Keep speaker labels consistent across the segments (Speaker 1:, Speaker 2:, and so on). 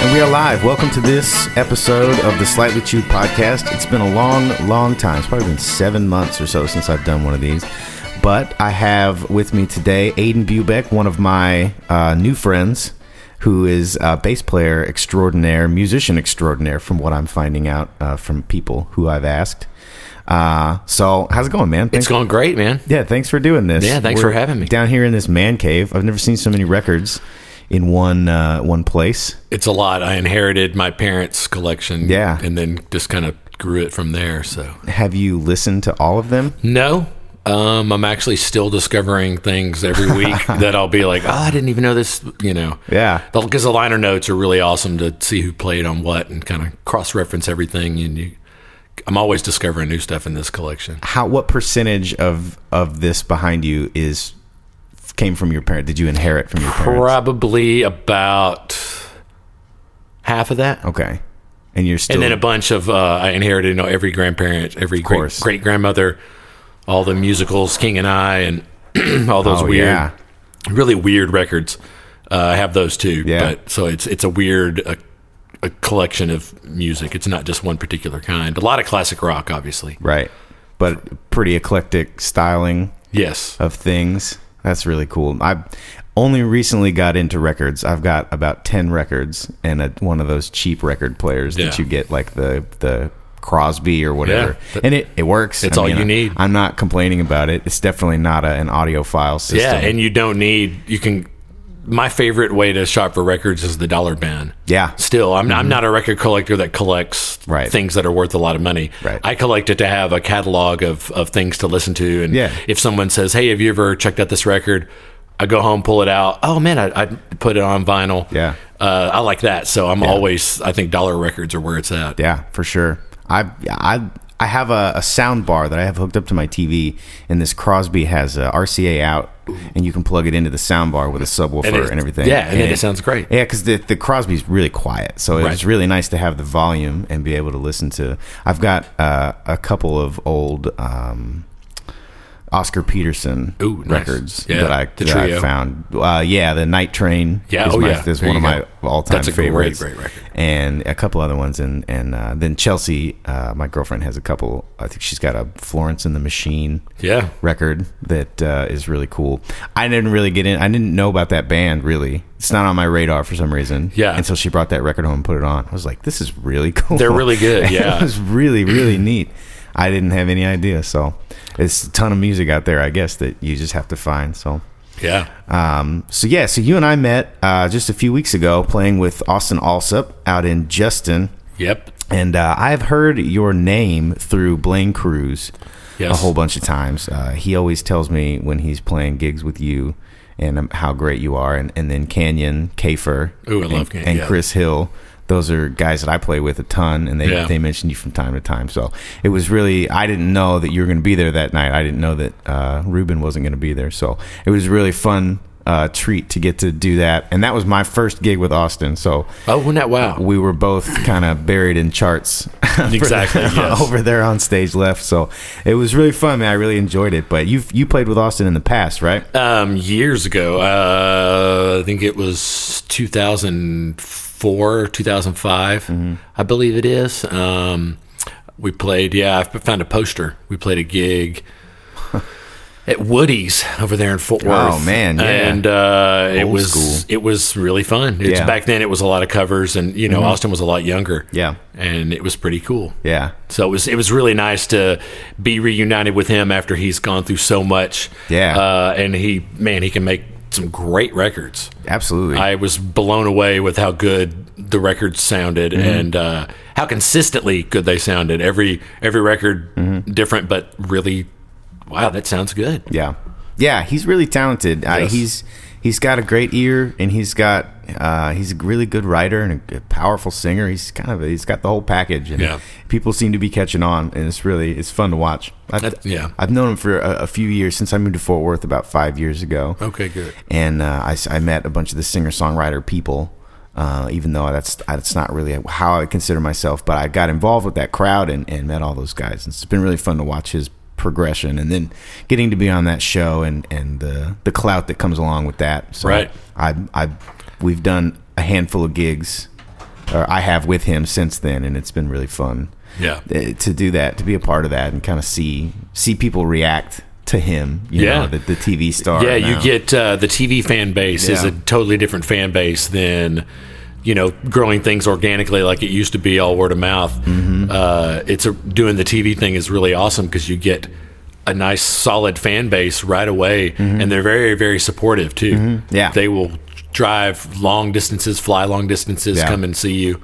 Speaker 1: And we are live. Welcome to this episode of the Slightly Chewed podcast. It's been a long, long time. It's probably been seven months or so since I've done one of these. But I have with me today Aiden Bubeck, one of my uh, new friends, who is a bass player extraordinaire, musician extraordinaire, from what I'm finding out uh, from people who I've asked. Uh, so, how's it going, man?
Speaker 2: It's
Speaker 1: Thanks-
Speaker 2: going great, man.
Speaker 1: Yeah, thanks for doing this.
Speaker 2: Yeah, thanks for having me.
Speaker 1: Down here in this man cave, I've never seen so many records in one uh, one place.
Speaker 2: It's a lot. I inherited my parents' collection.
Speaker 1: Yeah.
Speaker 2: And then just kind of grew it from there. So,
Speaker 1: Have you listened to all of them?
Speaker 2: no, um, I'm actually still discovering things every week that I'll be like, oh, I didn't even know this, you know.
Speaker 1: Yeah.
Speaker 2: Because the liner notes are really awesome to see who played on what and kind of cross reference everything. And you, I'm always discovering new stuff in this collection.
Speaker 1: How what percentage of of this behind you is came from your parent? Did you inherit from your parents?
Speaker 2: Probably about half of that.
Speaker 1: Okay, and you're still
Speaker 2: and then a bunch of uh, I inherited you know, every grandparent, every great
Speaker 1: course.
Speaker 2: great grandmother, all the musicals, King and I, and all those
Speaker 1: Oh,
Speaker 2: weird,
Speaker 1: yeah.
Speaker 2: really weird records. Uh, I have those too.
Speaker 1: Yeah.
Speaker 2: But so it's it's a weird uh, a collection of music. It's not just one particular kind. A lot of classic rock, obviously.
Speaker 1: right, but pretty eclectic styling.
Speaker 2: Yes.
Speaker 1: of things. That's really cool. I only recently got into records. I've got about ten records and a, one of those cheap record players
Speaker 2: Yeah.
Speaker 1: that you get, like the the Crosby or whatever,
Speaker 2: Th-
Speaker 1: and it, it works.
Speaker 2: It's all you need.
Speaker 1: I'm not complaining about it. It's definitely not a, an audiophile system.
Speaker 2: Yeah, and you don't need you can. My favorite way to shop for records is the dollar bin.
Speaker 1: yeah, Mm-hmm.
Speaker 2: still I'm, I'm not a record collector that collects
Speaker 1: Right.
Speaker 2: things that are worth a lot of money
Speaker 1: Right.
Speaker 2: i collect it to have a catalog of, of things to listen to and
Speaker 1: Yeah.
Speaker 2: if someone says hey have you ever checked out this record i go home pull it out oh man i, I put it on vinyl
Speaker 1: Yeah.
Speaker 2: uh, i like that so i'm always i think dollar records are where it's at
Speaker 1: Yeah, for sure. I I I have a, a sound bar that I have hooked up to my TV, and this Crosby has a RCA out, and you can plug it into the sound bar with a subwoofer and,
Speaker 2: And it-
Speaker 1: everything.
Speaker 2: yeah, and it sounds great.
Speaker 1: Yeah, because the the Crosby's really quiet, so it's
Speaker 2: Right.
Speaker 1: really nice to have the volume and be able to listen to. I've got uh, a couple of old. Um, Oscar Peterson
Speaker 2: Ooh, nice.
Speaker 1: records
Speaker 2: Yeah,
Speaker 1: that I,
Speaker 2: the
Speaker 1: that I
Speaker 2: trio.
Speaker 1: found. Uh, yeah, the Night Train.
Speaker 2: Yeah,
Speaker 1: is
Speaker 2: oh,
Speaker 1: my-
Speaker 2: yeah.
Speaker 1: is
Speaker 2: There
Speaker 1: one of
Speaker 2: you
Speaker 1: my
Speaker 2: go.
Speaker 1: all time
Speaker 2: That's a great,
Speaker 1: favorites.
Speaker 2: great record.
Speaker 1: And a couple other ones, and and uh, then Chelsea, uh, my girlfriend has a couple. I think she's got a Florence and the Machine
Speaker 2: yeah
Speaker 1: record that uh, is really cool. I didn't really get in. I didn't know about that band really. It's not on my radar for some reason.
Speaker 2: Yeah.
Speaker 1: Until she brought that record home and put it on, I was like, "This is really cool.
Speaker 2: They're really good,
Speaker 1: it
Speaker 2: yeah.
Speaker 1: was really really neat. I didn't have any idea. So, it's a ton of music out there, I guess, that you just have to find. So,
Speaker 2: yeah
Speaker 1: um, so yeah, so you and I met uh, just a few weeks ago playing with Austin Alsop out in Justin,
Speaker 2: yep
Speaker 1: and uh, I've heard your name through Blaine Cruz
Speaker 2: Yes.
Speaker 1: a whole bunch of times. Uh, he always tells me when he's playing gigs with you and um, how great you are, and, and then Canyon Kafer
Speaker 2: Ooh, I
Speaker 1: and,
Speaker 2: love Canyon,
Speaker 1: and
Speaker 2: yeah.
Speaker 1: Chris Hill. Those are guys that I play with a ton, and they
Speaker 2: Yeah.
Speaker 1: they mention you from time to time. So it was really I didn't know that you were going to be there that night. I didn't know that uh, Ruben wasn't going to be there. So it was really fun. Uh, treat to get to do that, and that was my first gig with Austin. So
Speaker 2: oh wasn't that wow
Speaker 1: we were both kind of buried in charts for-
Speaker 2: Exactly, yes.
Speaker 1: over there on stage left so it was really fun man i really enjoyed it but you you played with austin in the past right
Speaker 2: um, years ago. Uh, I think it was 2004, 2005, I believe it is. Um, we played, yeah, I found a poster. We played a gig at Woody's over there in Fort Worth.
Speaker 1: Oh, man, yeah.
Speaker 2: And uh, it
Speaker 1: Old
Speaker 2: was
Speaker 1: school.
Speaker 2: it was really fun. It's,
Speaker 1: Yeah. Mm-hmm.
Speaker 2: Back then, it was a lot of covers, and you know, Austin was a lot younger.
Speaker 1: Yeah.
Speaker 2: and it was pretty cool.
Speaker 1: yeah
Speaker 2: So it was it was really nice to be reunited with him after he's gone through so much.
Speaker 1: Yeah.
Speaker 2: uh, and he man, he can make some great records.
Speaker 1: absolutely
Speaker 2: I was blown away with how good the records sounded and uh, how consistently good they sounded. Every every record different, but really, wow, that sounds good.
Speaker 1: yeah yeah he's really talented uh,
Speaker 2: Yes.
Speaker 1: he's he's got a great ear and he's got uh, he's a really good writer and a, a powerful singer he's kind of he's got the whole package and
Speaker 2: Yeah.
Speaker 1: people seem to be catching on and it's really it's fun to watch I've,
Speaker 2: That- yeah.
Speaker 1: I've known him for a, a few years since i moved to fort worth about five years ago
Speaker 2: Okay, good.
Speaker 1: and uh, I, s- I met a bunch of the singer songwriter people. Uh, even though that's that's not really how I consider myself, but I got involved with that crowd and, and met all those guys. And it's been really fun to watch his progression, and then getting to be on that show and, and the the clout that comes along with that. So
Speaker 2: Right.
Speaker 1: I I we've done a handful of gigs or I have with him since then, and it's been really fun
Speaker 2: Yeah.
Speaker 1: uh, to do that, to be a part of that, and kind of see see people react to him. You
Speaker 2: Yeah.
Speaker 1: know, the, the TV star.
Speaker 2: Yeah, you
Speaker 1: now.
Speaker 2: get uh, the TV fan base is
Speaker 1: Yeah.
Speaker 2: a totally different fan base than you know growing things organically like it used to be all word of mouth.
Speaker 1: Mm-hmm.
Speaker 2: Uh, it's a, doing the TV thing is really awesome because you get a nice solid fan base right away, and they're very very supportive too.
Speaker 1: Mm-hmm. Yeah.
Speaker 2: they will drive long distances, fly long distances,
Speaker 1: Yeah.
Speaker 2: come and see you,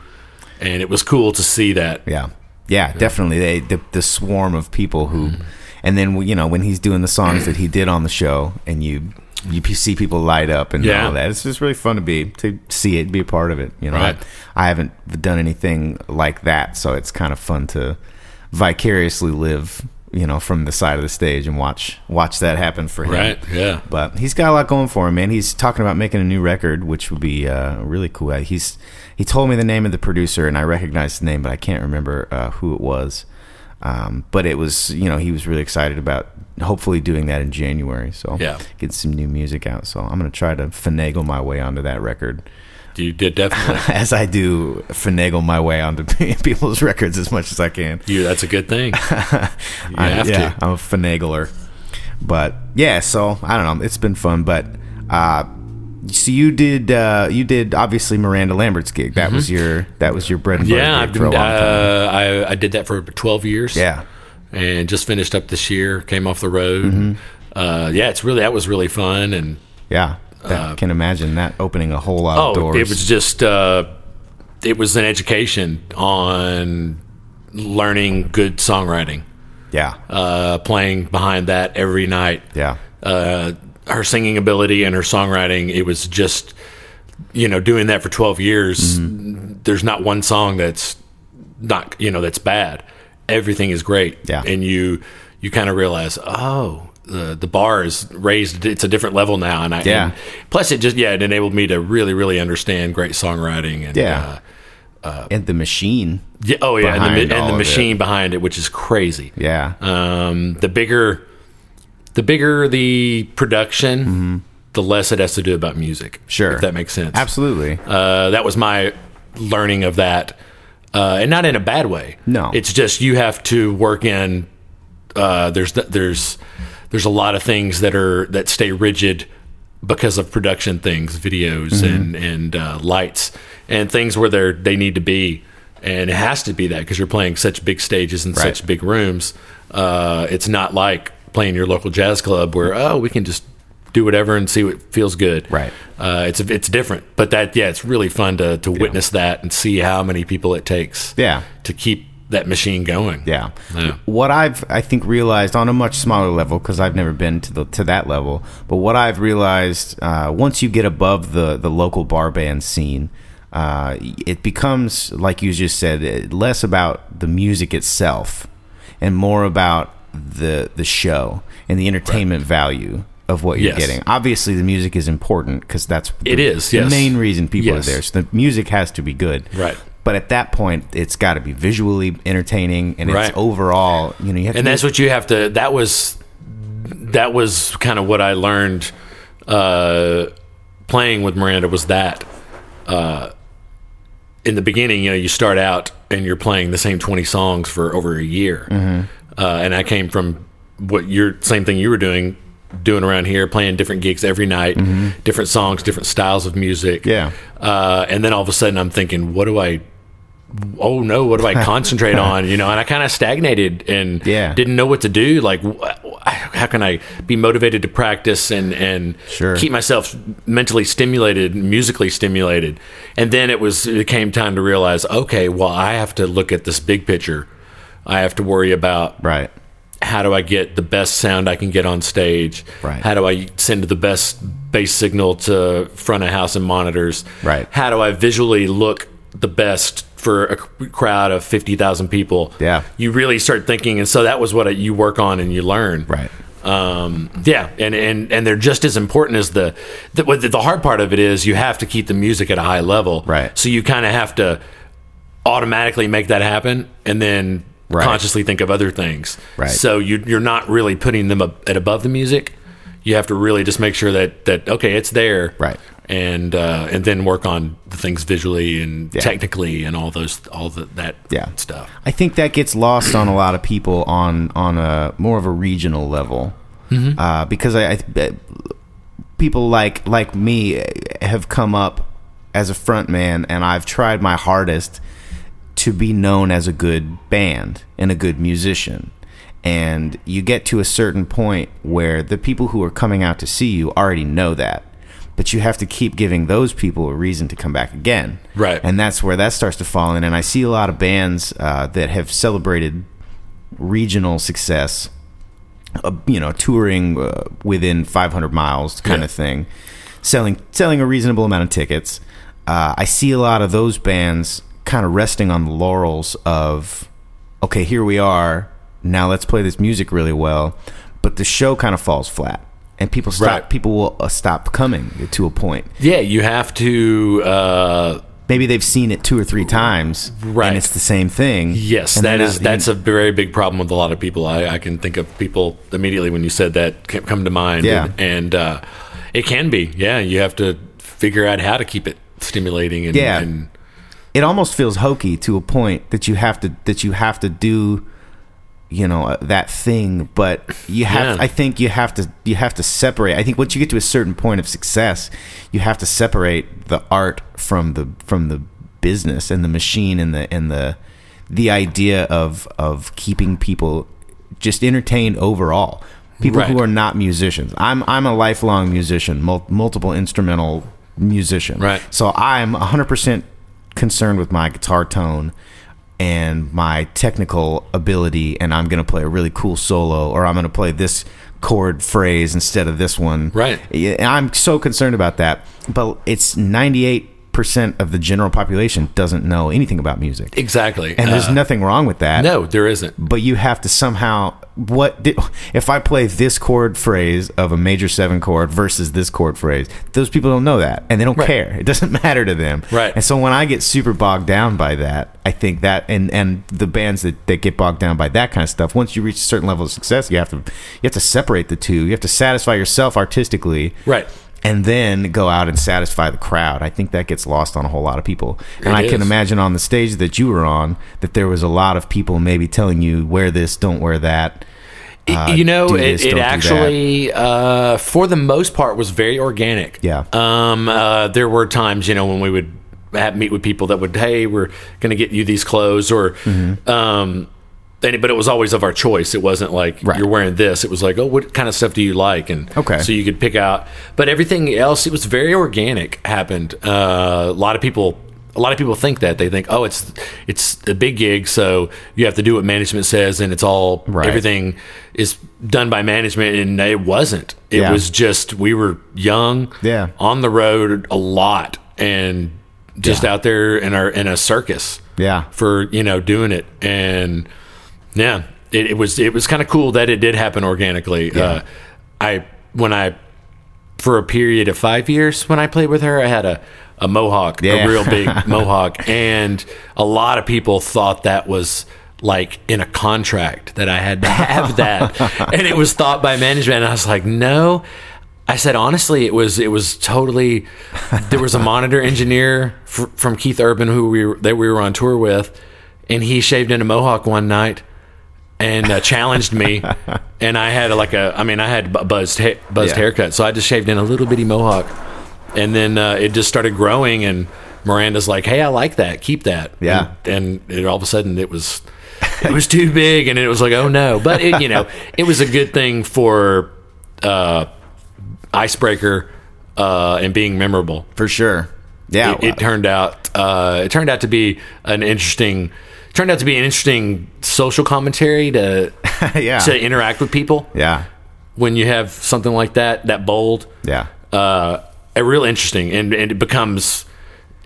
Speaker 2: and it was cool to see that.
Speaker 1: Yeah, yeah, definitely. They the, the swarm of people who,
Speaker 2: Mm-hmm.
Speaker 1: and then you know when he's doing the songs that he did on the show, and you you p- see people light up and
Speaker 2: Yeah.
Speaker 1: all that. It's just really fun to be to see it, be a part of it. You know,
Speaker 2: Right.
Speaker 1: I, I haven't done anything like that, so it's kind of fun to vicariously live. You know, from the side of the stage and watch watch that happen for him.
Speaker 2: Right? Yeah.
Speaker 1: But he's got a lot going for him, man. He's talking about making a new record, which would be uh, really cool. Uh, He's he told me the name of the producer, and I recognized the name, but I can't remember uh, who it was. Um, but it was, you know, he was really excited about hopefully doing that in January. So
Speaker 2: Yeah.
Speaker 1: get some new music out. So I'm gonna try to finagle my way onto that record,
Speaker 2: You did definitely.
Speaker 1: as I do finagle my way onto people's records as much as I can.
Speaker 2: You, that's a good thing. You
Speaker 1: I,
Speaker 2: have
Speaker 1: yeah,
Speaker 2: to.
Speaker 1: I'm a finagler. But yeah, so I don't know. It's been fun, but uh, so you did uh, you did obviously Miranda Lambert's gig. That was your that was your bread and butter
Speaker 2: Mm-hmm. Yeah,
Speaker 1: gig
Speaker 2: I've
Speaker 1: for a
Speaker 2: been,
Speaker 1: long time.
Speaker 2: uh, I, I did that for 12 years.
Speaker 1: Yeah,
Speaker 2: And just finished up this year, came off the road. Uh, yeah, it's really, that was really fun. And
Speaker 1: yeah. That, can imagine that opening a whole lot
Speaker 2: uh, oh,
Speaker 1: of doors.
Speaker 2: it was just, uh, it was an education on learning good songwriting,
Speaker 1: yeah,
Speaker 2: uh, playing behind that every night.
Speaker 1: yeah,
Speaker 2: uh, her singing ability and her songwriting. It was just, you know, doing that for 12 years.
Speaker 1: Mm-hmm.
Speaker 2: There's not one song that's not, you know, that's bad. Everything is great.
Speaker 1: Yeah.
Speaker 2: And you, you kind of realize, oh, the, the bar is raised. It's a different level now. And I,
Speaker 1: Yeah.
Speaker 2: and plus it just, yeah, it enabled me to really, really understand great songwriting and,
Speaker 1: Yeah.
Speaker 2: uh,
Speaker 1: and the machine.
Speaker 2: yeah, oh yeah, and the,
Speaker 1: Behind
Speaker 2: ma-
Speaker 1: all
Speaker 2: and
Speaker 1: of
Speaker 2: the
Speaker 1: it.
Speaker 2: machine behind it, which is crazy
Speaker 1: Yeah,
Speaker 2: um, the bigger the bigger the production the less it has to do about music
Speaker 1: Sure.
Speaker 2: if that makes sense
Speaker 1: absolutely.
Speaker 2: uh, that was my learning of that uh, and not in a bad way
Speaker 1: No.
Speaker 2: it's just you have to work in uh, there's th- there's there's a lot of things that are that stay rigid because of production things videos
Speaker 1: Mm-hmm.
Speaker 2: and and uh, lights and things where they're they need to be and it has to be that because you're playing such big stages and
Speaker 1: Right.
Speaker 2: such big rooms uh, it's not like playing your local jazz club where oh we can just do whatever and see what feels good
Speaker 1: Right.
Speaker 2: uh, it's it's different but that yeah it's really fun to to witness that and see how many people it takes
Speaker 1: Yeah.
Speaker 2: to keep that machine going
Speaker 1: Yeah.
Speaker 2: Yeah.
Speaker 1: What I've I think realized on a much smaller level because I've never been to the to that level, but what I've realized uh, once you get above the the local bar band scene, uh, it becomes like you just said, eh, less about the music itself and more about the the show and the entertainment value of what you're
Speaker 2: Yes.
Speaker 1: getting. Obviously, the music is important because that's
Speaker 2: It
Speaker 1: the,
Speaker 2: is,
Speaker 1: the
Speaker 2: yes.
Speaker 1: main reason people
Speaker 2: Yes.
Speaker 1: are there. So the music has to be good,
Speaker 2: Right.
Speaker 1: But at that point, it's got to be visually entertaining and
Speaker 2: Right.
Speaker 1: it's overall, you know, you have to
Speaker 2: and that's what you have to that was that was kind of what i learned uh playing with miranda was that uh in the beginning you know you start out and you're playing the same 20 songs for over a year uh, and i came from what your same thing you were doing doing around here playing different gigs every night different songs different styles of music
Speaker 1: Yeah.
Speaker 2: uh, and then all of a sudden i'm thinking what do i oh no, what do I concentrate on? You know, and I kind of stagnated and
Speaker 1: Yeah.
Speaker 2: didn't know what to do. Like, wh- wh- how can I be motivated to practice and and
Speaker 1: Sure.
Speaker 2: keep myself mentally stimulated, musically stimulated? And then it was it came time to realize, okay, well, I have to look at this big picture. I have to worry about
Speaker 1: right.
Speaker 2: how do I get the best sound I can get on stage?
Speaker 1: Right.
Speaker 2: How do I send the best bass signal to front of house and monitors?
Speaker 1: Right.
Speaker 2: How do I visually look the best for a c- crowd of 50,000 people?
Speaker 1: Yeah.
Speaker 2: You really start thinking. And so that was what you work on and you learn.
Speaker 1: Right.
Speaker 2: Um, yeah. And, and, and they're just as important as the, the, what the, the hard part of it is you have to keep the music at a high level.
Speaker 1: Right.
Speaker 2: So you kind of have to automatically make that happen and then
Speaker 1: Right.
Speaker 2: consciously think of other things.
Speaker 1: Right.
Speaker 2: So you, you're not really putting them ab- at above the music. You have to really just make sure that that okay, it's there.
Speaker 1: Right.
Speaker 2: and uh, and then work on the things visually and
Speaker 1: Yeah.
Speaker 2: technically and all those all the, that
Speaker 1: Yeah.
Speaker 2: stuff.
Speaker 1: I think that gets lost on a lot of people on on a more of a regional level,
Speaker 2: Mm-hmm.
Speaker 1: uh, because I, I th- people like like me have come up as a front man, and I've tried my hardest to be known as a good band and a good musician. And you get to a certain point where the people who are coming out to see you already know that. But you have to keep giving those people a reason to come back again.
Speaker 2: Right.
Speaker 1: And that's where that starts to fall in. And I see a lot of bands uh, that have celebrated regional success, uh, you know, touring uh, within 500 miles kind
Speaker 2: Yeah.
Speaker 1: of thing, selling selling a reasonable amount of tickets. Uh, I see a lot of those bands kind of resting on the laurels of, okay, here we are. Now let's play this music really well, but the show kind of falls flat, and people stop.
Speaker 2: Right.
Speaker 1: People will uh, stop coming to a point.
Speaker 2: Yeah, you have to. Uh,
Speaker 1: Maybe they've seen it two or three times,
Speaker 2: Right.
Speaker 1: And it's the same thing.
Speaker 2: Yes,
Speaker 1: And uh,
Speaker 2: that
Speaker 1: they're
Speaker 2: is
Speaker 1: not-
Speaker 2: that's a very big problem with a lot of people. I, I can think of people immediately when you said that ca- come to mind.
Speaker 1: Yeah.
Speaker 2: and uh, it can be. Yeah, you have to figure out how to keep it stimulating. And,
Speaker 1: Yeah.
Speaker 2: and
Speaker 1: it almost feels hokey to a point that you have to that you have to do you know uh, that thing but you have
Speaker 2: Yeah.
Speaker 1: i think you have to you have to separate i think once you get to a certain point of success you have to separate the art from the from the business and the machine and the and the the idea of of keeping people just entertained overall people who
Speaker 2: Right.
Speaker 1: are not musicians i'm i'm a lifelong musician mul- multiple instrumental musician
Speaker 2: Right.
Speaker 1: so I'm 100% concerned with my guitar tone and my technical ability, and I'm going to play a really cool solo, or I'm going to play this chord phrase instead of this one.
Speaker 2: Right.
Speaker 1: Yeah, And I'm so concerned about that. But it's 98% of the general population doesn't know anything about music.
Speaker 2: exactly.
Speaker 1: And there's
Speaker 2: Uh,
Speaker 1: nothing wrong with that
Speaker 2: no, there isn't.
Speaker 1: but you have to somehow what di- if I play this chord phrase of a major seven chord versus this chord phrase, those people don't know that and they don't
Speaker 2: Right.
Speaker 1: care. It doesn't matter to them.
Speaker 2: Right.
Speaker 1: And so when I get super bogged down by that, I think that and and the bands that, that get bogged down by that kind of stuff, once you reach a certain level of success, you have to you have to separate the two. You have to satisfy yourself artistically
Speaker 2: Right.
Speaker 1: and then go out and satisfy the crowd. I think that gets lost on a whole lot of people. And
Speaker 2: It
Speaker 1: I can
Speaker 2: is.
Speaker 1: imagine on the stage that you were on that there was a lot of people maybe telling you wear this, don't wear that.
Speaker 2: Y- you know,
Speaker 1: do
Speaker 2: it,
Speaker 1: this, don't
Speaker 2: it
Speaker 1: do that.
Speaker 2: actually, uh, for the most part, was very organic.
Speaker 1: Yeah.
Speaker 2: Um, uh, there were times, you know, when we would have, meet with people that would, hey, we're going to get you these clothes, or,
Speaker 1: Mm-hmm.
Speaker 2: um, and, but it was always of our choice. It wasn't like
Speaker 1: Right.
Speaker 2: you're wearing this. It was like, oh, what kind of stuff do you like? And
Speaker 1: Okay.
Speaker 2: so you could pick out. But everything else, it was very organic. Happened. Uh, a lot of people. A lot of people think that they think, oh, it's it's a big gig, so you have to do what management says, and it's all
Speaker 1: Right.
Speaker 2: everything is done by management, and it wasn't. It
Speaker 1: Yeah.
Speaker 2: was just we were young,
Speaker 1: Yeah.
Speaker 2: on the road a lot, and just out there in our in a circus,
Speaker 1: Yeah.
Speaker 2: for you know doing it, and yeah, it, it was it was kind of cool that it did happen organically. Uh, I when I for a period of five years when I played with her, I had a a mohawk,
Speaker 1: Yeah.
Speaker 2: a real big mohawk, and a lot of people thought that was like in a contract that I had to have that, and it was thought by management. And I was like, no. I said honestly, it was it was totally. There was a monitor engineer fr- from Keith Urban who we were, that we were on tour with, and he shaved in a mohawk one night and uh, challenged me. and I had like a, I mean, I had bu- buzzed ha- buzzed
Speaker 1: Yeah.
Speaker 2: haircut, so I just shaved in a little bitty mohawk, and then uh, it just started growing. And Miranda's like, "Hey, I like that. Keep that."
Speaker 1: Yeah.
Speaker 2: And, and it, all of a sudden, it was it was too big, and it was like, "Oh no!" But it, you know, it was a good thing for uh, icebreaker uh, and being memorable
Speaker 1: For sure. Yeah.
Speaker 2: it, it turned out uh, it turned out to be an interesting turned out to be an interesting social commentary to
Speaker 1: yeah.
Speaker 2: to interact with people
Speaker 1: yeah.
Speaker 2: when you have something like that that bold
Speaker 1: Yeah.
Speaker 2: uh, a real interesting and, and it becomes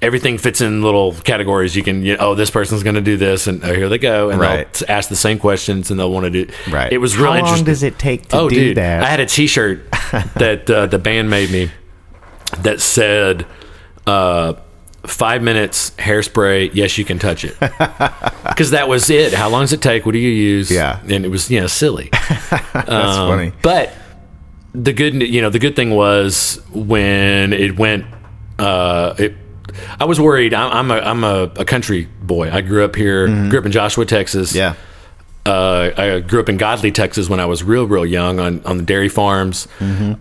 Speaker 2: everything fits in little categories you can you know, oh this person's going to do this and oh, here they go and
Speaker 1: Right.
Speaker 2: they'll t- ask the same questions and they'll want to do
Speaker 1: Right.
Speaker 2: it was real
Speaker 1: How long
Speaker 2: interesting Oh,
Speaker 1: does it take to do that?
Speaker 2: I had a T-shirt that uh, the band made me that said uh, five minutes hairspray. Yes, you can touch it because that was it. How long does it take? What do you use?
Speaker 1: Yeah.
Speaker 2: and it was you know silly.
Speaker 1: That's
Speaker 2: Um,
Speaker 1: funny.
Speaker 2: But the good, you know, the good thing was when it went uh, it. I was worried. I'm, I'm a I'm a, a country boy. I grew up here. Grew up in Joshua, Texas.
Speaker 1: Yeah.
Speaker 2: Uh, I grew up in Godley, Texas, when I was real, real young on on the dairy farms,
Speaker 1: Mm-hmm.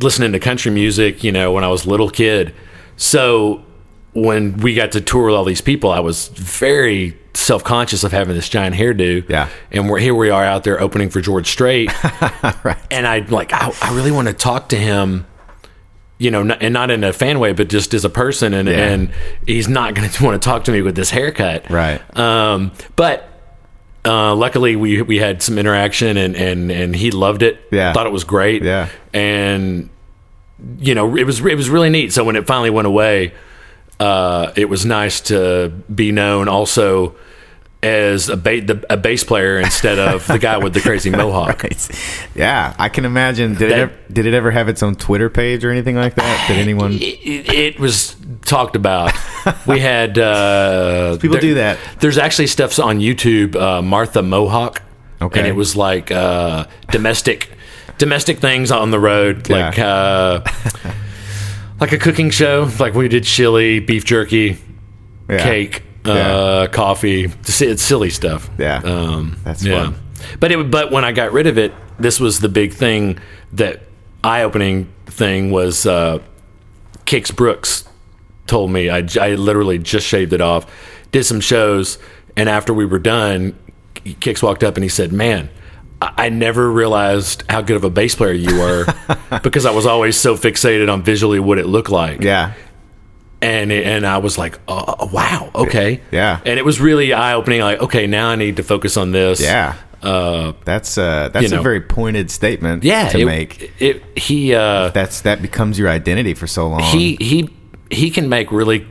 Speaker 2: listening to country music. You know, when I was a little kid. So when we got to tour with all these people, I was very self conscious of having this giant hairdo.
Speaker 1: Yeah.
Speaker 2: and we're here. We are out there opening for George Strait, and I like I, I really want to talk to him you know, not, and not in a fan way, but just as a person, and
Speaker 1: Yeah.
Speaker 2: and he's not going to want to talk to me with this haircut,
Speaker 1: Right.
Speaker 2: Um, but uh, luckily, we we had some interaction, and and and he loved it.
Speaker 1: Yeah.
Speaker 2: thought it was great.
Speaker 1: Yeah.
Speaker 2: and you know, it was it was really neat. So when it finally went away, uh, it was nice to be known also as a ba- the, a bass player instead of the guy with the crazy mohawk.
Speaker 1: Yeah, I can imagine. Did,
Speaker 2: That-
Speaker 1: it ever, did it ever have its own Twitter page or anything like that? Did anyone?
Speaker 2: it, it was talked about. We had uh,
Speaker 1: People do that.
Speaker 2: There's actually stuffs on YouTube. Uh, Martha Mohawk.
Speaker 1: Okay.
Speaker 2: And it was like uh, domestic, domestic things on the road,
Speaker 1: Yeah.
Speaker 2: like uh, like a cooking show. Like we did chili, beef jerky,
Speaker 1: Yeah.
Speaker 2: cake,
Speaker 1: Yeah.
Speaker 2: uh, coffee. Just- It's silly stuff.
Speaker 1: Yeah.
Speaker 2: Um,
Speaker 1: That's fun.
Speaker 2: But it, but when I got rid of it, this was the big thing that eye opening thing was uh, Kix Brooks told me I, j- I literally just shaved it off, did some shows, and after we were done, Kix walked up and he said, "Man." I I never realized how good of a bass player you were because I was always so fixated on visually what it looked like
Speaker 1: Yeah.
Speaker 2: and it, and I was like, oh, wow, okay,
Speaker 1: Yeah.
Speaker 2: And it was really eye opening. Like, okay, now I need to focus on this.
Speaker 1: Yeah.
Speaker 2: uh,
Speaker 1: That's uh, that's
Speaker 2: You
Speaker 1: a
Speaker 2: know.
Speaker 1: very pointed statement.
Speaker 2: yeah.
Speaker 1: To
Speaker 2: it,
Speaker 1: make
Speaker 2: it, he uh,
Speaker 1: that's that becomes your identity for so long.
Speaker 2: he he he can make really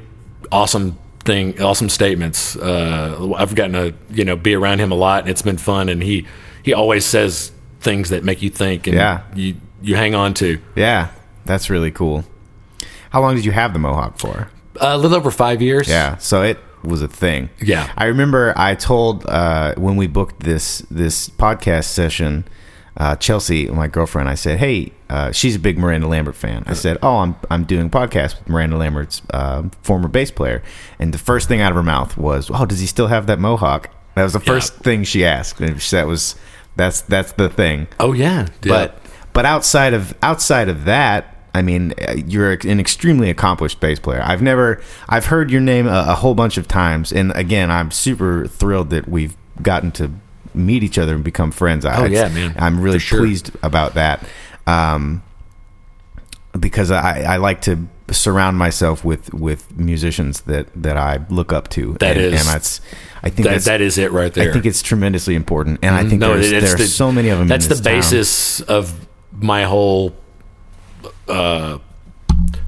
Speaker 2: awesome thing, awesome statements. Uh, I've gotten to you know be around him a lot, and it's been fun. And he he always says things that make you think, and
Speaker 1: Yeah.
Speaker 2: you you hang on to
Speaker 1: yeah. That's really cool. How long did you have the mohawk for?
Speaker 2: a little over five years.
Speaker 1: Yeah, so it was a thing.
Speaker 2: Yeah.
Speaker 1: I remember I told uh, when we booked this this podcast session, uh, Chelsea, my girlfriend, I said, "Hey, uh, she's a big Miranda Lambert fan." I said, "Oh, I'm I'm doing a podcast with Miranda Lambert's uh, former bass player," and the first thing out of her mouth was, "Oh, does he still have that mohawk?" That was the first thing she asked, and she- that was that's that's the thing
Speaker 2: Oh yeah,
Speaker 1: but but outside of outside of that i mean uh, you're an extremely accomplished bass player i've never i've heard your name a, a whole bunch of times and again i'm super thrilled that we've gotten to meet each other and become friends oh
Speaker 2: yeah, man.
Speaker 1: i'm really
Speaker 2: For sure.
Speaker 1: pleased about that um because I, I like to surround myself with, with musicians that, that I look up to.
Speaker 2: That
Speaker 1: and,
Speaker 2: is-
Speaker 1: and that's I think
Speaker 2: that,
Speaker 1: that's,
Speaker 2: that is it right there. Mm,
Speaker 1: I think it's tremendously important, and I think there's,
Speaker 2: it- it's
Speaker 1: there are
Speaker 2: the-
Speaker 1: so many of them. in
Speaker 2: That's
Speaker 1: this
Speaker 2: the
Speaker 1: town.
Speaker 2: basis of my whole. Uh,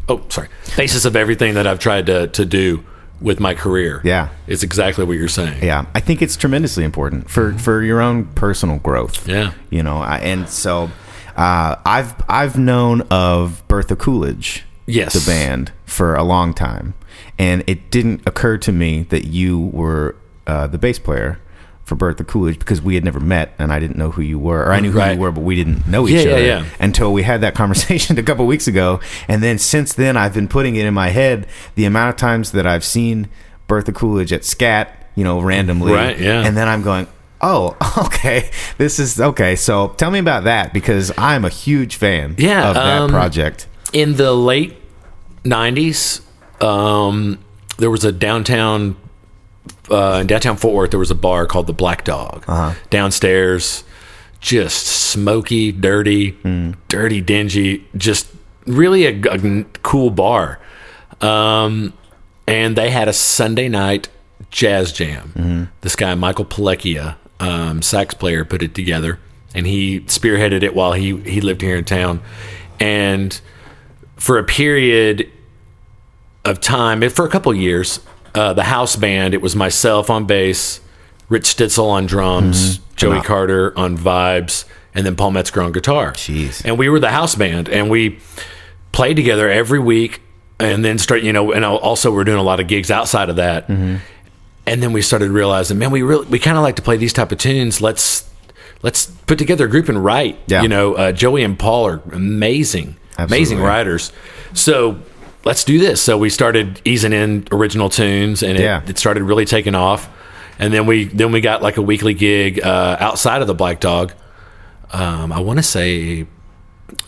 Speaker 2: oh, sorry. Basis of everything that I've tried to to do with my career.
Speaker 1: Yeah.
Speaker 2: it's exactly what you're saying.
Speaker 1: yeah i think it's tremendously important for for your own personal growth
Speaker 2: Yeah.
Speaker 1: you know I, and so uh, i've i've known of bertha coolidge
Speaker 2: Yes.
Speaker 1: the band for a long time and it didn't occur to me that you were uh, the bass player for Bertha Coolidge because we had never met and I didn't know who you were or I knew who
Speaker 2: Right.
Speaker 1: you were but we didn't know each
Speaker 2: Yeah, yeah,
Speaker 1: other
Speaker 2: yeah.
Speaker 1: until we had that conversation a couple weeks ago. And then since then, I've been putting it in my head the amount of times that I've seen Bertha Coolidge at SCAT, you know, randomly.
Speaker 2: Right, yeah.
Speaker 1: And then I'm going, oh, okay, this is okay. So tell me about that because I'm a huge fan
Speaker 2: Yeah,
Speaker 1: of that
Speaker 2: um,
Speaker 1: project.
Speaker 2: In the late '90s, um, there was a downtown uh, in downtown Fort Worth. There was a bar called the Black Dog downstairs. Just smoky, dirty, dirty, dingy. Just really a, a n- cool bar. Um, and they had a Sunday night jazz jam. This guy, Michael Pellecchia, um, sax player, put it together, and he spearheaded it while he he lived here in town. And for a period of time, for a couple of years, uh, the house band, it was myself on bass, Rich Stitzel on drums,
Speaker 1: Mm-hmm.
Speaker 2: Joey Carter on vibes, and then Paul Metzger on guitar.
Speaker 1: Jeez.
Speaker 2: And we were the house band, and we played together every week, and then start, you know, and al- also we're doing a lot of gigs outside of that.
Speaker 1: Mm-hmm.
Speaker 2: And then we started realizing, man, we really we kind of like to play these type of tunes. Let's let's put together a group and write.
Speaker 1: Yeah.
Speaker 2: You know, uh, Joey and Paul are amazing, amazing
Speaker 1: Absolutely.
Speaker 2: writers. So let's do this. So we started easing in original tunes, and it,
Speaker 1: Yeah.
Speaker 2: it started really taking off. And then we then we got like a weekly gig uh, outside of the Black Dog. Um, I want to say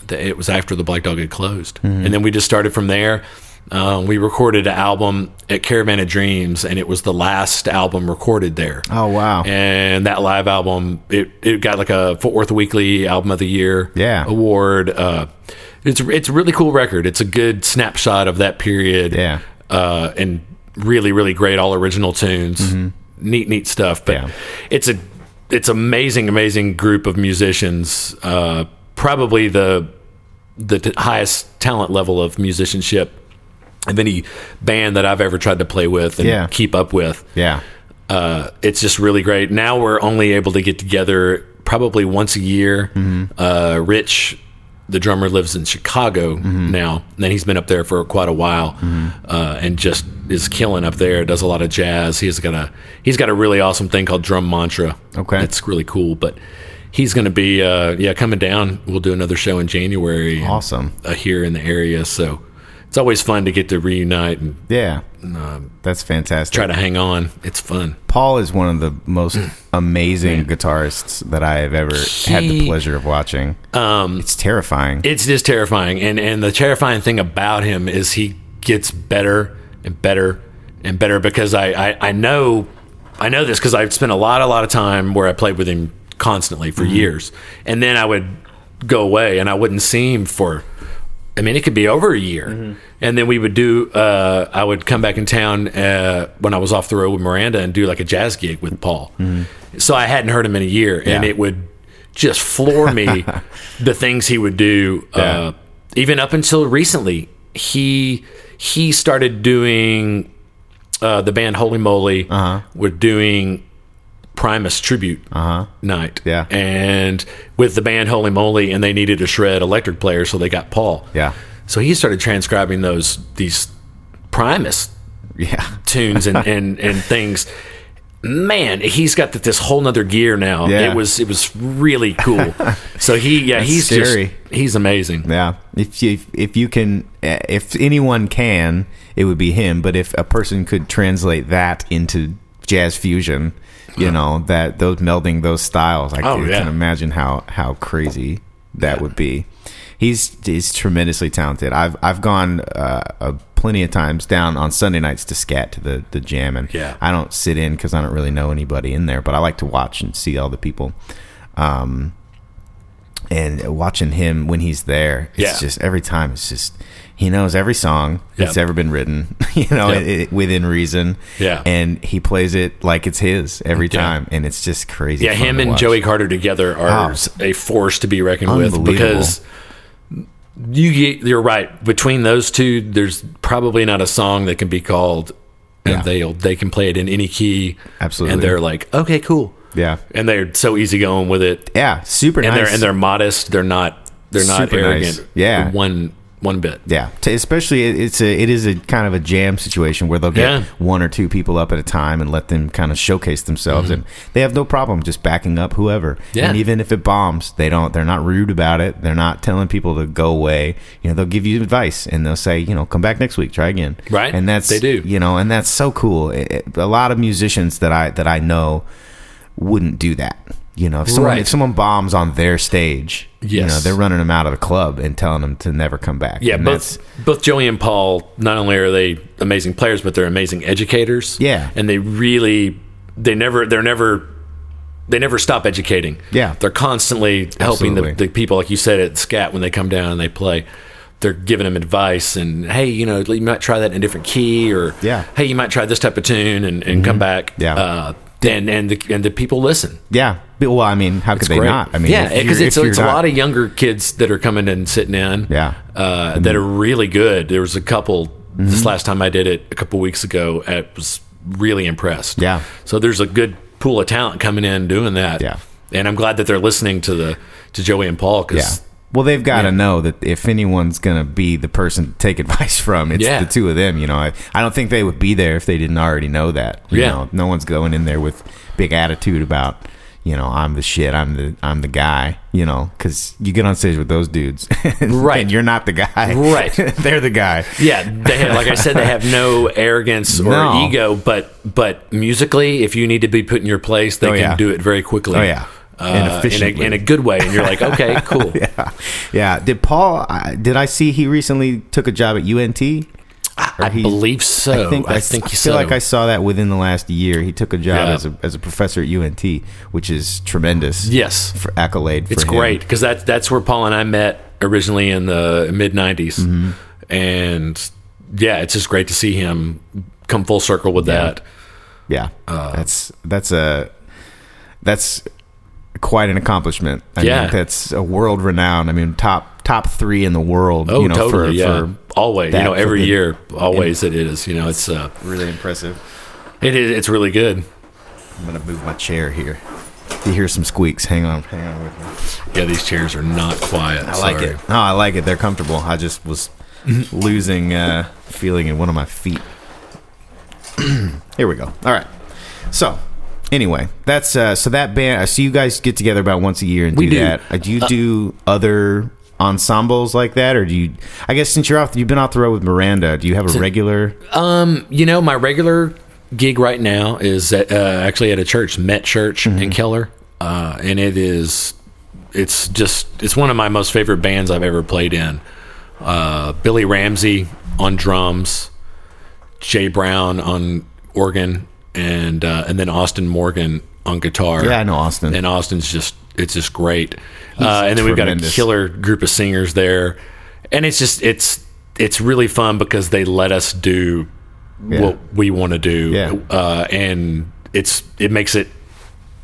Speaker 2: that it was after the Black Dog had closed,
Speaker 1: Mm-hmm.
Speaker 2: and then we just started from there. Um, we recorded an album at Caravan of Dreams, and it was the last album recorded there
Speaker 1: Oh wow.
Speaker 2: and that live album it, it got like a Fort Worth Weekly Album of the Year
Speaker 1: Yeah.
Speaker 2: award. Uh, it's it's a really cool record. It's a good snapshot of that period.
Speaker 1: Yeah.
Speaker 2: uh, and really really great all original tunes. Neat neat stuff. But
Speaker 1: Mm-hmm. Yeah.
Speaker 2: it's a it's amazing amazing group of musicians. Uh, probably the the t- highest talent level of musicianship of any band that I've ever tried to play with and
Speaker 1: Yeah.
Speaker 2: keep up with
Speaker 1: yeah.
Speaker 2: uh, it's just really great. Now we're only able to get together probably once a year. Uh, Rich, the drummer, lives in Chicago now, and he's been up there for quite a while, uh, and just is killing up there. Does a lot of jazz. He's got a he's got a really awesome thing called Drum Mantra.
Speaker 1: Okay.
Speaker 2: it's really cool, but. He's going to be, uh, yeah, coming down. We'll do another show in January and,
Speaker 1: Awesome.
Speaker 2: uh, here in the area. So it's always fun to get to reunite and
Speaker 1: Yeah. That's fantastic.
Speaker 2: try to Mm. hang on. It's fun.
Speaker 1: Paul is one of the most amazing guitarists that I have ever had the
Speaker 2: He-
Speaker 1: pleasure of watching. Um, it's terrifying.
Speaker 2: It's just terrifying, and and the terrifying thing about him is he gets better and better and better because I I, I know I know this because I've spent a lot a lot of time where I played with him constantly for years, and then I would go away and I wouldn't see him for. I mean, it could be over a year, and then we would do. Uh, I would come back in town uh, when I was off the road with Miranda and do like a jazz gig with Paul. So I hadn't heard him in a year, and
Speaker 1: Yeah.
Speaker 2: it would just floor me the things he would do
Speaker 1: Yeah.
Speaker 2: uh, even up until recently he he started doing uh, the band holy moly
Speaker 1: Uh-huh.
Speaker 2: uh were doing primus tribute night
Speaker 1: Uh-huh. Yeah.
Speaker 2: and with the band holy moly and they needed a shred electric player so they got paul
Speaker 1: yeah.
Speaker 2: so he started transcribing those these primus
Speaker 1: Yeah.
Speaker 2: tunes and, and, and things. Man, he's got th- this whole nother gear now.
Speaker 1: Yeah.
Speaker 2: It was it was really cool. so he yeah he's
Speaker 1: scary.
Speaker 2: just he's amazing.
Speaker 1: Yeah. If you, if you can, eh, if anyone can, it would be him. But if a person could translate that into jazz fusion, you know that those melding those styles, I
Speaker 2: Oh,
Speaker 1: can
Speaker 2: yeah.
Speaker 1: imagine how how crazy that would be. He's he's tremendously talented. I've I've gone uh, uh, plenty of times down on Sunday nights to scat to the the jam, and
Speaker 2: Yeah.
Speaker 1: I don't sit in because I don't really know anybody in there, but I like to watch and see all the people. Um, and watching him when he's there, it's
Speaker 2: Yeah.
Speaker 1: just every time. It's just he knows every song that's
Speaker 2: Yep.
Speaker 1: ever been written, you know,
Speaker 2: Yep.
Speaker 1: it, it- within reason.
Speaker 2: Yeah.
Speaker 1: and he plays it like it's his every
Speaker 2: Yeah.
Speaker 1: time, and it's just crazy.
Speaker 2: Yeah,
Speaker 1: fun
Speaker 2: him
Speaker 1: to
Speaker 2: and
Speaker 1: watch.
Speaker 2: Joey Carter together are
Speaker 1: Oh, it's
Speaker 2: a force to be reckoned with
Speaker 1: unbelievable.
Speaker 2: because you get, you're right. Between those two, there's probably not a song that can be called
Speaker 1: Yeah.
Speaker 2: and they'll they can play it in any key.
Speaker 1: Absolutely.
Speaker 2: And they're like, okay, cool.
Speaker 1: Yeah,
Speaker 2: And they're so easygoing with it.
Speaker 1: yeah, super
Speaker 2: and
Speaker 1: nice.
Speaker 2: they're and they're modest. They're not they're not
Speaker 1: Super
Speaker 2: arrogant.
Speaker 1: nice. Yeah.
Speaker 2: one one bit.
Speaker 1: Yeah, T- especially it- it's a it is a kind of a jam situation where they'll get
Speaker 2: Yeah.
Speaker 1: one or two people up at a time and let them kind of showcase themselves, and they have no problem just backing up whoever.
Speaker 2: Mm-hmm. Yeah.
Speaker 1: And even if it bombs, they don't. They're not rude about it. They're not telling people to go away. You know, they'll give you advice and they'll say, you know, come back next week, try again.
Speaker 2: Right.
Speaker 1: And that's
Speaker 2: They do.
Speaker 1: You know, and that's so cool. It- it- a lot of musicians that I that I know wouldn't do that. You know, if someone
Speaker 2: Right.
Speaker 1: if someone bombs on their stage, you
Speaker 2: Yes.
Speaker 1: know, they're running them out of the club and telling them to never come back.
Speaker 2: Yeah,
Speaker 1: And
Speaker 2: both
Speaker 1: that's-
Speaker 2: both Joey and Paul. Not only are they amazing players, but they're amazing educators.
Speaker 1: Yeah.
Speaker 2: and they really they never they're never they never stop educating.
Speaker 1: Yeah.
Speaker 2: they're constantly helping the,
Speaker 1: Absolutely.
Speaker 2: the people, like you said at Scat when they come down and they play. They're giving them advice and hey, you know, you might try that in a different key, or
Speaker 1: Yeah. Mm-hmm.
Speaker 2: hey, you might try this type of tune and, and come back.
Speaker 1: Yeah.
Speaker 2: uh, and and the, and the people listen.
Speaker 1: Yeah. But, well, I mean, how could they
Speaker 2: Great.
Speaker 1: not? I mean,
Speaker 2: yeah,
Speaker 1: if you're-
Speaker 2: because it's,
Speaker 1: if you're
Speaker 2: it's a
Speaker 1: not-
Speaker 2: lot of younger kids that are coming and sitting in.
Speaker 1: Yeah.
Speaker 2: uh, that are really good. There was a couple
Speaker 1: Mm-hmm.
Speaker 2: this last time I did it a couple weeks ago. I was really impressed.
Speaker 1: Yeah.
Speaker 2: so there's a good pool of talent coming in doing that.
Speaker 1: Yeah.
Speaker 2: and I'm glad that they're listening to the to Joey and Paul
Speaker 1: Yeah.
Speaker 2: because
Speaker 1: Well, they've got to know that if anyone's going to be the person to take advice from, it's
Speaker 2: Yeah.
Speaker 1: the two of them. You know, I, I don't think they would be there if they didn't already know that. You
Speaker 2: Yeah.
Speaker 1: know, no one's going in there with big attitude about, you know, I'm the shit. I'm the I'm the guy. You know, because you get on stage with those dudes,
Speaker 2: Right.
Speaker 1: and you're not the guy.
Speaker 2: Right.
Speaker 1: They're the guy.
Speaker 2: Yeah, they have, like I said, they have no arrogance or
Speaker 1: No.
Speaker 2: ego, but but musically, if you need to be put in your place, they
Speaker 1: Oh,
Speaker 2: can
Speaker 1: yeah.
Speaker 2: do it very quickly.
Speaker 1: Oh, yeah.
Speaker 2: Uh,
Speaker 1: And
Speaker 2: in a-
Speaker 1: efficiently.
Speaker 2: in a, good way. And you're like, okay, cool.
Speaker 1: Yeah. Yeah. Did Paul? I, did I see he recently took a job at UNT?
Speaker 2: I believe so. Oh, I think,
Speaker 1: I, I feel
Speaker 2: so.
Speaker 1: like I saw that within the last year. He took a job
Speaker 2: Yeah.
Speaker 1: as a as a professor at UNT, which is tremendous.
Speaker 2: yes,
Speaker 1: For accolade. For
Speaker 2: it's
Speaker 1: him.
Speaker 2: great because that's that's where Paul and I met originally in the mid '90s,
Speaker 1: Mm-hmm.
Speaker 2: and yeah, it's just great to see him come full circle with that.
Speaker 1: Yeah.
Speaker 2: Uh,
Speaker 1: that's that's a that's quite an accomplishment. I
Speaker 2: Yeah.
Speaker 1: mean, that's a world renowned. I mean, top top three in the world.
Speaker 2: Oh,
Speaker 1: you know,
Speaker 2: totally.
Speaker 1: For,
Speaker 2: yeah, always.
Speaker 1: that,
Speaker 2: You know,
Speaker 1: for
Speaker 2: every
Speaker 1: the-
Speaker 2: year, always it is. You know, it's uh,
Speaker 1: for really impressive.
Speaker 2: it is. It's really good.
Speaker 1: I'm gonna move my chair here. You hear some squeaks. Hang on, hang on with me.
Speaker 2: Yeah, these chairs are not quiet.
Speaker 1: I like it. No, I like it. They're comfortable. I just was losing uh, feeling in one of my feet. Here we go. All right. So, anyway, that's uh, so that band. I see you guys get together about once a year and
Speaker 2: We
Speaker 1: do,
Speaker 2: do.
Speaker 1: that. Uh, do you do other ensembles like that, or do you? I guess since you're off, you've been off the road with Miranda. Do you have a regular?
Speaker 2: Um, you know, my regular gig right now is at, uh, actually at a church, Met Church
Speaker 1: Mm-hmm.
Speaker 2: in Keller, uh, and it is it's just it's one of my most favorite bands I've ever played in. Uh, Billy Ramsey on drums, Jay Brown on organ, and uh, and then Austin Morgan on guitar.
Speaker 1: Yeah, I know Austin.
Speaker 2: and Austin's just it's just great. Uh, and then we've got a
Speaker 1: tremendous.
Speaker 2: killer group of singers there, and it's just it's it's really fun because they let us do
Speaker 1: Yeah.
Speaker 2: what we want to do,
Speaker 1: Yeah.
Speaker 2: uh, and it's it makes it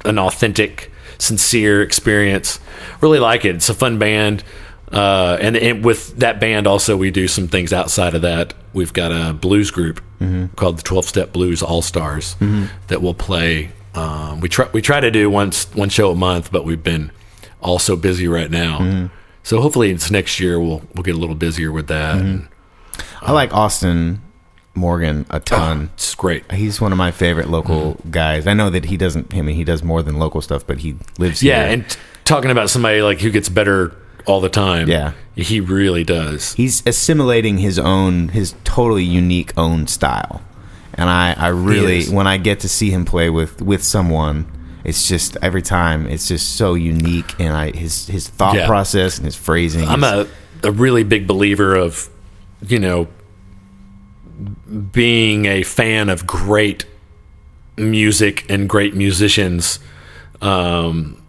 Speaker 2: an authentic, sincere experience. Really like it. It's a fun band. Uh, and, and with that band, also we do some things outside of that. We've got a blues group called the Twelve Step Blues All Stars that will play. Um, we try we try to do once one show a month, but we've been all so busy right now. So hopefully, it's next year we'll we'll get a little busier with that. and
Speaker 1: I like Austin Morgan a ton.
Speaker 2: It's great.
Speaker 1: He's one of my favorite local guys. I know that he doesn't. I mean, he does more than local stuff, but he lives
Speaker 2: Yeah,
Speaker 1: here.
Speaker 2: and t- talking about somebody like who gets better all the time.
Speaker 1: Yeah.
Speaker 2: he really does.
Speaker 1: he's assimilating his own his totally unique own style and i i really
Speaker 2: is.
Speaker 1: when i get to see him play with with someone it's just every time it's just so unique and i his his thought
Speaker 2: Yeah.
Speaker 1: process and his phrasing
Speaker 2: I'm
Speaker 1: is-
Speaker 2: a, a really big believer of, you know, being a fan of great music and great musicians um,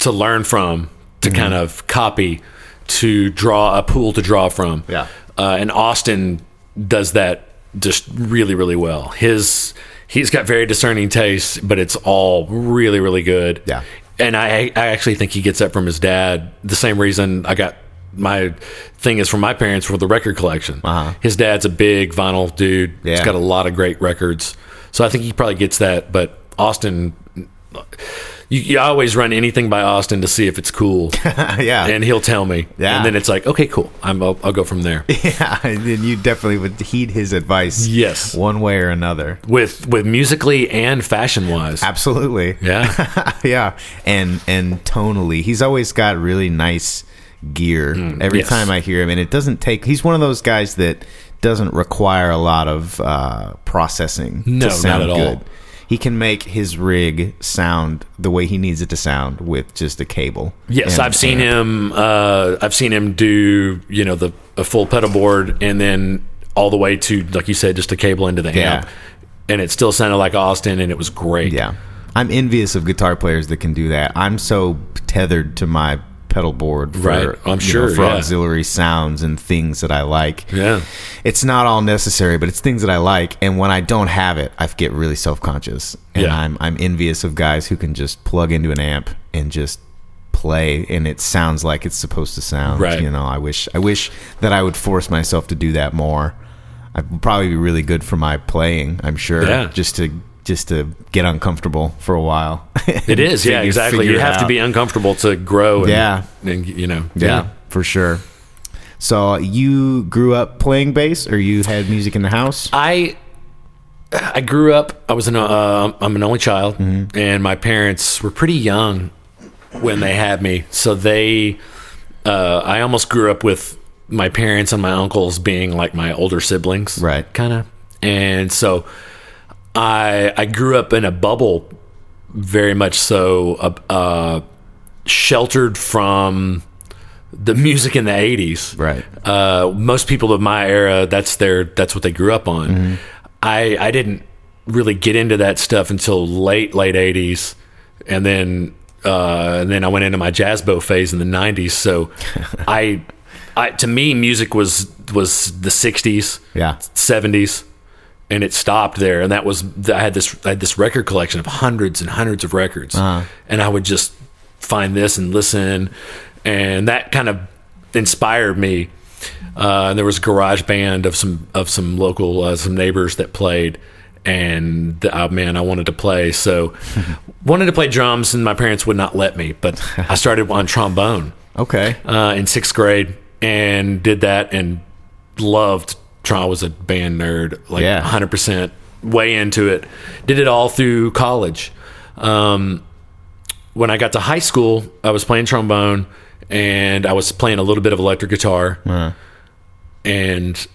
Speaker 2: to learn from, to
Speaker 1: Mm-hmm.
Speaker 2: kind of copy, to draw a pool to draw from.
Speaker 1: Yeah.
Speaker 2: Uh, and Austin does that just really, really well. His he's got very discerning tastes, but it's all really, really good.
Speaker 1: Yeah.
Speaker 2: And I, I actually think he gets that from his dad. The same reason I got my thing is from my parents for the record collection.
Speaker 1: Uh-huh.
Speaker 2: His dad's a big vinyl dude.
Speaker 1: Yeah.
Speaker 2: He's got a lot of great records. So I think he probably gets that. But Austin, you, you always run anything by Austin to see if it's cool.
Speaker 1: yeah
Speaker 2: and he'll tell me.
Speaker 1: Yeah.
Speaker 2: And then it's like, okay, cool. I'm, I'll, I'll go from there.
Speaker 1: yeah and then you definitely would heed his advice
Speaker 2: Yes.
Speaker 1: one way or another
Speaker 2: with with musically and fashion wise.
Speaker 1: absolutely
Speaker 2: Yeah.
Speaker 1: yeah, and and tonally, he's always got really nice gear. Every
Speaker 2: Mm, yes.
Speaker 1: time I hear him, and it doesn't take. He's one of those guys that doesn't require a lot of uh, processing.
Speaker 2: No,
Speaker 1: to sound
Speaker 2: not at all.
Speaker 1: good. He can make his rig sound the way he needs it to sound with just a cable.
Speaker 2: Yes,
Speaker 1: And-
Speaker 2: I've seen
Speaker 1: and-
Speaker 2: him. Uh, I've seen him do you know the a full pedal board and then all the way to like you said, just a cable into the
Speaker 1: Yeah.
Speaker 2: amp, and it still sounded like Austin, and it was great.
Speaker 1: Yeah. I'm envious of guitar players that can do that. I'm so tethered to my pedal board for,
Speaker 2: Right. I'm
Speaker 1: you know,
Speaker 2: sure,
Speaker 1: for
Speaker 2: yeah.
Speaker 1: auxiliary sounds and things that I like.
Speaker 2: Yeah.
Speaker 1: It's not all necessary, but it's things that I like. And when I don't have it, I get really self conscious. And
Speaker 2: Yeah.
Speaker 1: I'm I'm envious of guys who can just plug into an amp and just play and it sounds like it's supposed to sound.
Speaker 2: Right.
Speaker 1: You know, I wish I wish that I would force myself to do that more. I'd probably be really good for my playing, I'm sure.
Speaker 2: Yeah.
Speaker 1: Just to just to get uncomfortable for a while.
Speaker 2: It is, yeah,
Speaker 1: Figure-
Speaker 2: exactly. You
Speaker 1: figure it
Speaker 2: have to
Speaker 1: out.
Speaker 2: be uncomfortable to grow, and,
Speaker 1: Yeah.
Speaker 2: and you know,
Speaker 1: Yeah, for sure. So you grew up playing bass, or you had music in the house?
Speaker 2: I I grew up. I was an uh, I'm an only child,
Speaker 1: Mm-hmm.
Speaker 2: and my parents were pretty young when they had me. So they, uh, I almost grew up with my parents and my uncles being like my older siblings,
Speaker 1: Right.
Speaker 2: Kind of. And so I I grew up in a bubble, very much so, uh, uh, sheltered from the music in the 80s
Speaker 1: Right.
Speaker 2: uh, most people of my era that's their that's what they grew up on i i didn't really get into that stuff until late late 80s and then uh, and then i went into my jazzbo phase in the 90s so i i to me music was was the 60s
Speaker 1: Yeah.
Speaker 2: 70s and it stopped there and that was i had this i had this record collection of hundreds and hundreds of records and i would just find this and listen and that kind of inspired me uh, and there was a garage band of some of some local uh, some neighbors that played and uh, man i wanted to play so wanted to play drums and my parents would not let me but i started on trombone
Speaker 1: Okay.
Speaker 2: uh, in sixth grade and did that and loved Tron. I was a band nerd, like
Speaker 1: Yeah.
Speaker 2: 100% way into it. Did it all through college. Um, when I got to high school, I was playing trombone and I was playing a little bit of electric guitar. And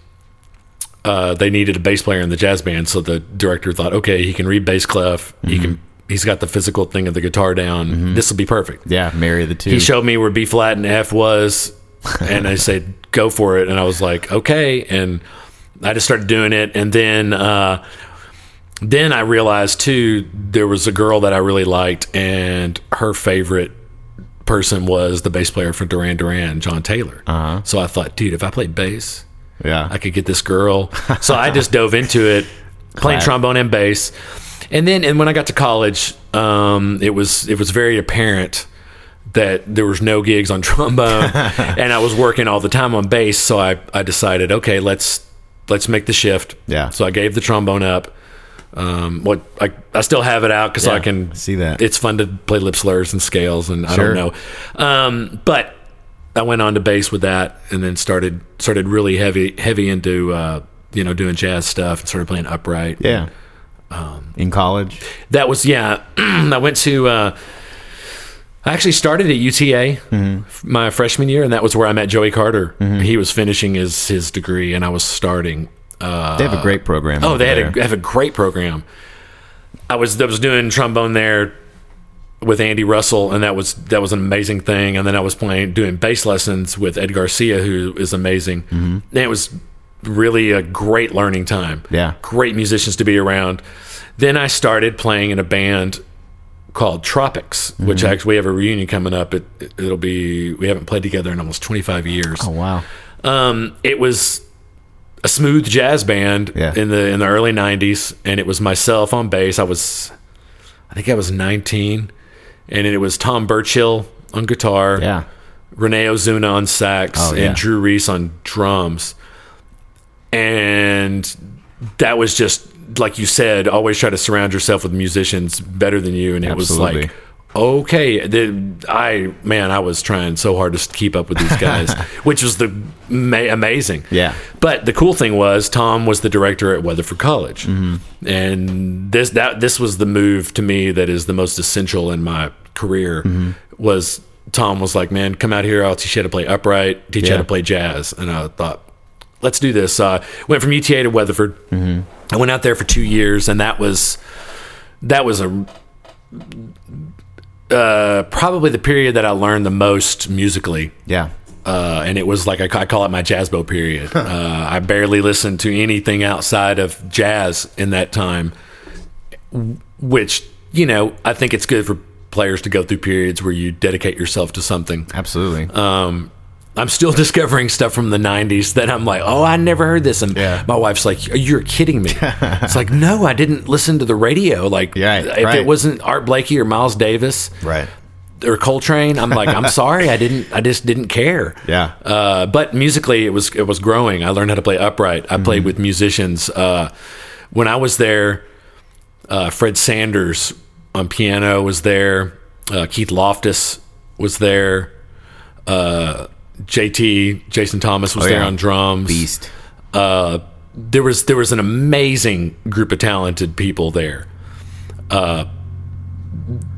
Speaker 2: uh, they needed a bass player in the jazz band, so the director thought, okay, he can read bass clef. He can. He's got the physical thing of the guitar down. This will be perfect
Speaker 1: Yeah. Marry the two.
Speaker 2: he showed me where B flat and F was, and I said, "Go for it." And I was like, "Okay," and I just started doing it. And then, uh, then I realized too there was a girl that I really liked, and her favorite person was the bass player for Duran Duran, John Taylor. Uh-huh. So I thought, dude, if I played bass,
Speaker 1: yeah.
Speaker 2: I could get this girl. So I just dove into it, playing
Speaker 1: Clap.
Speaker 2: trombone and bass. And then, and when I got to college, um, it was it was very apparent that there was no gigs on trombone, and I was working all the time on bass. So I, I decided, okay, let's let's make the shift.
Speaker 1: Yeah.
Speaker 2: So I gave the trombone up. Um, what I, I still have it out because I can
Speaker 1: see that.
Speaker 2: it's fun to play lip slurs and scales, and I
Speaker 1: Sure.
Speaker 2: don't know. Um, but I went on to bass with that, and then started started really heavy heavy into uh, you know doing jazz stuff and started playing upright.
Speaker 1: yeah. in college.
Speaker 2: That was yeah. I went to. Uh, I actually started at UTA f- my freshman year, and that was where I met Joey Carter. He was finishing his his degree, and I was starting. Uh,
Speaker 1: They have a great program.
Speaker 2: Oh, they
Speaker 1: over
Speaker 2: had a,
Speaker 1: there.
Speaker 2: have a great program. I was I was doing trombone there with Andy Russell, and that was that was an amazing thing. And then I was playing doing bass lessons with Ed Garcia, who is amazing.
Speaker 1: Mm-hmm.
Speaker 2: And it was really a great learning time.
Speaker 1: Yeah.
Speaker 2: great musicians to be around. Then I started playing in a band called Tropics, which
Speaker 1: Mm-hmm.
Speaker 2: actually we have a reunion coming up. It it'll be we haven't played together in almost twenty five years
Speaker 1: Oh wow.
Speaker 2: um, it was a smooth jazz band
Speaker 1: Yeah.
Speaker 2: in the in the early '90s, and it was myself on bass. I was, I think I was 19, and it was Tom Burchill on guitar,
Speaker 1: Yeah.
Speaker 2: Rene Ozuna on sax,
Speaker 1: Oh, yeah.
Speaker 2: and Drew Reese on drums, and that was just like you said. Always try to surround yourself with musicians better than you, and it was
Speaker 1: Absolutely.
Speaker 2: like. Okay, the, I man, I was trying so hard to keep up with these guys, which was the ma- amazing.
Speaker 1: Yeah.
Speaker 2: But the cool thing was Tom was the director at Weatherford College,
Speaker 1: Mm-hmm.
Speaker 2: and this that this was the move to me that is the most essential in my career.
Speaker 1: Mm-hmm.
Speaker 2: Was Tom was like, man, come out here. I'll teach you how to play upright, teach you
Speaker 1: Yeah.
Speaker 2: how to play jazz, and I thought, let's do this. So I went from UTA to Weatherford.
Speaker 1: Mm-hmm.
Speaker 2: I went out there for two years, and that was that was a uh, probably the period that I learned the most musically
Speaker 1: Yeah.
Speaker 2: uh, and it was like I, ca- I call it my jazzbo period. Uh, I barely listened to anything outside of jazz in that time, w- which you know I think it's good for players to go through periods where you dedicate yourself to something.
Speaker 1: Absolutely.
Speaker 2: I'm still discovering stuff from the 90s that I'm like, oh, I never heard this. And
Speaker 1: Yeah.
Speaker 2: my wife's like, you're kidding me. it's like, no, I didn't listen to the radio. Like,
Speaker 1: Yeah,
Speaker 2: if
Speaker 1: right.
Speaker 2: it wasn't Art Blakey or Miles Davis
Speaker 1: right.
Speaker 2: or Coltrane, I'm like, I'm sorry, I didn't, I just didn't care.
Speaker 1: Yeah.
Speaker 2: Uh, but musically, it was it was growing. I learned how to play upright. I
Speaker 1: Mm-hmm.
Speaker 2: played with musicians. Uh, when I was there, uh, Fred Sanders on piano was there. Uh, Keith Loftus was there. Uh, JT Jason Thomas was
Speaker 1: Oh,
Speaker 2: there
Speaker 1: yeah.
Speaker 2: on drums.
Speaker 1: Beast.
Speaker 2: Uh, there was there was an amazing group of talented people there, uh,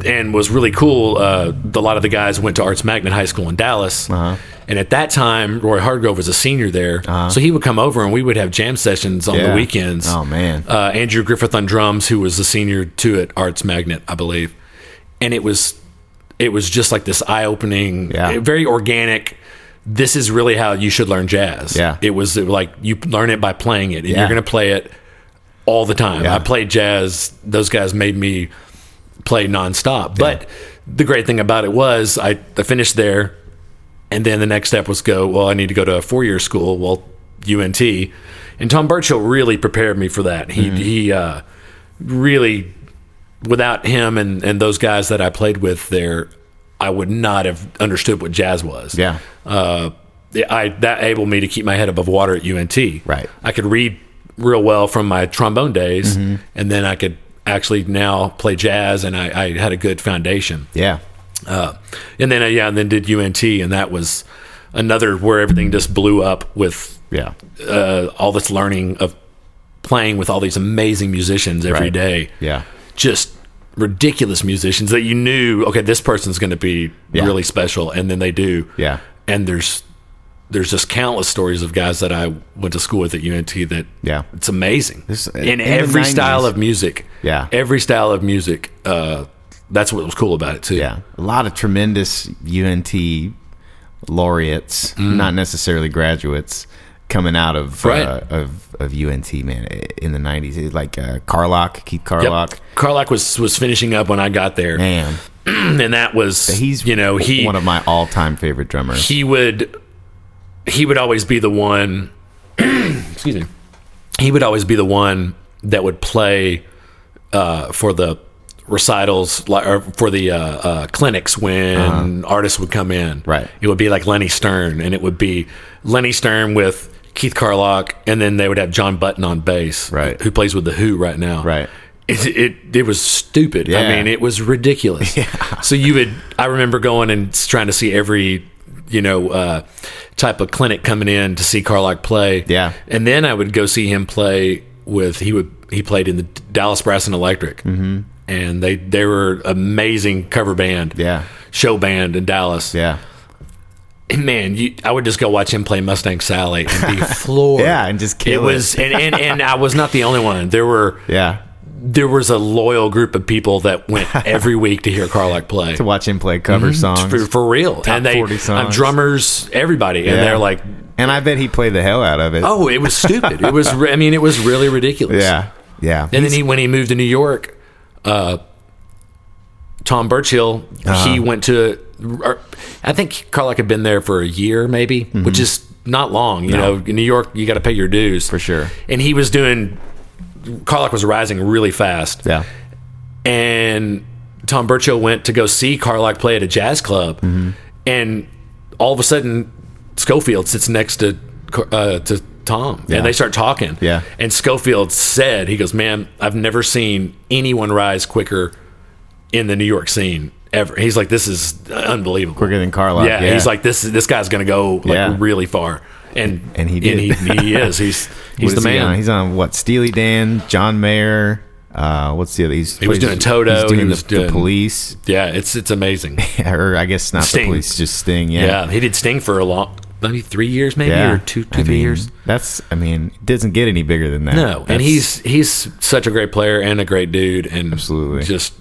Speaker 2: and was really cool. Uh, a lot of the guys went to Arts Magnet High School in Dallas,
Speaker 1: Uh-huh.
Speaker 2: and at that time Roy Hardgrove was a senior there, so he would come over and we would have jam sessions on
Speaker 1: Yeah.
Speaker 2: the weekends.
Speaker 1: Oh, man.
Speaker 2: Uh, Andrew Griffith on drums, who was a senior too at Arts Magnet, I believe, and it was it was just like this eye opening,
Speaker 1: Yeah.
Speaker 2: very organic. This is really how you should learn jazz.
Speaker 1: Yeah.
Speaker 2: it was like you learn it by playing it, and
Speaker 1: Yeah.
Speaker 2: you're going to play it all the time.
Speaker 1: Yeah.
Speaker 2: I played jazz; those guys made me play nonstop. But the great thing about it was I, I finished there, and then the next step was go. Well, I need to go to a four year school. Well, UNT, and Tom Burchill really prepared me for that. He
Speaker 1: Mm-hmm.
Speaker 2: he uh, really, without him and and those guys that I played with there, I would not have understood what jazz was.
Speaker 1: Yeah.
Speaker 2: Uh, I that enabled me to keep my head above water at UNT.
Speaker 1: Right.
Speaker 2: I could read real well from my trombone days,
Speaker 1: Mm-hmm.
Speaker 2: and then I could actually now play jazz, and I, I had a good foundation.
Speaker 1: Yeah.
Speaker 2: Uh, and then uh, yeah, and then did UNT, and that was another where everything just blew up with
Speaker 1: Yeah.
Speaker 2: uh, all this learning of playing with all these amazing musicians every
Speaker 1: Right.
Speaker 2: day.
Speaker 1: Yeah.
Speaker 2: Just ridiculous musicians that you knew. Okay, this person's going to be
Speaker 1: Yeah.
Speaker 2: really special, and then they do.
Speaker 1: Yeah.
Speaker 2: And there's there's just countless stories of guys that I went to school with at UNT that
Speaker 1: Yeah.
Speaker 2: it's amazing
Speaker 1: This- uh, in
Speaker 2: in
Speaker 1: the
Speaker 2: every
Speaker 1: 90s.
Speaker 2: style of music.
Speaker 1: Yeah.
Speaker 2: every style of music. Uh, that's what was cool about it too.
Speaker 1: Yeah. A lot of tremendous UNT laureates, not necessarily graduates, coming out of
Speaker 2: Mm-hmm. Right.
Speaker 1: uh, of of UNT man in the nineties. Like uh, Carlock, Keith Carlock.
Speaker 2: Carlock was was finishing up when I got there,
Speaker 1: Man,
Speaker 2: and that was
Speaker 1: he's
Speaker 2: you know he
Speaker 1: one of my all time favorite drummers.
Speaker 2: he would he would always be the one excuse me he would always be the one that would play uh, for the recitals li- or for the uh, uh, clinics when artists would come in
Speaker 1: Uh-huh. Right.
Speaker 2: it would be like lenny stern and it would be lenny stern with keith carlock and then they would have john button on bass
Speaker 1: Right.
Speaker 2: who plays with the who right now
Speaker 1: Right.
Speaker 2: it, it, it was stupid.
Speaker 1: Yeah.
Speaker 2: I mean, it was ridiculous. So you would, I remember going and trying to see every, you know, uh, type of clinic coming in to see Carlock play.
Speaker 1: Yeah.
Speaker 2: And then I would go see him play with, he would, he played in the Dallas Brass and Electric. Mm-hmm. And they, they were amazing cover band.
Speaker 1: Yeah.
Speaker 2: Show band in Dallas.
Speaker 1: Yeah.
Speaker 2: And man, you, I would just go watch him play Mustang Sally and be floored.
Speaker 1: Yeah, and just
Speaker 2: It
Speaker 1: kill it.
Speaker 2: was, and, and, and I was not the only one. There were,
Speaker 1: Yeah.
Speaker 2: there was a loyal group of people that went every week to hear Carlock play
Speaker 1: To watch him play cover songs.
Speaker 2: Mm-hmm. for, for real, and they
Speaker 1: 40 songs.
Speaker 2: uh, drummers, everybody, and
Speaker 1: Yeah.
Speaker 2: they're like,
Speaker 1: and I bet he played the hell out of it.
Speaker 2: "Oh, it was stupid. it was, re- I mean, it was really ridiculous."
Speaker 1: yeah. Yeah.
Speaker 2: And then he, when he moved to New York, uh, Tom Burchill,
Speaker 1: Uh-huh.
Speaker 2: he went to, or, I think Carlock had been there for a year, maybe,
Speaker 1: Mm-hmm.
Speaker 2: which is not long. You know, in New York, you got to pay your dues
Speaker 1: For sure.
Speaker 2: And he was doing, Carlock was rising really fast.
Speaker 1: yeah.
Speaker 2: and Tom Burchill went to go see Carlock play at a jazz club,
Speaker 1: Mm-hmm.
Speaker 2: and all of a sudden Schofield sits next to Car- uh, to Tom, and they start talking.
Speaker 1: Yeah.
Speaker 2: and Schofield said, "He goes, man, I've never seen anyone rise quicker in the New York scene ever." He's like, "This is unbelievable."
Speaker 1: Quicker than Carlock.
Speaker 2: yeah, he's like, "This this guy's gonna go like
Speaker 1: Yeah.
Speaker 2: really far," and
Speaker 1: And he did.
Speaker 2: he, he is. He's
Speaker 1: What
Speaker 2: he's the
Speaker 1: is He on?
Speaker 2: man.
Speaker 1: He's on what? Steely Dan, John Mayer. Uh, what's the other? He's, he
Speaker 2: was doing Toto,
Speaker 1: He's doing,
Speaker 2: he was
Speaker 1: the,
Speaker 2: doing-
Speaker 1: the police,
Speaker 2: Yeah, it's it's amazing.
Speaker 1: or I guess not
Speaker 2: Sting.
Speaker 1: the police, just Sting. Yeah,
Speaker 2: Yeah, he did Sting for a long, maybe three years, maybe
Speaker 1: Yeah.
Speaker 2: or two, two,
Speaker 1: I
Speaker 2: three
Speaker 1: mean,
Speaker 2: years.
Speaker 1: That's, I mean, it doesn't get any bigger than that.
Speaker 2: No, and
Speaker 1: That's-
Speaker 2: he's he's such a great player and a great dude, and
Speaker 1: Absolutely.
Speaker 2: just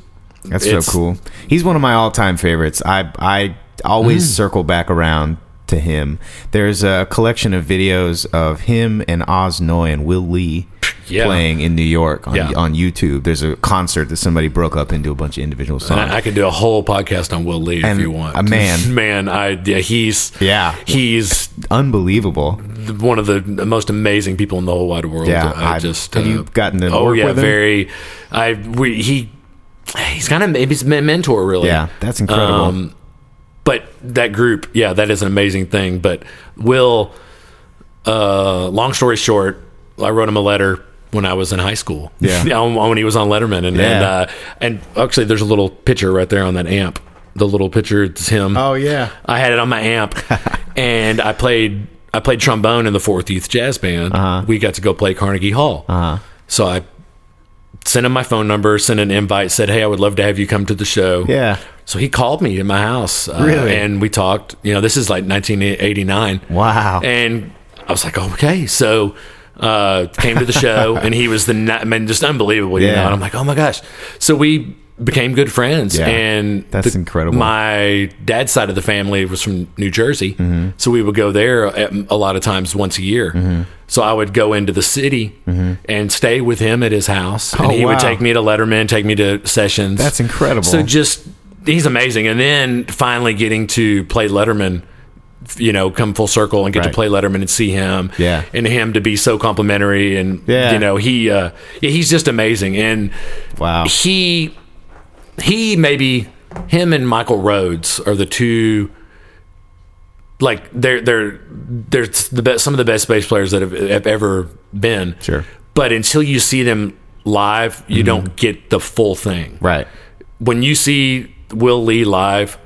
Speaker 1: That's so
Speaker 2: It's-
Speaker 1: cool. He's one of my all-time favorites. I I always
Speaker 2: Mm.
Speaker 1: circle back around to him. There's a collection of videos of him and Oz Noy and Will Lee
Speaker 2: Yeah.
Speaker 1: playing in New York on,
Speaker 2: Yeah.
Speaker 1: on YouTube. There's a concert that somebody broke up into a bunch of individual songs.
Speaker 2: I, I could do a whole podcast on Will Lee if
Speaker 1: And
Speaker 2: you want.
Speaker 1: a man.
Speaker 2: man, I yeah, he's
Speaker 1: Yeah.
Speaker 2: he's
Speaker 1: Unbelievable.
Speaker 2: the- one of the most amazing people in the whole wide world.
Speaker 1: Yeah,
Speaker 2: I
Speaker 1: I-
Speaker 2: just
Speaker 1: have you gotten to
Speaker 2: Oh
Speaker 1: work
Speaker 2: yeah,
Speaker 1: with him?
Speaker 2: very. I we he he's kind of maybe he's a mentor really.
Speaker 1: Yeah, that's incredible.
Speaker 2: Um, but that group, yeah, that is an amazing thing. But Will, uh, long story short, I wrote him a letter when I was in high school.
Speaker 1: Yeah.
Speaker 2: Um, when he was on Letterman, and and,
Speaker 1: Yeah.
Speaker 2: uh, and actually, there's a little picture right there on that amp.
Speaker 1: Oh.
Speaker 2: The little picture, it's him.
Speaker 1: yeah.
Speaker 2: I had it on my amp, and I played. I played trombone in the Fourth Youth Jazz Band.
Speaker 1: Uh-huh.
Speaker 2: We got to go play Carnegie Hall. So I sent him my phone number, sent an invite, said, "Hey, I would love to have you come to the show."
Speaker 1: Yeah.
Speaker 2: So he called me at my house. uh,
Speaker 1: Really?
Speaker 2: and we talked. You know, this is like 1989.
Speaker 1: Wow.
Speaker 2: And I was like, okay. So uh, came to the show, and he was the ni- I mean, just unbelievable. You
Speaker 1: Yeah.
Speaker 2: know, and I'm like, oh my gosh. So we became good friends,
Speaker 1: Yeah.
Speaker 2: and
Speaker 1: That's
Speaker 2: the-
Speaker 1: incredible.
Speaker 2: My dad's side of the family was from New Jersey,
Speaker 1: Mm-hmm.
Speaker 2: so we would go there at, a lot of times once a year. So I would go into the city and stay with him at his house, and
Speaker 1: Mm-hmm. Oh,
Speaker 2: he
Speaker 1: wow.
Speaker 2: would take me to Letterman, take me to sessions.
Speaker 1: That's incredible.
Speaker 2: So just he's amazing, and then finally getting to play Letterman, you know, come full circle and get
Speaker 1: Right.
Speaker 2: to play Letterman and see him,
Speaker 1: Yeah.
Speaker 2: and him to be so complimentary, and
Speaker 1: Yeah.
Speaker 2: you know, he uh, yeah, he's just amazing, and
Speaker 1: wow.
Speaker 2: he he maybe him and Michael Rhodes are the two like they're they're they're the best some of the best bass players that have, have ever been.
Speaker 1: Sure. Mm-hmm.
Speaker 2: But until you see them live, you don't get the full thing
Speaker 1: Right.
Speaker 2: when you see Will Lee live,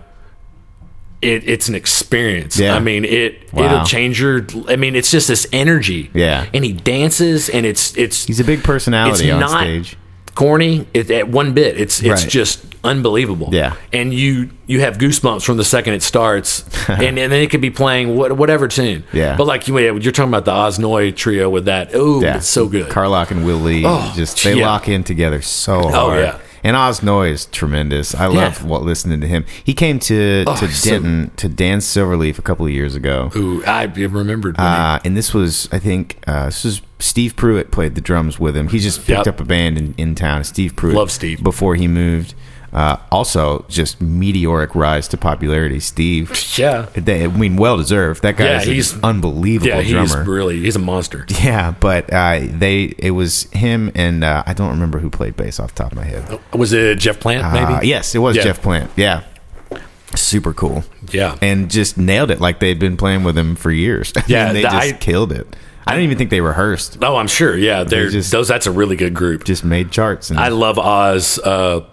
Speaker 2: it, it's an experience.
Speaker 1: Yeah.
Speaker 2: I mean, it
Speaker 1: Wow.
Speaker 2: it'll change your. I mean, it's just this energy.
Speaker 1: Yeah.
Speaker 2: and he dances, and it's it's
Speaker 1: He's a big personality
Speaker 2: It's
Speaker 1: on
Speaker 2: not-
Speaker 1: stage.
Speaker 2: corny it, at one bit. It's it's
Speaker 1: Right.
Speaker 2: just unbelievable.
Speaker 1: Yeah.
Speaker 2: and you you have goosebumps from the second it starts, and, and then it could be playing what, whatever tune.
Speaker 1: Yeah.
Speaker 2: but like you you're talking about the Osnoy trio with that. Oh,
Speaker 1: Yeah.
Speaker 2: it's so good. Oh,
Speaker 1: Carlock and Will Lee just they
Speaker 2: yeah. Oh,
Speaker 1: lock in together so hard.
Speaker 2: yeah.
Speaker 1: And Osnoy is tremendous. I love what listening to him. He came to to
Speaker 2: Oh, he's so-
Speaker 1: Denton to Dan Silverleaf a couple of years ago.
Speaker 2: Ooh, I remembered. when he-
Speaker 1: Uh, and this was, I think, uh, this was Steve Pruitt played the drums with him. He just picked
Speaker 2: Yep.
Speaker 1: up a band in, in town. Steve Pruitt,
Speaker 2: Love Steve.
Speaker 1: Before he moved, uh, also just meteoric rise to popularity. Steve,
Speaker 2: yeah,
Speaker 1: they, I mean, well deserved. That guy
Speaker 2: Yeah,
Speaker 1: is an
Speaker 2: he's-
Speaker 1: unbelievable
Speaker 2: yeah, he's
Speaker 1: drummer.
Speaker 2: really he's a monster.
Speaker 1: yeah, but uh, they it was him and uh, I don't remember who played bass off the top of my head.
Speaker 2: Was it Jeff Plant? Oh, Maybe.
Speaker 1: Uh, yes, it was
Speaker 2: Yeah.
Speaker 1: Jeff Plant. Yeah, super cool.
Speaker 2: Yeah.
Speaker 1: and just nailed it like they'd been playing with him for years. I
Speaker 2: Yeah,
Speaker 1: mean, they
Speaker 2: the-
Speaker 1: just
Speaker 2: I-
Speaker 1: killed it. I don't even think they rehearsed.
Speaker 2: Oh, I'm sure. Yeah, they're
Speaker 1: just-
Speaker 2: those. That's a really good group.
Speaker 1: Just made charts and
Speaker 2: I love Oz. Uh,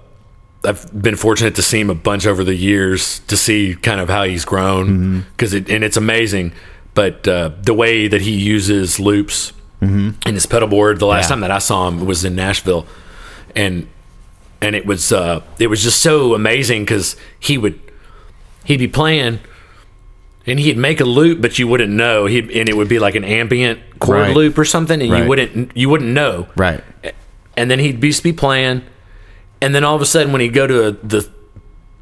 Speaker 2: I've been fortunate to see him a bunch over the years to see kind of how he's
Speaker 1: Mm-hmm.
Speaker 2: grown because it and it's amazing. But uh, the way that he uses loops in his pedal board. The last
Speaker 1: Mm-hmm. Yeah.
Speaker 2: time that I saw him was in Nashville, and and it was uh, it was just so amazing because he would he'd be playing and he'd make a loop but you wouldn't know he and it would be like an ambient chord
Speaker 1: Right.
Speaker 2: loop or something and
Speaker 1: Right.
Speaker 2: you wouldn't you wouldn't know
Speaker 1: right.
Speaker 2: and then he'd just be playing and then all of a sudden when he'd go to a, the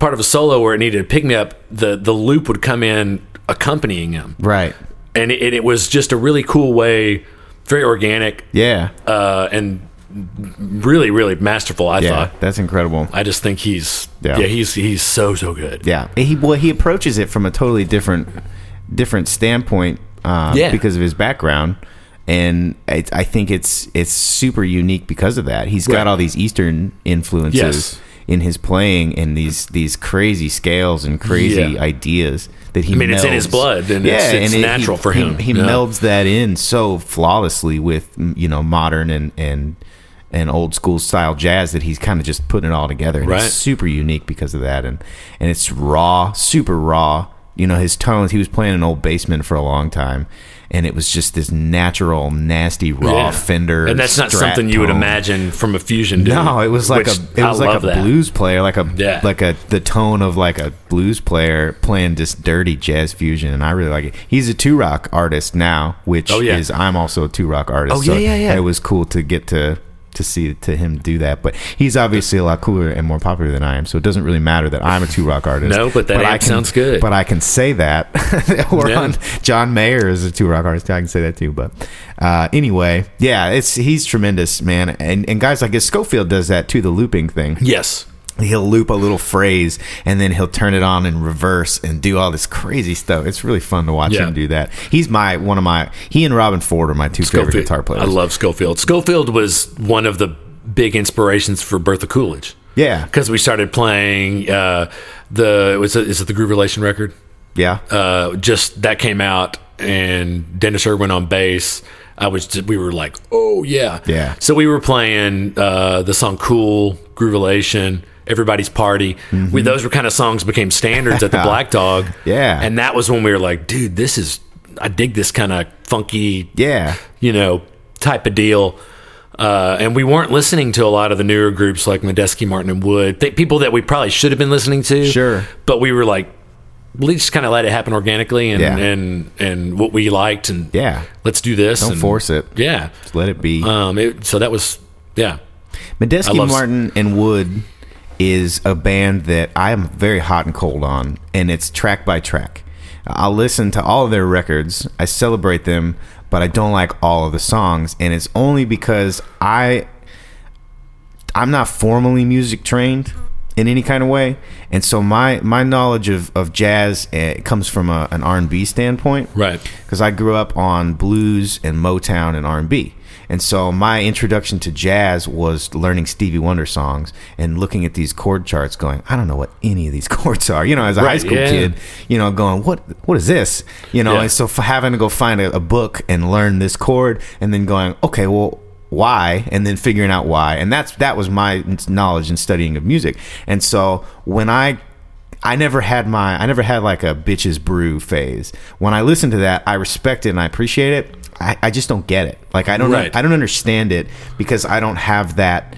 Speaker 2: part of a solo where it needed a pick me up the the loop would come in accompanying him
Speaker 1: Right.
Speaker 2: and it, and it was just a really cool way very organic
Speaker 1: Yeah.
Speaker 2: uh, and really really masterful i
Speaker 1: Yeah.
Speaker 2: thought
Speaker 1: That's incredible.
Speaker 2: i just think he's
Speaker 1: Yeah.
Speaker 2: yeah. he's he's so so good
Speaker 1: Yeah. He well he approaches it from a totally different different standpoint uh,
Speaker 2: Yeah.
Speaker 1: because of his background. And I, I think it's it's super unique because of that. He's got
Speaker 2: Right.
Speaker 1: all these Eastern influences
Speaker 2: Yes.
Speaker 1: in his playing, and these these crazy scales and crazy
Speaker 2: Yeah.
Speaker 1: ideas that he. I
Speaker 2: mean, it's in his blood, and it's- it's natural for him.
Speaker 1: He,
Speaker 2: Yeah.
Speaker 1: melds that in so flawlessly with mm, you know modern and and and old school style jazz that he's kind of just putting it all together. And
Speaker 2: Right.
Speaker 1: it's super unique because of that, and and it's raw, super raw. You know his tones. He was playing an old basement for a long time, and it was just this natural, nasty, raw
Speaker 2: Yeah.
Speaker 1: Fender.
Speaker 2: and that's not
Speaker 1: Strat
Speaker 2: something you would
Speaker 1: tone.
Speaker 2: imagine from a fusion dude,
Speaker 1: No, it was like
Speaker 2: which
Speaker 1: a it
Speaker 2: I
Speaker 1: was like a
Speaker 2: love that.
Speaker 1: blues player, like a
Speaker 2: Yeah.
Speaker 1: like a the tone of like a blues player playing just dirty jazz fusion, and I really like it. He's a two rock artist now, which
Speaker 2: Oh, yeah.
Speaker 1: is I'm also a two rock artist.
Speaker 2: Oh, yeah, yeah, yeah.
Speaker 1: It was cool to get to to see to him do that, but he's obviously a lot cooler and more popular than I am, so it doesn't really matter that I'm a two rock artist.
Speaker 2: No, but that
Speaker 1: I
Speaker 2: amp
Speaker 1: can-
Speaker 2: sounds good.
Speaker 1: But I can say that. or
Speaker 2: Yeah.
Speaker 1: on John Mayer is a two rock artist. I can say that too. But uh, anyway, yeah, it's he's tremendous, man. And and guys like Schofield does that too. The looping thing.
Speaker 2: yes
Speaker 1: He'll loop a little phrase and then he'll turn it on in reverse and do all this crazy stuff. It's really fun to watch
Speaker 2: Yeah.
Speaker 1: him do that. He's my one of my. He and Robin Ford are my two favorite guitar players.
Speaker 2: I love Schofield. Schofield was one of the big inspirations for Bertha Coolidge
Speaker 1: yeah,
Speaker 2: because we started playing uh, the was it, is it the Groove Relation record?
Speaker 1: yeah,
Speaker 2: Uh, just that came out and Dennis Irwin on bass. I was just, we were like, oh yeah,
Speaker 1: Yeah.
Speaker 2: So we were playing uh, the song "Cool," Groove Relation, Everybody's Party.
Speaker 1: Mm-hmm.
Speaker 2: We those were kind of songs became standards at the Black Dog.
Speaker 1: Yeah.
Speaker 2: and that was when we were like, dude, this is I dig this kind of funky,
Speaker 1: Yeah.
Speaker 2: you know, type of deal. Uh, and we weren't listening to a lot of the newer groups like Medeski, Martin, and Wood. Th- people that we probably should have been listening to.
Speaker 1: Sure.
Speaker 2: But we were like, we just kind of let it happen organically and,
Speaker 1: Yeah.
Speaker 2: and and what we liked and
Speaker 1: Yeah.
Speaker 2: let's do this.
Speaker 1: Don't
Speaker 2: and-
Speaker 1: force it.
Speaker 2: Yeah.
Speaker 1: Just let it be.
Speaker 2: Um. It, so that was yeah. I
Speaker 1: Medeski
Speaker 2: love-
Speaker 1: Martin and Wood is a band that I am very hot and cold on, and it's track by track. I'll listen to all of their records, I celebrate them, but I don't like all of the songs, and it's only because I I'm not formally music trained in any kind of way, and so my my knowledge of of jazz eh, comes from a, an R and B standpoint,
Speaker 2: Right.
Speaker 1: because I grew up on blues and Motown and R and B, and so my introduction to jazz was learning Stevie Wonder songs and looking at these chord charts, going, I don't know what any of these chords are. You know, as a high
Speaker 2: Right,
Speaker 1: school
Speaker 2: yeah.
Speaker 1: kid, you know, going, what what is this? You know,
Speaker 2: Yeah.
Speaker 1: and so f- having to go find a, a book and learn this chord, and then going, okay, well. Why, and then figuring out why, and that's that was my knowledge and studying of music. And so when I I never had my I never had like a bitches brew phase. When I listen to that, I respect it and I appreciate it. I, I just don't get it. Like I don't
Speaker 2: Right.
Speaker 1: I don't understand it because I don't have that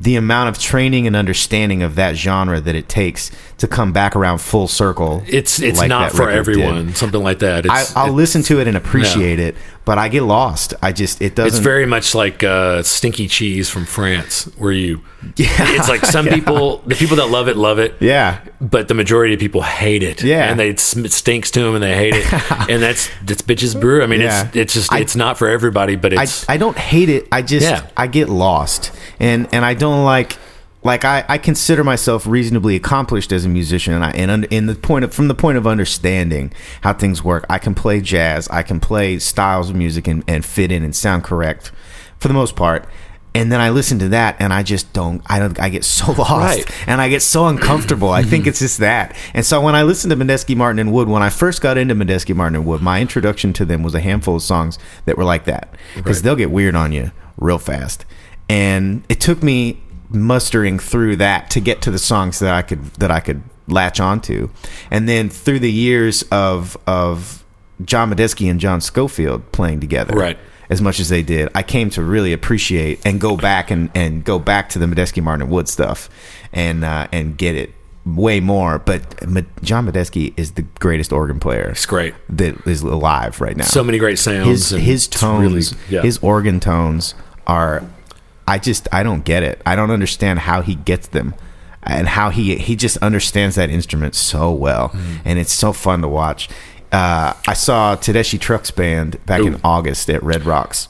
Speaker 1: the amount of training and understanding of that genre that it takes to come back around full circle.
Speaker 2: It's it's
Speaker 1: like
Speaker 2: not
Speaker 1: that
Speaker 2: for
Speaker 1: record did.
Speaker 2: everyone. Something like that.
Speaker 1: I,
Speaker 2: It's,
Speaker 1: I'll
Speaker 2: it-
Speaker 1: listen to it and appreciate it, but I get lost. I just it doesn't.
Speaker 2: It's very much like uh, stinky cheese from France, where you. It's like some people, the people that love it, love it.
Speaker 1: yeah,
Speaker 2: But the majority of people hate it.
Speaker 1: Yeah.
Speaker 2: And they, it sm- it stinks to them and they hate it. and that's, that's bitches brew. I mean, it's,
Speaker 1: Yeah.
Speaker 2: it's just, it's not for everybody, but
Speaker 1: I,
Speaker 2: it's,
Speaker 1: I don't hate it. I just
Speaker 2: Yeah.
Speaker 1: I get lost, and and I don't like like I, I consider myself reasonably accomplished as a musician, and I and un- in the point of from the point of understanding how things work, I can play jazz, I can play styles of music, and, and fit in and sound correct for the most part. And then I listen to that, and I just don't. I don't. I get so lost,
Speaker 2: Right.
Speaker 1: and I get so uncomfortable. I
Speaker 2: Mm-hmm.
Speaker 1: think it's just that. And so when I listened to Medeski Martin and Wood, when I first got into Medeski Martin and Wood, my introduction to them was a handful of songs that were like that because
Speaker 2: Right.
Speaker 1: they'll get weird on you real fast. And it took me mustering through that to get to the songs that I could that I could latch onto. And then through the years of of John Medeski and John Schofield playing together,
Speaker 2: Right.
Speaker 1: As much as they did, I came to really appreciate and go back and, and go back to the Medeski Martin and Wood stuff, and uh, and get it way more. But Ma- John Medeski is the greatest organ player
Speaker 2: it's great.
Speaker 1: that is alive right now
Speaker 2: So many great sounds.
Speaker 1: his
Speaker 2: and
Speaker 1: his
Speaker 2: it's really-
Speaker 1: tones,
Speaker 2: yeah.
Speaker 1: his organ tones are. I just I don't get it. I don't understand how he gets them, and how he he just understands that instrument so well,
Speaker 2: Mm.
Speaker 1: and it's so fun to watch. Uh, I saw Tedeschi Trucks band back in
Speaker 2: Ooh.
Speaker 1: August at Red Rocks.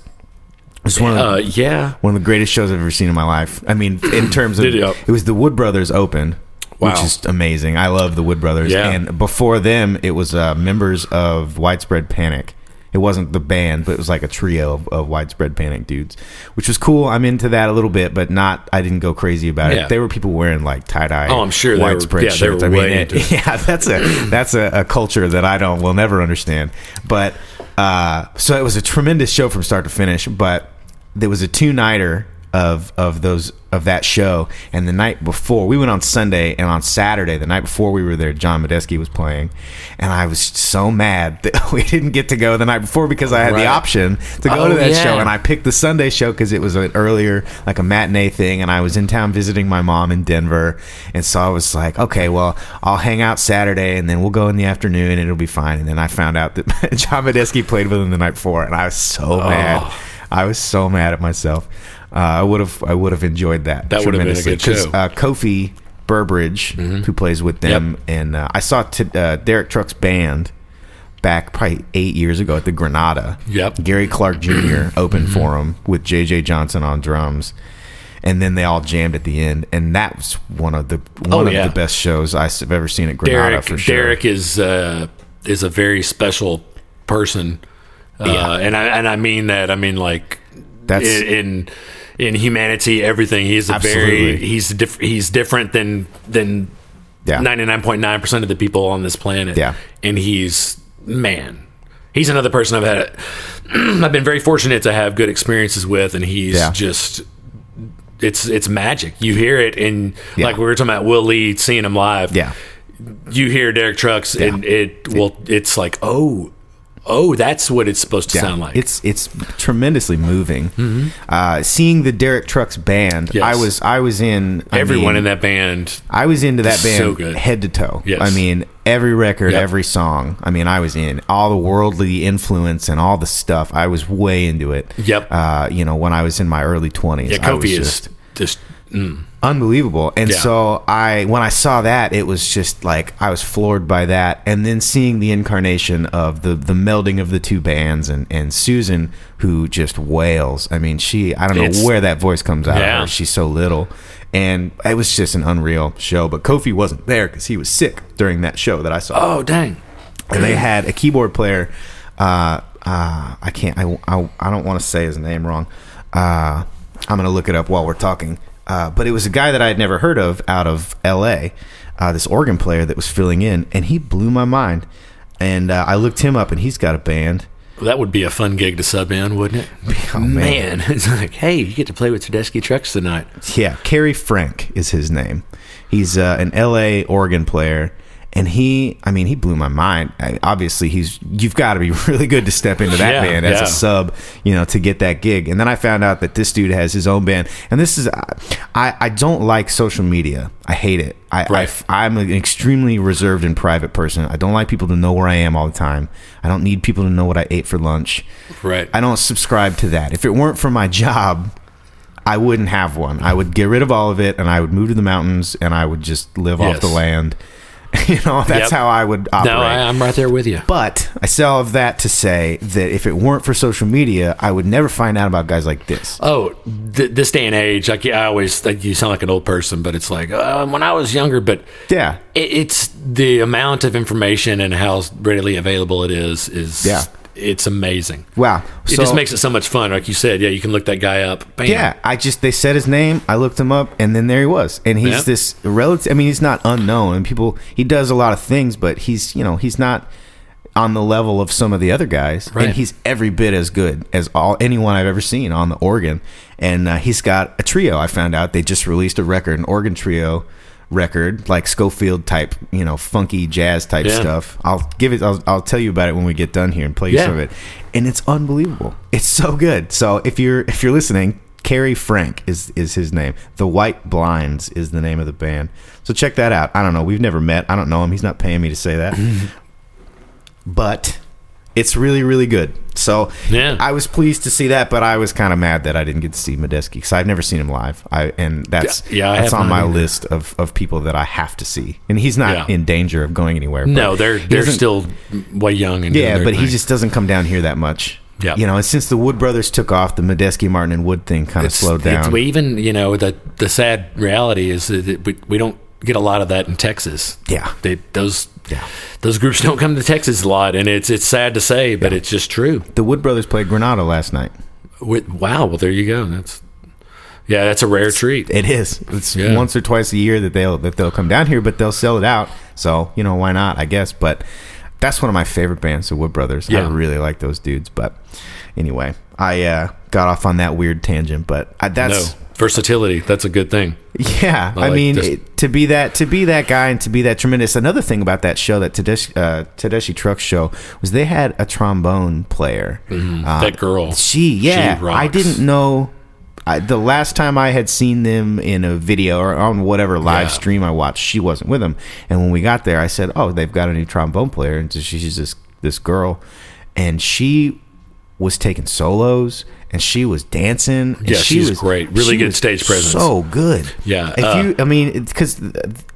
Speaker 1: It was one of the,
Speaker 2: uh, yeah.
Speaker 1: one of the greatest shows I've ever seen in my life. I mean, in terms of
Speaker 2: Did ya?
Speaker 1: it was the Wood Brothers Open, which
Speaker 2: Wow.
Speaker 1: is amazing. I love the Wood Brothers,
Speaker 2: Yeah.
Speaker 1: and before them, it was uh, members of Widespread Panic. It wasn't the band, but it was like a trio of, of Widespread Panic dudes, which was cool. I'm into that a little bit, but not. I didn't go crazy about
Speaker 2: Yeah.
Speaker 1: it. There were people wearing like tie dye.
Speaker 2: Oh, I'm sure they were-
Speaker 1: widespread
Speaker 2: yeah, they were
Speaker 1: shirts. I mean,
Speaker 2: way
Speaker 1: it-
Speaker 2: into it.
Speaker 1: yeah, that's a that's a, a culture that I don't will never understand. But uh, so it was a tremendous show from start to finish. But there was a two nighter of of those of that show, and the night before we went on Sunday, and on Saturday the night before we were there, John Medeski was playing, and I was so mad that we didn't get to go the night before because I had the
Speaker 2: Right.
Speaker 1: option to go
Speaker 2: Oh,
Speaker 1: to that
Speaker 2: yeah.
Speaker 1: show, and I picked the Sunday show because it was an earlier, like a matinee thing, and I was in town visiting my mom in Denver, and so I was like, okay, well, I'll hang out Saturday, and then we'll go in the afternoon, and it'll be fine. And then I found out that John Medeski played with him the night before, and I was so
Speaker 2: Oh.
Speaker 1: mad. I was so mad at myself. Uh, I would have, I would have enjoyed that.
Speaker 2: That would have been a
Speaker 1: tremendously,
Speaker 2: good show. Mm-hmm.
Speaker 1: uh, Kofi Burbridge, who plays with them, and uh, I saw t- uh, Derek Truck's band back probably eight years ago at the Granada.
Speaker 2: Yep. Mm-hmm.
Speaker 1: Gary Clark Jr. opened for him with JJ Johnson on drums. And then they all jammed at the end, and that was one of the one
Speaker 2: Oh,
Speaker 1: of
Speaker 2: yeah.
Speaker 1: the best shows I've ever seen at Granada
Speaker 2: Derek,
Speaker 1: for sure.
Speaker 2: Derek is, uh, is a very special person. Uh, and I, and I mean that, I mean like,
Speaker 1: That's
Speaker 2: in, in in humanity, everything. He's a very
Speaker 1: Absolutely.
Speaker 2: he's diff, he's different than than
Speaker 1: Yeah.
Speaker 2: ninety nine point nine percent of the people on this planet.
Speaker 1: Yeah.
Speaker 2: and he's man. He's another person I've had. I've been very fortunate to have good experiences with, and he's
Speaker 1: Yeah.
Speaker 2: just it's it's magic. You hear it, and
Speaker 1: Yeah.
Speaker 2: like we were talking about Will Lee seeing him live.
Speaker 1: yeah,
Speaker 2: you hear Derek Trucks, and it well, it's like oh. oh, that's what it's supposed to
Speaker 1: Yeah.
Speaker 2: sound like. Mm-hmm.
Speaker 1: It's it's tremendously moving. Uh, seeing the Derek Trucks band,
Speaker 2: Yes.
Speaker 1: I was I was in I
Speaker 2: Everyone
Speaker 1: mean,
Speaker 2: in that band.
Speaker 1: I was into that band
Speaker 2: So good.
Speaker 1: head to toe.
Speaker 2: Yes.
Speaker 1: I mean, every record,
Speaker 2: Yep.
Speaker 1: every song. I mean, I was in all the worldly influence and all the stuff. I was way into it.
Speaker 2: Yep.
Speaker 1: Uh, you know, when I was in my early 20s,
Speaker 2: Yeah,
Speaker 1: I was
Speaker 2: Kofi is
Speaker 1: just
Speaker 2: just, mm,
Speaker 1: unbelievable. And
Speaker 2: Yeah.
Speaker 1: so I when I saw that, it was just like I was floored by that. And then seeing the incarnation of the the melding of the two bands and and Susan who just wails. I mean, she I don't know
Speaker 2: It's-
Speaker 1: where that voice comes out of
Speaker 2: Yeah.
Speaker 1: her. She's so little. And it was just an unreal show, but Kofi wasn't there because he was sick during that show that I saw
Speaker 2: oh dang.
Speaker 1: and they had a keyboard player. Uh, uh, I can't. I, I, I don't want to say his name wrong. Uh, I'm gonna look it up while we're talking. Uh, but it was a guy that I had never heard of out of L.A. Uh, this organ player that was filling in, and he blew my mind. And uh, I looked him up, and he's got a band.
Speaker 2: That would be a fun gig to sub in, wouldn't it?
Speaker 1: Oh, man.
Speaker 2: man. it's like, hey, you get to play with Tedeschi Trucks tonight.
Speaker 1: Yeah, Kerry Frank is his name. He's uh, an LA organ player, and he, I mean, he blew my mind. I, obviously, he's you've got to be really good to step into that
Speaker 2: Yeah,
Speaker 1: band as
Speaker 2: yeah.
Speaker 1: a sub, you know, to get that gig. And then I found out that this dude has his own band, and this is, I, I, I don't like social media. I hate it. I,
Speaker 2: Right.
Speaker 1: I, am an extremely reserved and private person. I don't like people to know where I am all the time. I don't need people to know what I ate for lunch.
Speaker 2: Right.
Speaker 1: I don't subscribe to that. If it weren't for my job, I wouldn't have one. I would get rid of all of it and I would move to the mountains and I would just live off
Speaker 2: Yes.
Speaker 1: the land. you know, that's
Speaker 2: Yep.
Speaker 1: how I would operate.
Speaker 2: no, I, I'm right there with you.
Speaker 1: but I say all of that to say that if it weren't for social media, I would never find out about guys like this.
Speaker 2: Oh, th- this day and age, like I always, like you sound like an old person, but it's like uh, when I was younger. But
Speaker 1: Yeah.
Speaker 2: it, it's the amount of information and how readily available it is. Is
Speaker 1: Yeah.
Speaker 2: it's amazing.
Speaker 1: Wow.
Speaker 2: It just makes it so much fun. Like you said, yeah, you can look that guy up. Bam.
Speaker 1: Yeah, I just they said his name. I looked him up, and then there he was. And he's
Speaker 2: Yeah.
Speaker 1: this relative. I mean, he's not unknown, and people he does a lot of things, but he's you know he's not on the level of some of the other guys,
Speaker 2: Right.
Speaker 1: and he's every bit as good as all anyone I've ever seen on the organ. And uh, he's got a trio. I found out they just released a record, an organ trio record, like Schofield type, you know, funky jazz type
Speaker 2: Yeah.
Speaker 1: stuff. I'll give it. I'll, I'll tell you about it when we get done here and play you
Speaker 2: Yeah.
Speaker 1: some of it and it's unbelievable. It's so good. So if you're if you're listening, Carrie Frank is is his name. The White Blinds is the name of the band. So check that out. I don't know. We've never met. I don't know him. He's not paying me to say that. but it's really really good. So
Speaker 2: Yeah.
Speaker 1: I was pleased to see that, but I was kind of mad that I didn't get to see Medeski because I've never seen him live. I and that's
Speaker 2: Yeah, yeah, I
Speaker 1: that's
Speaker 2: have
Speaker 1: on
Speaker 2: not
Speaker 1: my
Speaker 2: either.
Speaker 1: list of, of people that I have to see, and he's not
Speaker 2: Yeah.
Speaker 1: in danger of going anywhere. but
Speaker 2: No, they're
Speaker 1: he
Speaker 2: they're
Speaker 1: doesn't-
Speaker 2: still way young and doing
Speaker 1: yeah,
Speaker 2: their
Speaker 1: but he
Speaker 2: thing.
Speaker 1: just doesn't come down here that much.
Speaker 2: Yeah.
Speaker 1: You know, and since the Wood brothers took off, the Medeski, Martin, and Wood thing kind of slowed
Speaker 2: It's-
Speaker 1: down.
Speaker 2: we even you know the the sad reality is that it- we, we don't get a lot of that in Texas.
Speaker 1: Yeah.
Speaker 2: they, those
Speaker 1: Yeah.
Speaker 2: those groups don't come to Texas a lot, and it's it's sad to say, but it's just true.
Speaker 1: the Wood brothers played Granada last night.
Speaker 2: Wi- wow, well there you go. That's yeah, that's a rare treat.
Speaker 1: It is. It's
Speaker 2: Yeah.
Speaker 1: once or twice a year that they'll that they'll come down here, but they'll sell it out. So you know why not? I guess. But that's one of my favorite bands, the Wood brothers. I
Speaker 2: Yeah.
Speaker 1: really like those dudes. But anyway, I uh, got off on that weird tangent, but I,
Speaker 2: No
Speaker 1: that's
Speaker 2: versatility. That's a good thing.
Speaker 1: Yeah, I,
Speaker 2: like
Speaker 1: mean
Speaker 2: this-
Speaker 1: it- to be that to be that guy and to be that tremendous. Another thing about that show, that Tedeschi, uh, Tedeschi Trucks show, was they had a trombone player.
Speaker 2: Mm-hmm.
Speaker 1: Uh,
Speaker 2: that girl.
Speaker 1: she, yeah,
Speaker 2: rocks.
Speaker 1: I didn't know. I, the last time I had seen them in a video or on whatever live
Speaker 2: Yeah.
Speaker 1: stream I watched, she wasn't with them. And when we got there, I said, "Oh, they've got a new trombone player," and so she's this this girl, and she was taking solos and she was dancing. And
Speaker 2: Yeah,
Speaker 1: she
Speaker 2: she's
Speaker 1: was
Speaker 2: great. Really
Speaker 1: she
Speaker 2: good
Speaker 1: was
Speaker 2: stage presence.
Speaker 1: So good.
Speaker 2: Yeah,
Speaker 1: If
Speaker 2: uh,
Speaker 1: you, I mean, because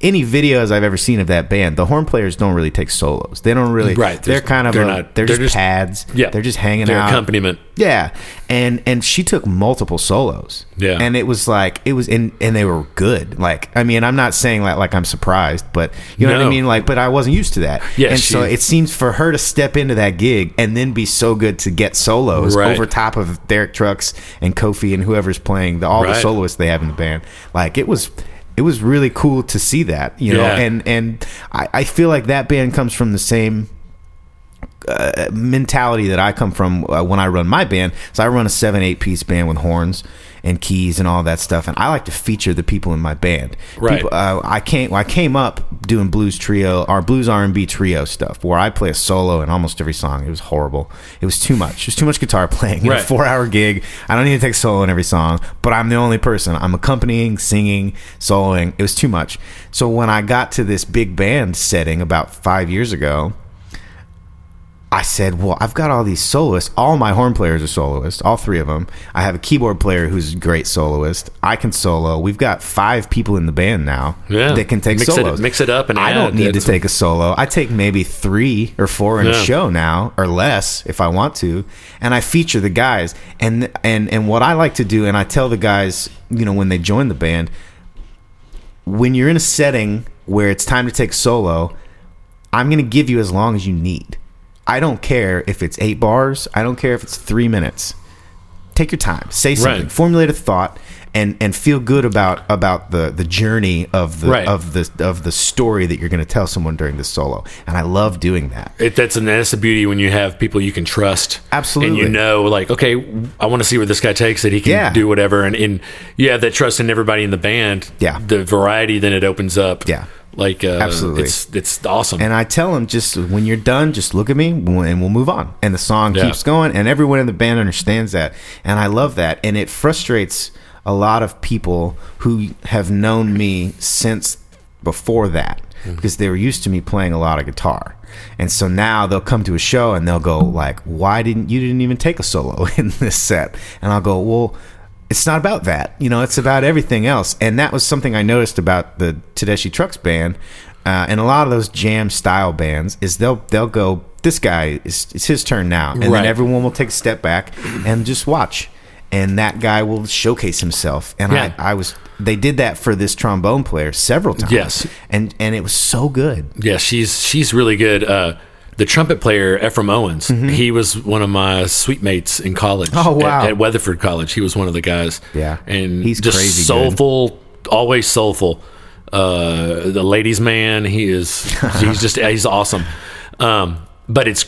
Speaker 1: any videos I've ever seen of that band, the horn players don't really take solos. They don't really.
Speaker 2: Right,
Speaker 1: They're
Speaker 2: there's-
Speaker 1: kind of.
Speaker 2: they're
Speaker 1: a-
Speaker 2: not-
Speaker 1: they're,
Speaker 2: they're
Speaker 1: just
Speaker 2: just-
Speaker 1: pads.
Speaker 2: Yeah.
Speaker 1: They're just hanging
Speaker 2: Their
Speaker 1: out.
Speaker 2: accompaniment.
Speaker 1: Yeah, and and she took multiple solos.
Speaker 2: Yeah.
Speaker 1: and it was like it was and and they were good. Like I mean, I'm not saying that like I'm surprised, but you know what I
Speaker 2: No.
Speaker 1: mean. Like, but I wasn't used to that.
Speaker 2: Yeah,
Speaker 1: and so
Speaker 2: she-
Speaker 1: it seems for her to step into that gig and then be so good to get solos
Speaker 2: Right.
Speaker 1: over top of Derek Trucks and Kofi and whoever's playing the, all the
Speaker 2: Right.
Speaker 1: soloists they have in the band. Like it was. It was really cool to see that, you know,
Speaker 2: Yeah.
Speaker 1: and and I, I feel like that band comes from the same uh, mentality that I come from uh, when I run my band. So I run a seven, eight piece band with horns and keys and all that stuff, and I like to feature the people in my band.
Speaker 2: Right.
Speaker 1: People, uh, I came well, I came up doing blues trio or blues R and B trio stuff, where I play a solo in almost every song. It was horrible. It was too much. It was too much guitar playing. In a
Speaker 2: Right.
Speaker 1: four hour gig. I don't need to take solo in every song, but I'm the only person. I'm accompanying, singing, soloing. It was too much. So when I got to this big band setting about five years ago, I said, "Well, I've got all these soloists. All my horn players are soloists. All three of them. I have a keyboard player who's a great soloist. I can solo. We've got five people in the band now
Speaker 2: Yeah.
Speaker 1: that can take
Speaker 2: Mix it-
Speaker 1: solos.
Speaker 2: mix it up and
Speaker 1: I don't
Speaker 2: add
Speaker 1: need to
Speaker 2: it.
Speaker 1: take a solo. I take maybe three or four in a
Speaker 2: Yeah.
Speaker 1: show now, or less if I want to. And I feature the guys. And and and what I like to do, and I tell the guys, you know, when they join the band, when you're in a setting where it's time to take solo, I'm going to give you as long as you need. I don't care if it's eight bars. I don't care if it's three minutes. Take your time. Say something.
Speaker 2: Right.
Speaker 1: Formulate a thought, and and feel good about about the the journey of the
Speaker 2: Right.
Speaker 1: of the of the story that you're going to tell someone during the solo. And I love doing that.
Speaker 2: It, that's and that's the beauty when you have people you can trust.
Speaker 1: Absolutely.
Speaker 2: And you know, like, okay, I want to see where this guy takes it. He can
Speaker 1: Yeah.
Speaker 2: do whatever, and, and you have that trust in everybody in the band.
Speaker 1: Yeah.
Speaker 2: The variety then it opens up.
Speaker 1: Yeah.
Speaker 2: Like, uh,
Speaker 1: Absolutely.
Speaker 2: It's it's awesome.
Speaker 1: And I tell them just when you're done, just look at me and we'll move on. And the song
Speaker 2: Yeah.
Speaker 1: keeps going, and everyone in the band understands that. And I love that. And it frustrates a lot of people who have known me since before that because they were used to me playing a lot of guitar. And so now they'll come to a show and they'll go like, "Why didn't you didn't even take a solo in this set?" And I'll go, "Well, it's not about that. You know, it's about everything else. And that was something I noticed about the Tedeschi Trucks band, uh, and a lot of those jam style bands is they'll they'll go. This guy is it's his turn now, and then
Speaker 2: Right.
Speaker 1: everyone will take a step back and just watch, and that guy will showcase himself. And
Speaker 2: Yeah.
Speaker 1: I, I was they did that for this trombone player several times.
Speaker 2: Yes.
Speaker 1: and and it was so good.
Speaker 2: Yeah, she's she's really good. Uh, the trumpet player Ephraim Owens, he was one of my sweet mates in college.
Speaker 1: Mm-hmm. Oh, wow.
Speaker 2: At, at Weatherford College, he was one of the guys.
Speaker 1: Yeah.
Speaker 2: and
Speaker 1: He's
Speaker 2: he's just
Speaker 1: crazy good.
Speaker 2: soulful, always soulful. Uh, the ladies' man, he is. He's just he's awesome. Um, but it's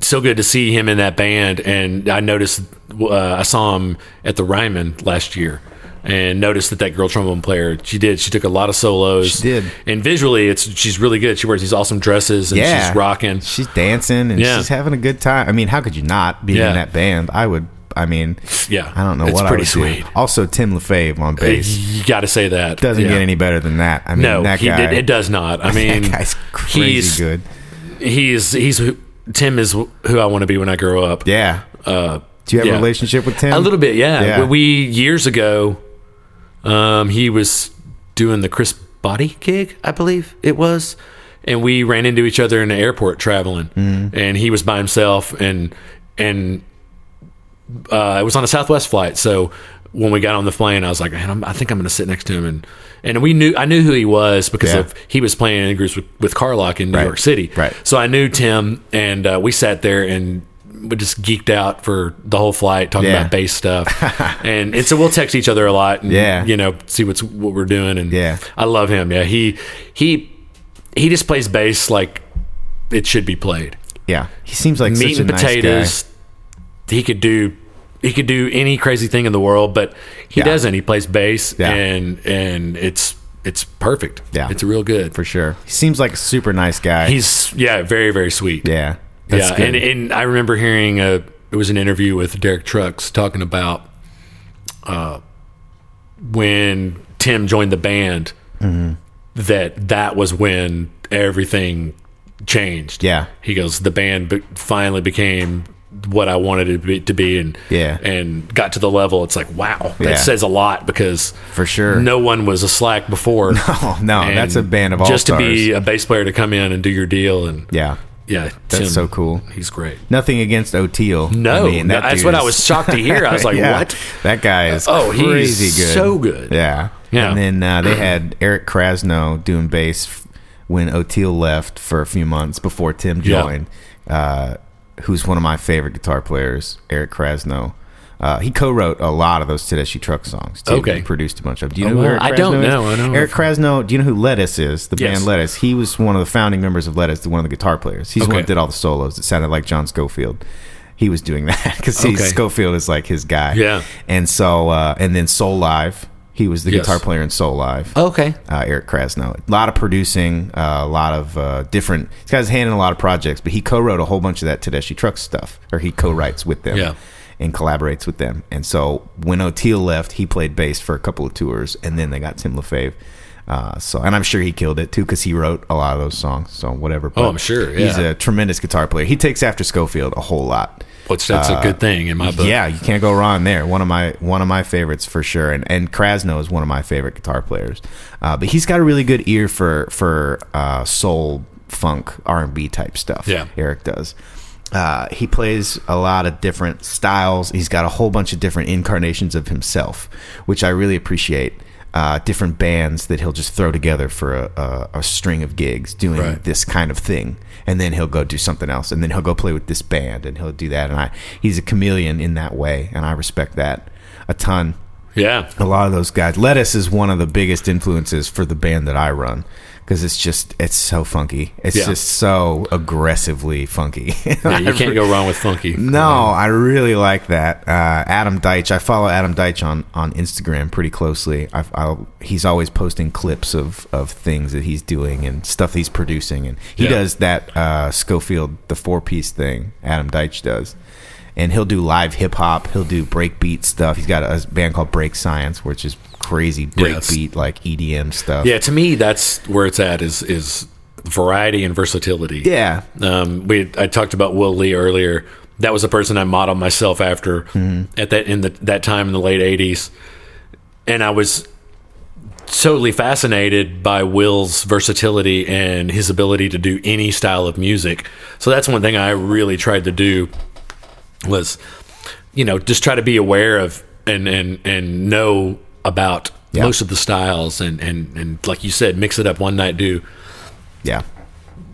Speaker 2: so good to see him in that band. And I noticed uh, I saw him at the Ryman last year. And noticed that that girl trombone player, she did. She took a lot of solos.
Speaker 1: She did.
Speaker 2: And visually, it's she's really good. She wears these awesome dresses and
Speaker 1: Yeah,
Speaker 2: she's rocking.
Speaker 1: She's dancing and
Speaker 2: Yeah.
Speaker 1: she's having a good time. I mean, how could you not be
Speaker 2: Yeah.
Speaker 1: in that band? I would. I mean,
Speaker 2: Yeah.
Speaker 1: I don't know
Speaker 2: It's
Speaker 1: what
Speaker 2: pretty
Speaker 1: I would
Speaker 2: sweet.
Speaker 1: do. Also, Tim LaFave on bass
Speaker 2: You got to say that
Speaker 1: doesn't
Speaker 2: Yeah.
Speaker 1: get any better than that. I mean,
Speaker 2: No,
Speaker 1: that
Speaker 2: he
Speaker 1: guy.
Speaker 2: did, it does not. I mean,
Speaker 1: that guy's crazy
Speaker 2: he's
Speaker 1: good.
Speaker 2: he's he's who- Tim is who I want to be when I grow up.
Speaker 1: Yeah.
Speaker 2: Uh,
Speaker 1: Do you have a
Speaker 2: yeah.
Speaker 1: relationship with Tim?
Speaker 2: A little bit, yeah.
Speaker 1: Yeah.
Speaker 2: But we years ago, um, he was doing the Chris Body gig, I believe it was, and we ran into each other in the airport traveling,
Speaker 1: Mm-hmm.
Speaker 2: and he was by himself, and and uh, it was on a Southwest flight, so. When we got on the plane, I was like, "Man, I'm, I think I'm going to sit next to him." And and we knew I knew who he was because
Speaker 1: Yeah.
Speaker 2: of he was playing in groups with, with Carlock in New
Speaker 1: Right.
Speaker 2: York City.
Speaker 1: Right.
Speaker 2: So I knew Tim, and uh, we sat there and we just geeked out for the whole flight talking
Speaker 1: Yeah.
Speaker 2: about bass stuff. and, and so we'll text each other a lot. And,
Speaker 1: Yeah.
Speaker 2: You know, see what's what we're doing. And
Speaker 1: Yeah.
Speaker 2: I love him. Yeah. He he he just plays bass like it should be played.
Speaker 1: Yeah. He seems like
Speaker 2: Meat
Speaker 1: such a
Speaker 2: and
Speaker 1: nice guy.
Speaker 2: potatoes. He could do he could do any crazy thing in the world, but he
Speaker 1: Yeah.
Speaker 2: doesn't. He plays bass,
Speaker 1: Yeah.
Speaker 2: and and it's it's perfect.
Speaker 1: Yeah.
Speaker 2: It's real good.
Speaker 1: for sure. He seems like a super nice guy.
Speaker 2: He's yeah, very very sweet
Speaker 1: yeah. That's
Speaker 2: yeah,
Speaker 1: good.
Speaker 2: and and I remember hearing a it was an interview with Derek Trucks talking about uh, when Tim joined the band
Speaker 1: Mm-hmm.
Speaker 2: that that was when everything changed.
Speaker 1: Yeah.
Speaker 2: he goes the band be- finally became what I wanted it to be, to be and
Speaker 1: Yeah.
Speaker 2: and got to the level. It's like wow, that
Speaker 1: Yeah.
Speaker 2: says a lot because
Speaker 1: For sure.
Speaker 2: no one was a slack before.
Speaker 1: Oh, no,
Speaker 2: And
Speaker 1: that's a band of all
Speaker 2: just
Speaker 1: stars.
Speaker 2: to be a bass player to come in and do your deal and
Speaker 1: yeah.
Speaker 2: yeah,
Speaker 1: That's
Speaker 2: Tim,
Speaker 1: so cool.
Speaker 2: He's great.
Speaker 1: Nothing against O'Teal.
Speaker 2: No,
Speaker 1: I mean, that
Speaker 2: that's
Speaker 1: dude
Speaker 2: what I
Speaker 1: is-
Speaker 2: was shocked to hear. I was like,
Speaker 1: Yeah.
Speaker 2: what?
Speaker 1: That guy is
Speaker 2: Oh, he's
Speaker 1: crazy good.
Speaker 2: so good.
Speaker 1: Yeah.
Speaker 2: Yeah.
Speaker 1: And then uh, they had Eric Krasno doing bass f- when O'Teal left for a few months before Tim
Speaker 2: Yeah.
Speaker 1: joined, uh, who's one of my favorite guitar players, Eric Krasno. Uh, he co-wrote a lot of those Tedeschi Truck songs. Too.
Speaker 2: Okay. Oh,
Speaker 1: He produced a bunch of. them. Do you know
Speaker 2: well,
Speaker 1: who Eric
Speaker 2: I don't
Speaker 1: Krasno is?
Speaker 2: know. I don't know.
Speaker 1: Eric Krasno. Do you know who Lettuce is? The
Speaker 2: Yes.
Speaker 1: band Lettuce. He was one of the founding members of Lettuce, the one of the guitar players. He's the one
Speaker 2: Okay.
Speaker 1: that did all the solos. that sounded like John Schofield. He was doing that because
Speaker 2: Okay.
Speaker 1: Schofield is like his guy.
Speaker 2: Yeah.
Speaker 1: And so, uh, and then Soul Live. He was the
Speaker 2: Yes. Oh.
Speaker 1: guitar player in Soul Live
Speaker 2: Okay.
Speaker 1: uh, Eric Krasno. A lot of producing, uh, a lot of uh, different. He's got his hand in a lot of projects, but he co-wrote a whole bunch of that Tedeschi Trucks stuff, or he co-writes with them
Speaker 2: Yeah.
Speaker 1: and collaborates with them. And so when O'Teal left, he played bass for a couple of tours, and then they got Tim LaFave. Uh, so and I'm sure he killed it too because he wrote a lot of those songs. So whatever. But
Speaker 2: Oh, I'm sure,
Speaker 1: he's
Speaker 2: yeah.
Speaker 1: a tremendous guitar player. He takes after Schofield a whole lot.
Speaker 2: Which that's a good thing in my
Speaker 1: Uh,
Speaker 2: book.
Speaker 1: Yeah, you can't go wrong there. One of my one of my favorites for sure, and and Krasno is one of my favorite guitar players. Uh, but he's got a really good ear for for uh, soul, funk, R and B type stuff.
Speaker 2: Yeah.
Speaker 1: Eric does. Uh, he plays a lot of different styles. He's got a whole bunch of different incarnations of himself, which I really appreciate. Uh, different bands that he'll just throw together for a, a, a string of gigs doing
Speaker 2: Right.
Speaker 1: this kind of thing and then he'll go do something else and then he'll go play with this band and he'll do that and i he's a chameleon in that way and i respect that a ton
Speaker 2: Yeah.
Speaker 1: a lot of those guys lettuce is one of the biggest influences for the band that i run because it's just it's so funky it's
Speaker 2: Yeah.
Speaker 1: just so aggressively funky
Speaker 2: Yeah, you can't go wrong with funky.
Speaker 1: no, I really like that. Uh, Adam Deitch. I follow Adam Deitch on, on Instagram pretty closely. I've, I'll, he's always posting clips of, of things that he's doing and stuff he's producing. And he
Speaker 2: Yeah.
Speaker 1: does that uh, Schofield, the four piece thing, Adam Deitch does. And he'll do live hip hop. He'll do breakbeat stuff. He's got a band called Break Science, which is crazy
Speaker 2: Yes.
Speaker 1: breakbeat, like EDM stuff.
Speaker 2: Yeah, to me that's where it's at is is variety and versatility.
Speaker 1: Yeah.
Speaker 2: Um, we I talked about Will Lee earlier. That was a person I modeled myself after at that in the, that time in the late '80s, and I was totally fascinated by Will's versatility and his ability to do any style of music. So that's one thing I really tried to do was, you know, just try to be aware of and and and know about
Speaker 1: Yeah.
Speaker 2: most of the styles and and and like you said, mix it up one night, do
Speaker 1: Yeah.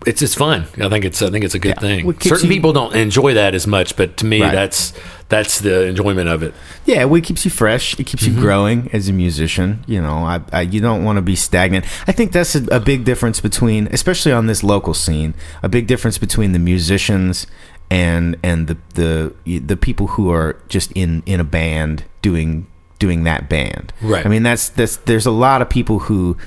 Speaker 2: it's it's fun. I think it's I think it's a good
Speaker 1: Yeah.
Speaker 2: thing.
Speaker 1: Well, it keeps
Speaker 2: Certain
Speaker 1: you-
Speaker 2: people don't enjoy that as much, but to me,
Speaker 1: Right.
Speaker 2: that's that's the enjoyment of it.
Speaker 1: Yeah, well, it keeps you fresh. It keeps you growing as a musician. You know, I, I you don't want to be stagnant. I think that's a, a big difference between, especially on this local scene, a big difference between the musicians and and the the the people who are just in in a band doing doing that band.
Speaker 2: Right.
Speaker 1: I mean, that's that's there's a lot of people who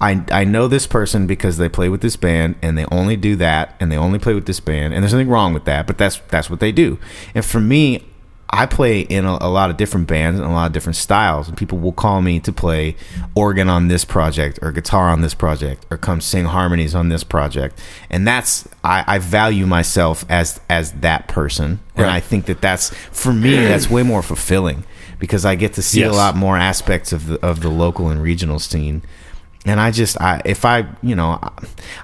Speaker 1: I I know this person because they play with this band and they only do that and they only play with this band and there's nothing wrong with that, but that's that's what they do. And for me, I play in a, a lot of different bands and a lot of different styles, and people will call me to play organ on this project or guitar on this project or come sing harmonies on this project, and that's I, I value myself as as that person, and
Speaker 2: Right.
Speaker 1: I think that that's for me that's way more fulfilling because I get to see a
Speaker 2: Yes.
Speaker 1: lot more aspects of the of the local and regional scene. And I just, I if I, you know, I,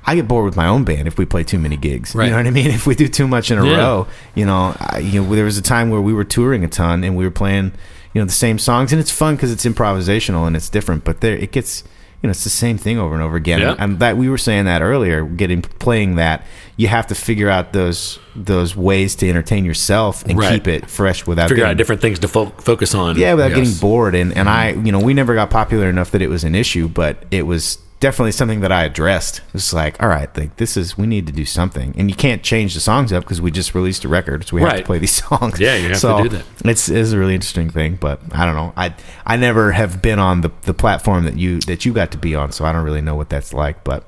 Speaker 1: I get bored with my own band if we play too many gigs. You
Speaker 2: Right.
Speaker 1: know what I mean? If we do too much in a
Speaker 2: Yeah.
Speaker 1: row, you know, I, you know, there was a time where we were touring a ton and we were playing, you know, the same songs, and it's fun because it's improvisational and it's different. But there, it gets, you know, it's the same thing over and over again.
Speaker 2: Yeah.
Speaker 1: And that we were saying that earlier, getting playing that, you have to figure out those those ways to entertain yourself and
Speaker 2: Right.
Speaker 1: keep it fresh without
Speaker 2: Figure
Speaker 1: getting
Speaker 2: out different things to fo- focus on.
Speaker 1: yeah, without
Speaker 2: Yes. Mm-hmm.
Speaker 1: getting bored. And and I, you know, we never got popular enough that it was an issue, but it was definitely something that I addressed. It was like, all right, like this is we need to do something, and you can't change the songs up because we just released a record, so we have to
Speaker 2: Right.
Speaker 1: play these songs.
Speaker 2: Yeah, you have to
Speaker 1: So
Speaker 2: do that.
Speaker 1: It's, it's a really interesting thing, but I don't know. I I never have been on the the platform that you that you got to be on, so I don't really know what that's like, but.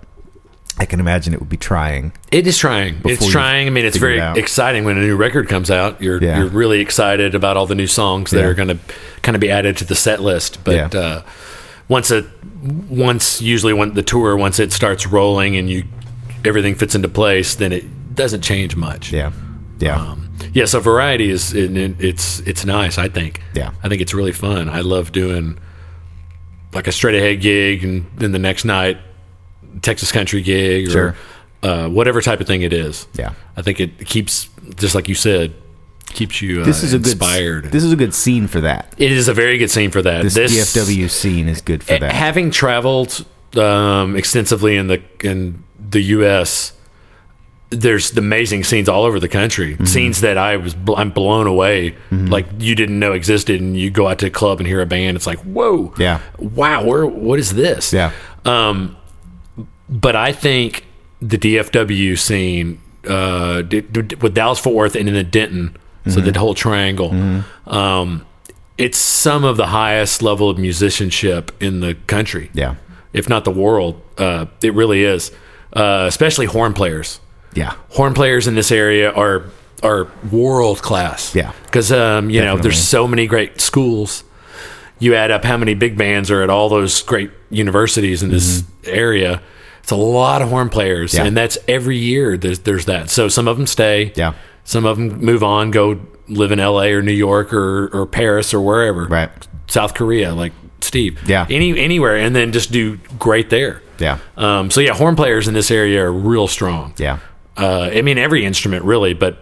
Speaker 1: I can imagine it would be trying.
Speaker 2: It is trying.
Speaker 1: Before
Speaker 2: It's
Speaker 1: you
Speaker 2: trying. I mean, it's
Speaker 1: figure it
Speaker 2: very
Speaker 1: out.
Speaker 2: exciting when a new record comes out. You're
Speaker 1: Yeah.
Speaker 2: you're really excited about all the new songs that
Speaker 1: Yeah.
Speaker 2: are going to kind of be added to the set list. But
Speaker 1: Yeah.
Speaker 2: uh, once it once usually when the tour once it starts rolling and you everything fits into place, then it doesn't change much.
Speaker 1: Yeah. Yeah.
Speaker 2: Um, yeah, so variety is it, it, it's it's nice. I think.
Speaker 1: Yeah.
Speaker 2: I think it's really fun. I love doing like a straight ahead gig, and then the next night Texas country gig or
Speaker 1: Sure.
Speaker 2: uh, whatever type of thing it is.
Speaker 1: Yeah.
Speaker 2: I think it keeps just like you said, keeps you uh,
Speaker 1: this is a good
Speaker 2: inspired.
Speaker 1: This is a good scene for that.
Speaker 2: it is a very good scene for that.
Speaker 1: This, DFW scene is good for that.
Speaker 2: Having traveled um, extensively in the in the U.S., there's amazing scenes all over the country.
Speaker 1: Mm-hmm.
Speaker 2: Scenes that I was bl- I'm blown away, like you didn't know existed, and you go out to a club and hear a band. It's like whoa,
Speaker 1: Yeah.
Speaker 2: wow, where what is this?
Speaker 1: Yeah.
Speaker 2: Um, but I think the DFW scene uh, d- d- with Dallas Fort Worth and then the Denton, so
Speaker 1: Mm-hmm.
Speaker 2: the whole triangle, um, it's some of the highest level of musicianship in the country,
Speaker 1: Yeah.
Speaker 2: if not the world. Uh, it really is, uh, especially horn players
Speaker 1: Yeah.
Speaker 2: horn players in this area are are world class.
Speaker 1: Yeah.
Speaker 2: because um, you know
Speaker 1: Definitely.
Speaker 2: there's so many great schools. You add up how many big bands are at all those great universities in this area. It's a lot of horn players,
Speaker 1: Mm-hmm. Yeah.
Speaker 2: and that's every year. There's there's that. So some of them stay.
Speaker 1: Yeah.
Speaker 2: Some of them move on, go live in L.A. or New York or or Paris or wherever.
Speaker 1: Right.
Speaker 2: South Korea, like Steve.
Speaker 1: Yeah.
Speaker 2: Any anywhere, and then just do great there.
Speaker 1: Yeah.
Speaker 2: Um, so yeah, horn players in this area are real strong
Speaker 1: Yeah.
Speaker 2: uh, I mean every instrument really, but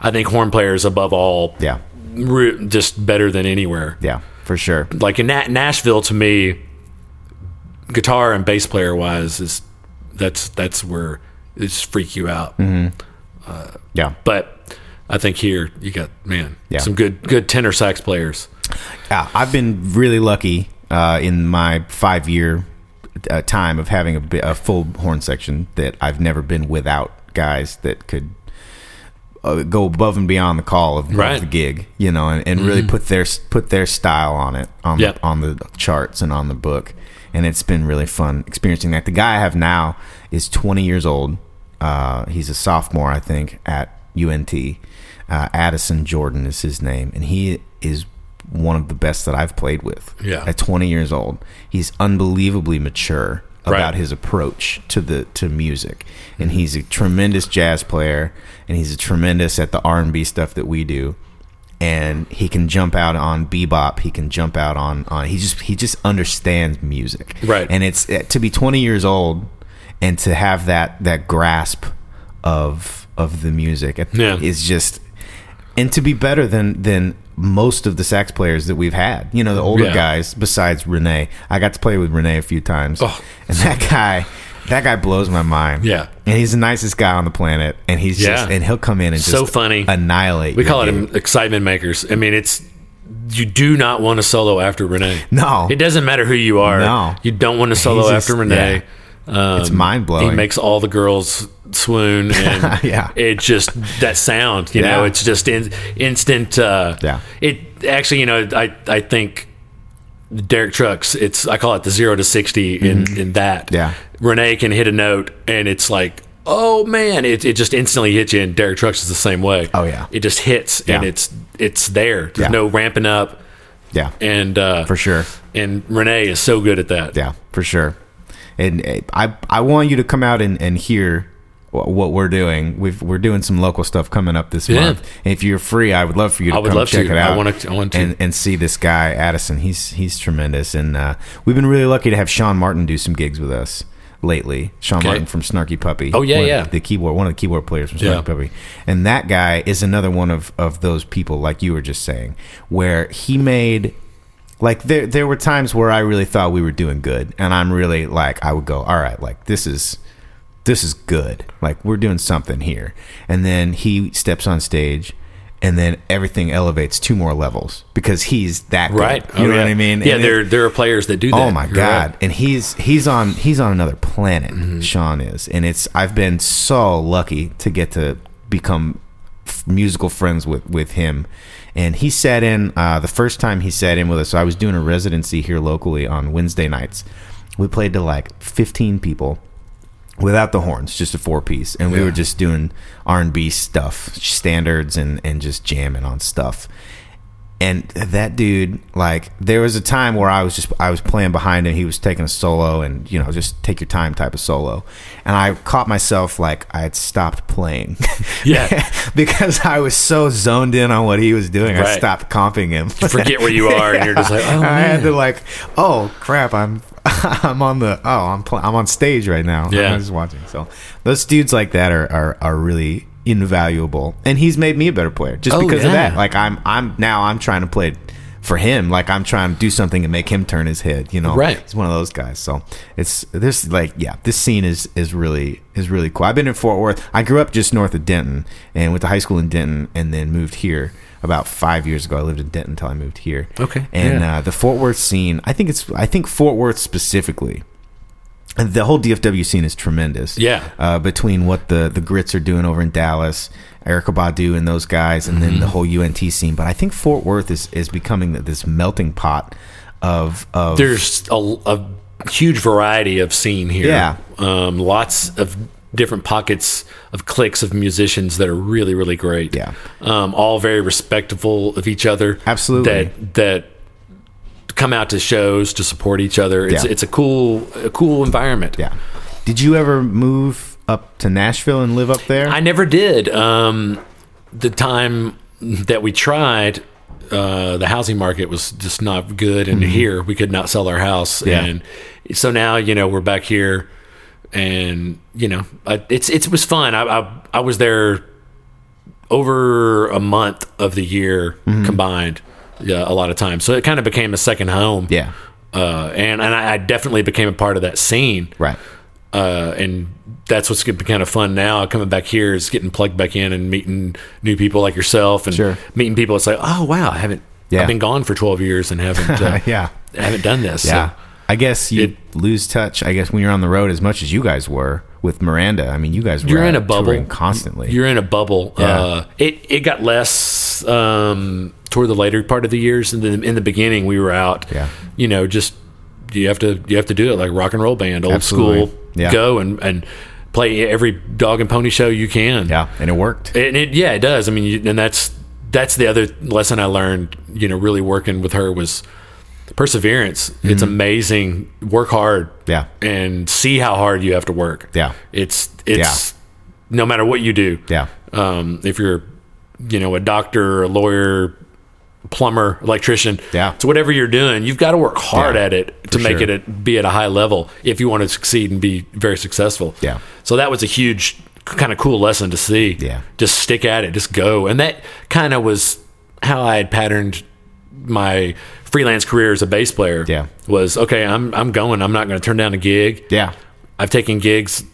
Speaker 2: I think horn players above all,
Speaker 1: Yeah.
Speaker 2: re- just better than anywhere.
Speaker 1: Yeah. For sure.
Speaker 2: Like in Na- Nashville, to me, guitar and bass player wise is that's that's where it's freak you out.
Speaker 1: Mm-hmm. Yeah.
Speaker 2: But I think here you got man
Speaker 1: Yeah.
Speaker 2: some good good tenor sax players.
Speaker 1: Yeah, Ah, I've been really lucky uh, in my five year uh, time of having a, bi- a full horn section that I've never been without guys that could uh, go above and beyond the call of, of
Speaker 2: Right.
Speaker 1: the gig, you know, and, and really put their put their style on it on
Speaker 2: Mm-hmm. Yep.
Speaker 1: the, on the charts and on the book, and it's been really fun experiencing that. The guy I have now is 20 years old. Uh, he's a sophomore, I think, at UNT. Uh, Addison Jordan is his name, and he is one of the best that I've played with.
Speaker 2: Yeah.
Speaker 1: at 20 years old, he's unbelievably mature
Speaker 2: Right. Mm-hmm.
Speaker 1: about his his approach to the to music and he's a tremendous jazz player and he's a tremendous at the r&b stuff that we do and he can jump out on bebop he can jump out on on he just he just understands music
Speaker 2: Right.
Speaker 1: and it's eh, to be 20 years old and to have that that grasp of of the music it-
Speaker 2: Yeah.
Speaker 1: is just and to be better than than most of the sax players that we've had you know the older
Speaker 2: Yeah.
Speaker 1: guys besides renee i got to play with renee a few times
Speaker 2: Oh.
Speaker 1: and that guy, that guy blows my mind.
Speaker 2: Yeah.
Speaker 1: and he's the nicest guy on the planet, and he's just
Speaker 2: Yeah.
Speaker 1: and he'll come in and just
Speaker 2: So funny.
Speaker 1: annihilate.
Speaker 2: We
Speaker 1: your
Speaker 2: call it
Speaker 1: gig.
Speaker 2: em- excitement makers. I mean it's you do not want to solo after Renee.
Speaker 1: No.
Speaker 2: It doesn't matter who you are.
Speaker 1: No.
Speaker 2: You don't want to solo
Speaker 1: He's just-
Speaker 2: after Renee. Um, it's
Speaker 1: mind-blowing.
Speaker 2: He makes all the girls swoon, and
Speaker 1: Yeah.
Speaker 2: it just that sound. You know,
Speaker 1: Yeah.
Speaker 2: it's just in, instant. Uh,
Speaker 1: Yeah.
Speaker 2: It actually, you know, I I think Derek Trucks. It's I call it the zero to 60 in in that.
Speaker 1: Mm-hmm. Yeah.
Speaker 2: Renee can hit a note, and it's like. Oh man, it, it just instantly hits you, and Derek Trucks is the same way.
Speaker 1: Oh, yeah.
Speaker 2: it just hits, and
Speaker 1: Yeah.
Speaker 2: it's it's there. There's
Speaker 1: Yeah.
Speaker 2: no ramping up,
Speaker 1: yeah,
Speaker 2: and uh,
Speaker 1: for sure.
Speaker 2: and Renee is so good at that.
Speaker 1: Yeah, for sure. And uh, I I want you to come out and, and hear wh- what we're doing. We've, we're doing some local stuff coming up this
Speaker 2: Yeah.
Speaker 1: month. And if you're free, I would love for you to
Speaker 2: I would
Speaker 1: come
Speaker 2: love
Speaker 1: check
Speaker 2: to.
Speaker 1: it
Speaker 2: I
Speaker 1: out.
Speaker 2: wanna- I want to.
Speaker 1: And, and see this guy Addison. He's he's tremendous, and uh, we've been really lucky to have Sean Martin do some gigs with us lately. Sean
Speaker 2: Okay.
Speaker 1: Martin from Snarky Puppy.
Speaker 2: Oh, yeah,
Speaker 1: One of
Speaker 2: yeah.
Speaker 1: The, keyboard, one of the keyboard players from Snarky
Speaker 2: Yeah.
Speaker 1: Puppy, and that guy is another one of of those people like you were just saying, where he made like there there were times where I really thought we were doing good, and I'm really like I would go, all right, like this is this is good. Like we're doing something here. And then he steps on stage and then everything elevates two more levels because he's that good.
Speaker 2: Right.
Speaker 1: You
Speaker 2: Oh,
Speaker 1: know
Speaker 2: yeah.
Speaker 1: what I mean?
Speaker 2: Yeah,
Speaker 1: And
Speaker 2: there
Speaker 1: it-
Speaker 2: there are players that do that.
Speaker 1: Oh my
Speaker 2: You're
Speaker 1: god.
Speaker 2: right. Mm-hmm.
Speaker 1: And he's he's on he's on another planet, Sean is. And it's I've been so lucky to get to become f- musical friends with with him. And he sat in uh, the first time he sat in with us. So I was doing a residency here locally on Wednesday nights. We played to like 15 people without the horns, just a four piece, and we were just doing R and B stuff, standards, and and just jamming on stuff. And that dude, like, there was a time where I was just I was playing behind him. He was taking a solo, and you know, just take your time type of solo. And I caught myself like I had stopped playing.
Speaker 2: Yeah.
Speaker 1: because I was so zoned in on what he was doing, I
Speaker 2: Right.
Speaker 1: stopped comping him.
Speaker 2: Forget where you are, and you're just like, oh
Speaker 1: I had
Speaker 2: man.
Speaker 1: to like, oh crap, I'm I'm on the oh I'm pl- I'm on stage right now.
Speaker 2: Yeah.
Speaker 1: I'm just watching. So those dudes like that are are, are really invaluable, and he's made me a better player just
Speaker 2: Oh,
Speaker 1: because of
Speaker 2: yeah.
Speaker 1: that. Like I'm I'm now I'm trying to play for him. Like I'm trying to do something and make him turn his head. You know,
Speaker 2: Right.
Speaker 1: He's one of those guys. So it's this like yeah, this scene is is really is really cool. I've been in Fort Worth. I grew up just north of Denton and went to high school in Denton and then moved here about five years ago. I lived in Denton until I moved here.
Speaker 2: Okay,
Speaker 1: and
Speaker 2: yeah.
Speaker 1: uh, the Fort Worth scene. I think it's I think Fort Worth specifically. The whole DFW scene is tremendous
Speaker 2: Yeah.
Speaker 1: uh, between what the the grits are doing over in Dallas, Erica Badu and those guys, and
Speaker 2: Mm-hmm.
Speaker 1: then the whole UNT scene. But I think Fort Worth is is becoming this melting pot of of
Speaker 2: There's a, a huge variety of scene here.
Speaker 1: Yeah.
Speaker 2: Um, lots of different pockets of cliques of musicians that are really, really great.
Speaker 1: Yeah.
Speaker 2: Um, all very respectful of each other.
Speaker 1: Absolutely.
Speaker 2: That, that come out to shows to support each other. It's,
Speaker 1: Yeah.
Speaker 2: it's a cool, a cool environment.
Speaker 1: yeah. Did you ever move up to Nashville and live up there?
Speaker 2: I never did. Um, the time that we tried, uh, the housing market was just not good, and here we could not sell our house,
Speaker 1: Mm-hmm. Yeah.
Speaker 2: and so now you know we're back here, and you know I, it's it's- it was fun. I, I I was there over a month of the year
Speaker 1: Mm-hmm.
Speaker 2: combined, yeah, a lot of times. So it kind of became a second home.
Speaker 1: yeah,
Speaker 2: Uh, and and I, I definitely became a part of that scene
Speaker 1: right.
Speaker 2: uh, and that's what's going to be kind of fun now coming back here is getting plugged back in and meeting new people like yourself and
Speaker 1: Sure.
Speaker 2: meeting people it's like oh wow i haven't
Speaker 1: Yeah.
Speaker 2: i've been gone for 12 years and haven't uh,
Speaker 1: Yeah.
Speaker 2: I haven't done this so-
Speaker 1: Yeah. I guess you
Speaker 2: It-
Speaker 1: lose touch. I guess when you're on the road as much as you guys were with Miranda. I mean, you guys were
Speaker 2: You're in
Speaker 1: out
Speaker 2: a bubble.
Speaker 1: touring constantly.
Speaker 2: you're in a bubble
Speaker 1: Yeah.
Speaker 2: uh, it it got less um, toward the later part of the years and then in the beginning we were out
Speaker 1: Yeah.
Speaker 2: you know just you have to you have to do it like rock and roll band old
Speaker 1: Absolutely.
Speaker 2: school
Speaker 1: Yeah.
Speaker 2: go and and play every dog and pony show you can
Speaker 1: yeah, and it worked.
Speaker 2: And it, yeah, it does. I mean, you, and that's that's the other lesson I learned. You know, really working with her was perseverance. It's amazing. Work hard.
Speaker 1: Mm-hmm. Yeah.
Speaker 2: and see how hard you have to work.
Speaker 1: Yeah.
Speaker 2: it's it's no matter what you do.
Speaker 1: yeah.
Speaker 2: um, if you're you know a doctor, a lawyer, plumber, electrician.
Speaker 1: Yeah.
Speaker 2: so whatever you're doing, you've got to work hard
Speaker 1: Yeah,
Speaker 2: at it to
Speaker 1: for
Speaker 2: make
Speaker 1: sure.
Speaker 2: it at, be at a high level if you want to succeed and be very successful.
Speaker 1: Yeah.
Speaker 2: So that was a huge, kind of cool lesson to see.
Speaker 1: Yeah.
Speaker 2: Just stick at it, just go. And that kind of was how I had patterned my freelance career as a bass player.
Speaker 1: Yeah.
Speaker 2: Was okay, I'm, I'm going. I'm not going to turn down a gig.
Speaker 1: Yeah.
Speaker 2: I've taken gigs.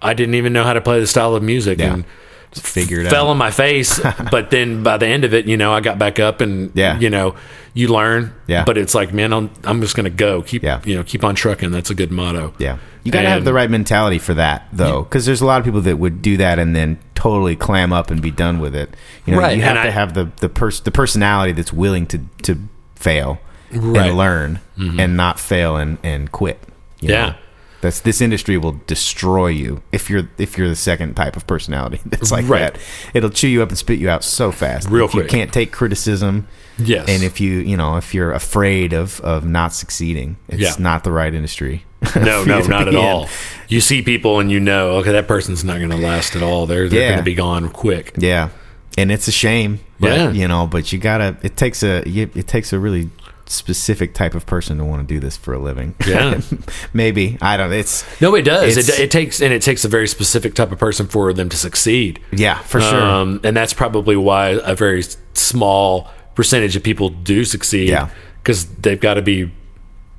Speaker 2: I didn't even know how to play the style of music
Speaker 1: Yeah.
Speaker 2: and
Speaker 1: Just figure it
Speaker 2: fell
Speaker 1: out.
Speaker 2: on my face. but then by the end of it, you know, I got back up and,
Speaker 1: Yeah.
Speaker 2: you know, you learn.
Speaker 1: Yeah.
Speaker 2: But it's like, man, I'm, I'm just going to go. Keep,
Speaker 1: Yeah.
Speaker 2: you know, keep on trucking. That's a good motto.
Speaker 1: Yeah. You got to have
Speaker 2: And-
Speaker 1: the right mentality for that, though, because there's a lot of people that would do that and then totally clam up and be done with it. You know,
Speaker 2: Right,
Speaker 1: you have
Speaker 2: and
Speaker 1: to
Speaker 2: I-
Speaker 1: have the the pers- the personality that's willing to to fail
Speaker 2: Right. Mm-hmm.
Speaker 1: and learn and not fail and and quit. you
Speaker 2: Yeah.
Speaker 1: know? That's this industry will destroy you if you're if you're the second type of personality that's like
Speaker 2: Right.
Speaker 1: that. It'll chew you up and spit you out so fast.
Speaker 2: Real
Speaker 1: if you
Speaker 2: quick.
Speaker 1: can't take criticism.
Speaker 2: Yes.
Speaker 1: And if you you know if you're afraid of of not succeeding, it's
Speaker 2: Yeah.
Speaker 1: not the right industry.
Speaker 2: No,
Speaker 1: for you
Speaker 2: no,
Speaker 1: to
Speaker 2: not at
Speaker 1: be in.
Speaker 2: all. You see people and you know, okay, that person's not going to last at all. They're, they're
Speaker 1: Yeah.
Speaker 2: going to be gone quick.
Speaker 1: Yeah, and it's a shame. But,
Speaker 2: Yeah.
Speaker 1: you know, but you gotta. It takes a. you- It takes a really specific type of person to want to do this for a living.
Speaker 2: Yeah.
Speaker 1: maybe I don't. It's
Speaker 2: No, it does. It,
Speaker 1: It's-
Speaker 2: it takes, and it takes a very specific type of person for them to succeed.
Speaker 1: yeah for sure.
Speaker 2: Um, and that's probably why a very s- small percentage of people do succeed.
Speaker 1: Yeah.
Speaker 2: Because they've got to be, you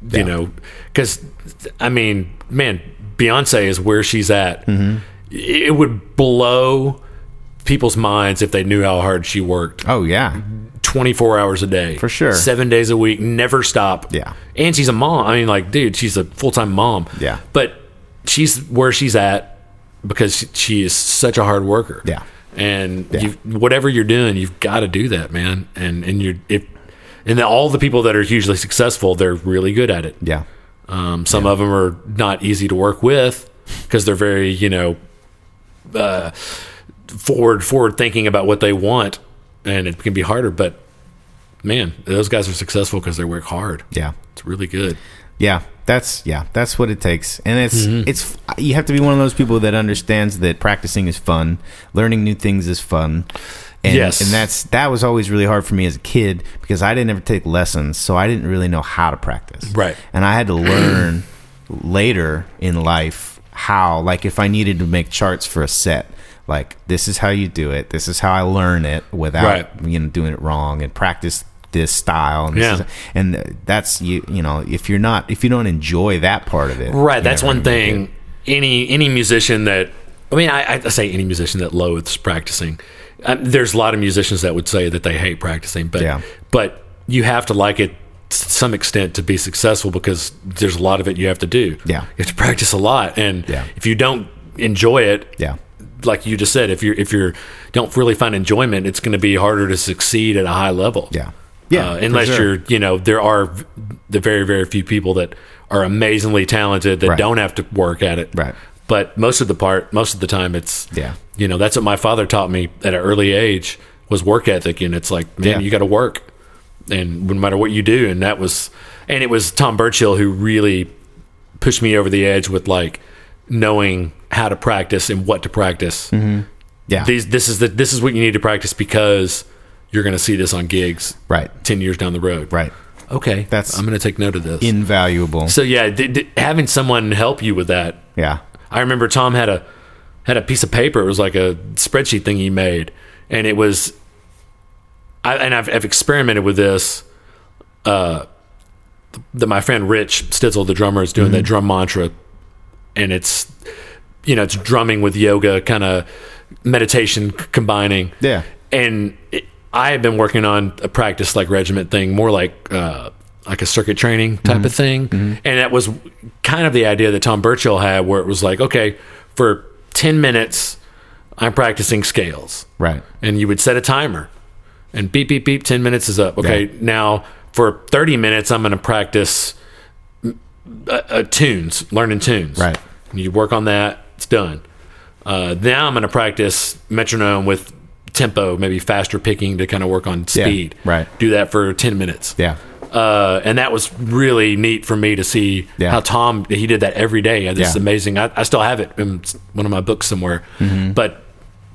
Speaker 1: Yeah.
Speaker 2: know, because, I mean, man, Beyonce is where she's at.
Speaker 1: Mm-hmm.
Speaker 2: It would blow people's minds if they knew how hard she worked.
Speaker 1: oh yeah,
Speaker 2: 24 hours a day. For
Speaker 1: sure.
Speaker 2: Seven days a week, never stop.
Speaker 1: Yeah.
Speaker 2: And she's a mom. I mean, like, dude, she's a full time mom.
Speaker 1: Yeah.
Speaker 2: But she's where she's at because she- she is such a hard worker.
Speaker 1: Yeah.
Speaker 2: And you whatever you're doing, you've got to do that, man. And and you're if and then all the people that are hugely successful, they're really good at it.
Speaker 1: yeah,
Speaker 2: Um, some of 'em of them are not easy to work with because they're very, you know, uh, forward forward thinking about what they want, and it can be harder. But man, those guys are successful because they work hard.
Speaker 1: yeah,
Speaker 2: It's really good.
Speaker 1: yeah. That's yeah. That's what it takes. And it's
Speaker 2: Mm-hmm.
Speaker 1: it's you have to be one of those people that understands that practicing is fun, learning new things is fun. And,
Speaker 2: Yes.
Speaker 1: and that's that was always really hard for me as a kid because I didn't ever take lessons, so I didn't really know how to practice.
Speaker 2: Right.
Speaker 1: and I had to learn later in life how, like, if I needed to make charts for a set, like this is how you do it. This is how I learn it without
Speaker 2: Right.
Speaker 1: you know doing it wrong and practice this style. And, this
Speaker 2: Yeah.
Speaker 1: is- and that's you. You know, if you're not, if you don't enjoy that part of it,
Speaker 2: Right,
Speaker 1: you're
Speaker 2: that's
Speaker 1: never
Speaker 2: one
Speaker 1: gonna make
Speaker 2: thing. Any any musician that I mean, I, I say any musician that loathes practicing. Um, there's a lot of musicians that would say that they hate practicing, but
Speaker 1: Yeah.
Speaker 2: but you have to like it to some extent to be successful because there's a lot of it you have to do.
Speaker 1: Yeah.
Speaker 2: you have to practice a lot, and
Speaker 1: Yeah.
Speaker 2: if you don't enjoy it,
Speaker 1: it. Yeah.
Speaker 2: like you just said, if you're if you're don't really find enjoyment, it's going to be harder to succeed at a high level.
Speaker 1: Yeah. Yeah,
Speaker 2: Uh,
Speaker 1: for
Speaker 2: unless
Speaker 1: sure.
Speaker 2: you're, you know, there are v- the very very few people that are amazingly talented that
Speaker 1: Right.
Speaker 2: don't have to work at it.
Speaker 1: Right.
Speaker 2: But most of the part, most of the time, it's
Speaker 1: Yeah.
Speaker 2: You know, that's what my father taught me at an early age was work ethic, and it's like, man,
Speaker 1: Yeah.
Speaker 2: you got to work, and no matter what you do, and that was, and it was Tom Burchill who really pushed me over the edge with like knowing how to practice and what to practice.
Speaker 1: Mm-hmm. Yeah.
Speaker 2: These, this is the this is what you need to practice because you're going to see this on gigs
Speaker 1: right.
Speaker 2: 10 years down the road.
Speaker 1: Right.
Speaker 2: Okay.
Speaker 1: That's-
Speaker 2: I'm going to take note of this.
Speaker 1: Invaluable.
Speaker 2: so yeah, d- d- having someone help you with that.
Speaker 1: yeah.
Speaker 2: I remember Tom had a had a piece of paper. It was like a spreadsheet thing he made, and it was. I, and I've, I've experimented with this. Uh, that my friend Rich Stitzel, the drummer, is doing that drum mantra, and it's, you know, it's drumming with yoga, kind of meditation c- combining
Speaker 1: Yeah.
Speaker 2: and it, I have been working on a practice like regiment thing, more like uh, like a circuit training type of thing, and that was kind of the idea that Tom Burchill had, where it was like, okay, for ten minutes, I'm practicing scales,
Speaker 1: Right.
Speaker 2: and you would set a timer, and beep beep beep, ten minutes is up. Okay,
Speaker 1: Yeah.
Speaker 2: now for thirty minutes, I'm going to practice uh, uh, tunes, learning tunes.
Speaker 1: Right.
Speaker 2: And you work on that, it's done. Uh, now I'm going to practice metronome with tempo, maybe faster picking to kind of work on speed.
Speaker 1: right.
Speaker 2: Do that for 10 minutes.
Speaker 1: Yeah.
Speaker 2: Uh, and that was really neat for me to see
Speaker 1: Yeah.
Speaker 2: how Tom, he did that every day. It's
Speaker 1: Yeah.
Speaker 2: amazing. I, I still have it in s- one of my books somewhere.
Speaker 1: Mm-hmm.
Speaker 2: But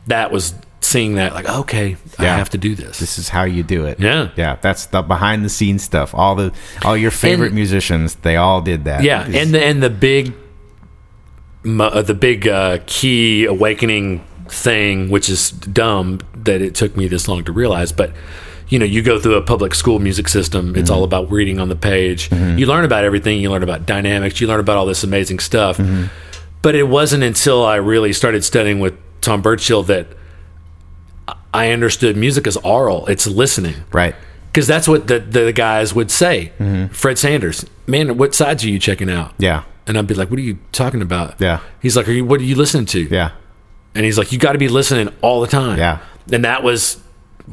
Speaker 2: that was seeing that, like, okay, I
Speaker 1: Yeah.
Speaker 2: have to do this.
Speaker 1: This is how you do it.
Speaker 2: Yeah.
Speaker 1: Yeah. That's the behind the scenes stuff. All the all your favorite
Speaker 2: And-
Speaker 1: musicians, they all did that.
Speaker 2: Yeah,
Speaker 1: It's-
Speaker 2: and the and the big, mo- uh, the big uh, key awakening thing, which is dumb that it took me this long to realize, but. You know, you go through a public school music system. It's all about reading on the page. You learn about everything. You learn about dynamics. You learn about all this amazing stuff. But it wasn't until I really started studying with Tom Burchill that I understood music is oral. It's listening
Speaker 1: right.
Speaker 2: because that's what the, the guys would say. Fred Sanders, man, what sides are you checking out?
Speaker 1: Mm-hmm. Yeah.
Speaker 2: And I'd be like, what are you talking about?
Speaker 1: Yeah.
Speaker 2: He's like, are you, what are you listening to?
Speaker 1: Yeah.
Speaker 2: And he's like, you got to be listening all the time.
Speaker 1: Yeah.
Speaker 2: And that was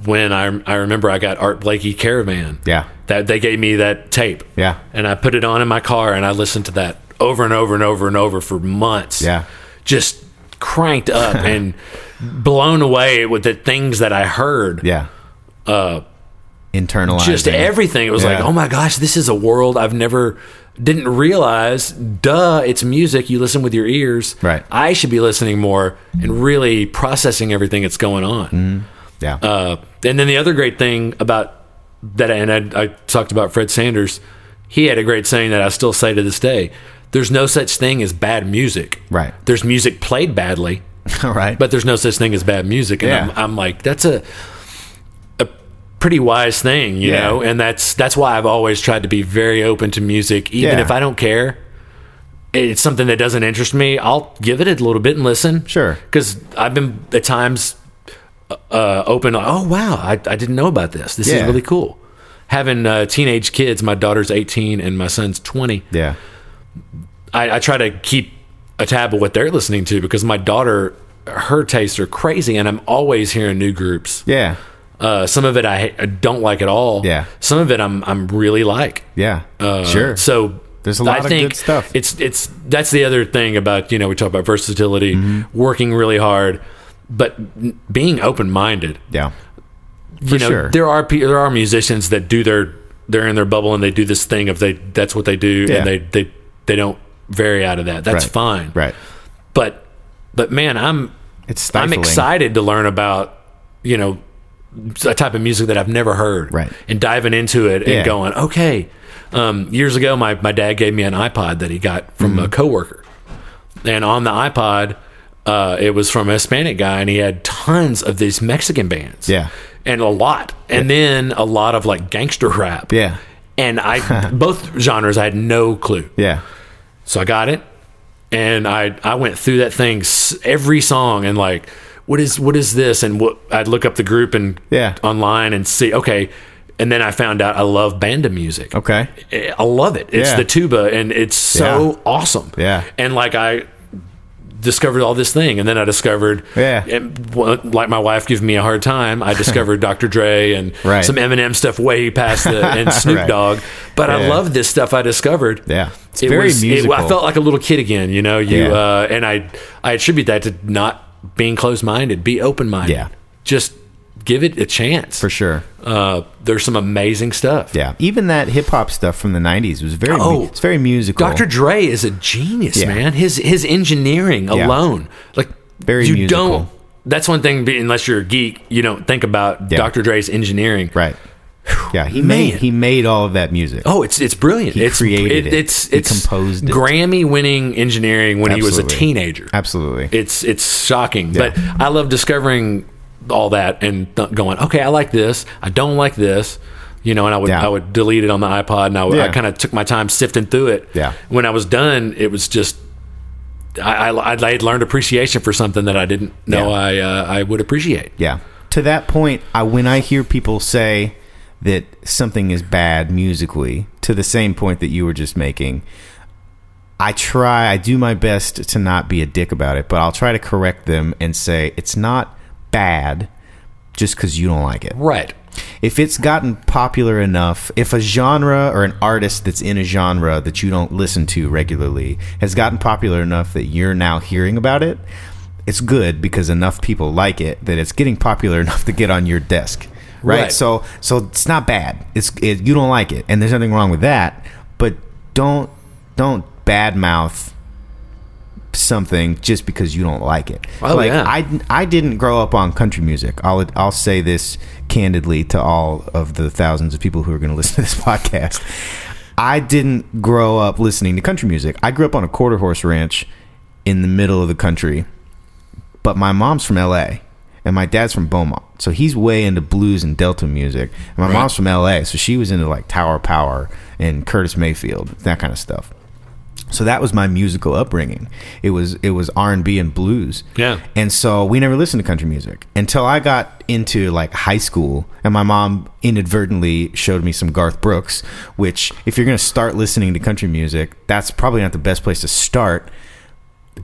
Speaker 2: when I, I remember I got Art Blakey Caravan.
Speaker 1: Yeah.
Speaker 2: That they gave me that tape.
Speaker 1: Yeah.
Speaker 2: And I put it on in my car and I listened to that over and over and over and over for months.
Speaker 1: Yeah.
Speaker 2: Just cranked up and blown away with the things that I heard.
Speaker 1: Yeah. Uh internalized.
Speaker 2: just everything. It was like,
Speaker 1: Yeah.
Speaker 2: oh my gosh, this is a world I've never didn't realize. Duh, it's music. You listen with your ears.
Speaker 1: Right.
Speaker 2: I should be listening more and really processing everything that's going on.
Speaker 1: Mm-hmm. Yeah.
Speaker 2: Uh, and then the other great thing about that, and I, I talked about Fred Sanders. He had a great saying that I still say to this day. There's no such thing as bad music.
Speaker 1: Right.
Speaker 2: There's music played badly
Speaker 1: all right.
Speaker 2: but there's no such thing as bad music. And
Speaker 1: Yeah.
Speaker 2: I'm, I'm like, that's a a pretty wise thing, you
Speaker 1: Yeah.
Speaker 2: know. And that's that's why I've always tried to be very open to music, even
Speaker 1: Yeah.
Speaker 2: if I don't care. It's something that doesn't interest me. I'll give it a little bit and listen.
Speaker 1: Sure.
Speaker 2: because I've been at times uh, open. like, Oh wow, I, I didn't know about this. This is
Speaker 1: Yeah.
Speaker 2: really cool. Having uh, teenage kids, my daughter's 18 and my son's 20.
Speaker 1: yeah.
Speaker 2: I, I try to keep a tab of what they're listening to because my daughter, her tastes are crazy, and I'm always hearing new groups.
Speaker 1: Yeah.
Speaker 2: Uh, some of it I, I don't like at all.
Speaker 1: Yeah.
Speaker 2: Some of it I'm I'm really like.
Speaker 1: Yeah.
Speaker 2: Uh,
Speaker 1: sure.
Speaker 2: So
Speaker 1: There's a lot
Speaker 2: I
Speaker 1: of good
Speaker 2: think
Speaker 1: stuff.
Speaker 2: It's it's that's the other thing about you know we talk about versatility,
Speaker 1: Mm-hmm.
Speaker 2: working really hard, but n- being open minded
Speaker 1: yeah.
Speaker 2: you know,
Speaker 1: sure.
Speaker 2: there are pe- there are musicians that do their they're in their bubble and they do this thing of they that's what they do
Speaker 1: Yeah.
Speaker 2: and they they they don't vary out of that. That's
Speaker 1: Right.
Speaker 2: fine.
Speaker 1: Right.
Speaker 2: But but man, I'm
Speaker 1: It's stifling.
Speaker 2: I'm excited to learn about you know a type of music that I've never heard.
Speaker 1: Right.
Speaker 2: And diving into it
Speaker 1: Yeah.
Speaker 2: and going okay. Um, years ago, my my dad gave me an iPod that he got from
Speaker 1: Mm-hmm.
Speaker 2: a coworker, and on the iPod. Uh, it was from a Hispanic guy, and he had tons of these Mexican bands.
Speaker 1: Yeah.
Speaker 2: and a lot, and then a lot of like gangster rap.
Speaker 1: Yeah.
Speaker 2: and I both genres I had no clue.
Speaker 1: Yeah.
Speaker 2: So I got it, and I I went through that thing s- every song and like what is what is this and what I'd look up the group and
Speaker 1: Yeah.
Speaker 2: online and see okay, and then I found out I love banda music.
Speaker 1: Okay.
Speaker 2: I I love it. It's
Speaker 1: Yeah.
Speaker 2: the tuba and it's so
Speaker 1: Yeah.
Speaker 2: awesome.
Speaker 1: Yeah.
Speaker 2: and like I discovered all this thing and then I discovered
Speaker 1: Yeah.
Speaker 2: and wa- like my wife gave me a hard time I discovered Dr. Dre and
Speaker 1: Right.
Speaker 2: some Eminem stuff way past the and Snoop
Speaker 1: Right.
Speaker 2: Dogg but I
Speaker 1: Yeah.
Speaker 2: love this stuff I discovered
Speaker 1: Yeah. It's very musical.
Speaker 2: I felt like a little kid again, you know. You
Speaker 1: Yeah.
Speaker 2: uh, and I, I attribute that to not being closed-minded, be open-minded.
Speaker 1: Yeah.
Speaker 2: just give it a chance.
Speaker 1: For sure.
Speaker 2: Uh, there's some amazing stuff.
Speaker 1: Yeah. Even that hip hop stuff from the 90s was very,
Speaker 2: Oh.
Speaker 1: it's very musical.
Speaker 2: Dr. Dre is a genius,
Speaker 1: Yeah.
Speaker 2: man. His his engineering alone, like
Speaker 1: Very
Speaker 2: you
Speaker 1: musical.
Speaker 2: don't. That's one thing. be- Unless you're a geek, you don't think about
Speaker 1: Yeah.
Speaker 2: Dr. Dre's engineering.
Speaker 1: Right. Yeah. He
Speaker 2: Man.
Speaker 1: made, he made all of that music.
Speaker 2: Oh, it's it's brilliant.
Speaker 1: He
Speaker 2: it's
Speaker 1: created it.
Speaker 2: It's
Speaker 1: He
Speaker 2: it's
Speaker 1: composed it.
Speaker 2: Grammy winning engineering when he was a
Speaker 1: Absolutely.
Speaker 2: teenager.
Speaker 1: Absolutely.
Speaker 2: it's it's shocking
Speaker 1: Yeah.
Speaker 2: but i love discovering all that and th- going okay i like this i don't like this you know and i would
Speaker 1: Yeah.
Speaker 2: i would delete it on the ipod and i, would- I
Speaker 1: Yeah.
Speaker 2: kind of took my time sifting through it
Speaker 1: Yeah.
Speaker 2: when i was done it was just I, I, I had learned appreciation for something that I didn't
Speaker 1: Yeah.
Speaker 2: know I uh, I would appreciate.
Speaker 1: Yeah. To that point, I when I hear people say that something is bad musically, to the same point that you were just making, I try, I do my best to not be a dick about it, but I'll try to correct them and say it's not bad just because you don't like it
Speaker 2: Right.
Speaker 1: if it's gotten popular enough, if a genre or an artist that's in a genre that you don't listen to regularly has gotten popular enough that you're now hearing about it, it's good because enough people like it that it's getting popular enough to get on your desk. Right?
Speaker 2: Right.
Speaker 1: So so it's not bad. It's it, you don't like it and there's nothing wrong with that, but don't don't badmouth something just because you don't like it.
Speaker 2: Oh,
Speaker 1: like
Speaker 2: yeah.
Speaker 1: I I didn't grow up on country music. I'll I'll say this candidly to all of the thousands of people who are going to listen to this podcast. I didn't grow up listening to country music. I grew up on a quarter horse ranch in the middle of the country. But my mom's from LA and my dad's from Beaumont. So he's way into blues and delta music. And my mom's from LA, so she was into like Tower Power and Curtis Mayfield, that kind of stuff. So that was my musical upbringing. It was it was R and B and blues.
Speaker 2: Yeah.
Speaker 1: And so we never listened to country music until I got into like high school, and my mom inadvertently showed me some Garth Brooks. Which, if you're going to start listening to country music, that's probably not the best place to start.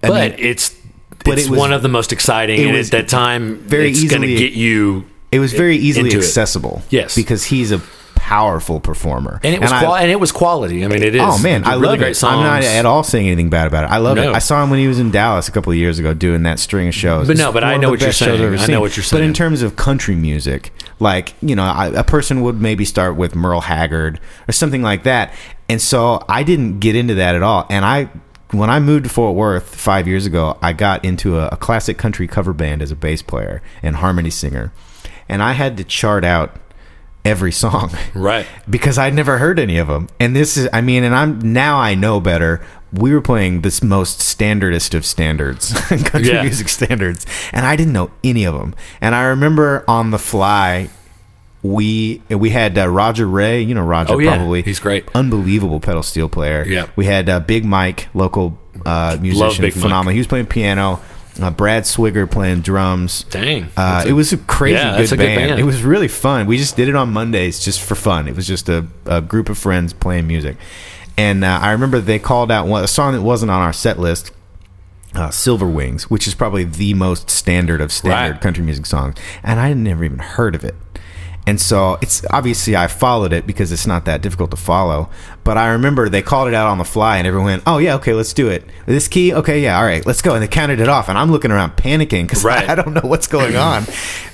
Speaker 1: I
Speaker 2: but
Speaker 1: mean,
Speaker 2: it's
Speaker 1: but
Speaker 2: it's
Speaker 1: it was-
Speaker 2: one of the most exciting
Speaker 1: it
Speaker 2: and
Speaker 1: was
Speaker 2: at that time
Speaker 1: very
Speaker 2: it's going to
Speaker 1: easily-
Speaker 2: get you
Speaker 1: it was very easily
Speaker 2: into it.
Speaker 1: accessible.
Speaker 2: Yes.
Speaker 1: because he's a powerful performer,
Speaker 2: and it was
Speaker 1: I-
Speaker 2: quali- and it was quality. I mean it is.
Speaker 1: Oh man, I
Speaker 2: really
Speaker 1: love
Speaker 2: great
Speaker 1: it.
Speaker 2: songs.
Speaker 1: I'm not at all saying anything bad about it. I love
Speaker 2: No.
Speaker 1: it. I saw him when he was in Dallas a couple of years ago doing that string of shows.
Speaker 2: But
Speaker 1: It's
Speaker 2: no, but
Speaker 1: one
Speaker 2: I
Speaker 1: of
Speaker 2: know
Speaker 1: the
Speaker 2: what you're
Speaker 1: best shows I've
Speaker 2: saying.
Speaker 1: ever
Speaker 2: I know
Speaker 1: seen.
Speaker 2: what you're
Speaker 1: But in
Speaker 2: saying.
Speaker 1: terms of country music, like you know, I, a person would maybe start with Merle Haggard or something like that. And so I didn't get into that at all. And I. When I moved to Fort Worth five years ago, I got into a, a classic country cover band as a bass player and harmony singer. And I had to chart out every song
Speaker 2: Right.
Speaker 1: because I'd never heard any of them. And this is, I mean, and I'm now I know better. We were playing this most standardest of standards, country
Speaker 2: Yeah.
Speaker 1: music standards, and I didn't know any of them. And I remember on the fly, we we had uh, Roger Ray, you know Roger
Speaker 2: Oh, yeah.
Speaker 1: probably,
Speaker 2: He's great.
Speaker 1: unbelievable pedal steel player.
Speaker 2: Yeah.
Speaker 1: we had uh, Big Mike, local uh, musician,
Speaker 2: Big Mike.
Speaker 1: phenomenal. He was playing piano. Uh, Brad Swigger playing drums.
Speaker 2: Dang.
Speaker 1: Uh,
Speaker 2: That's a-
Speaker 1: it was a crazy
Speaker 2: Yeah,
Speaker 1: good,
Speaker 2: that's a
Speaker 1: band.
Speaker 2: good band.
Speaker 1: It was really fun. We just did it on Mondays just for fun. It was just a, a group of friends playing music. And uh, I remember they called out one, a song that wasn't on our set list, uh, Silver Wings, which is probably the most standard of standard
Speaker 2: Right.
Speaker 1: country music songs. And I had never even heard of it. And so it's obviously I followed it because it's not that difficult to follow. But I remember they called it out on the fly and everyone went, oh, yeah, okay, let's do it. This key, okay, yeah, all right, let's go. And they counted it off. And I'm looking around panicking because
Speaker 2: Right.
Speaker 1: I don't know what's going on.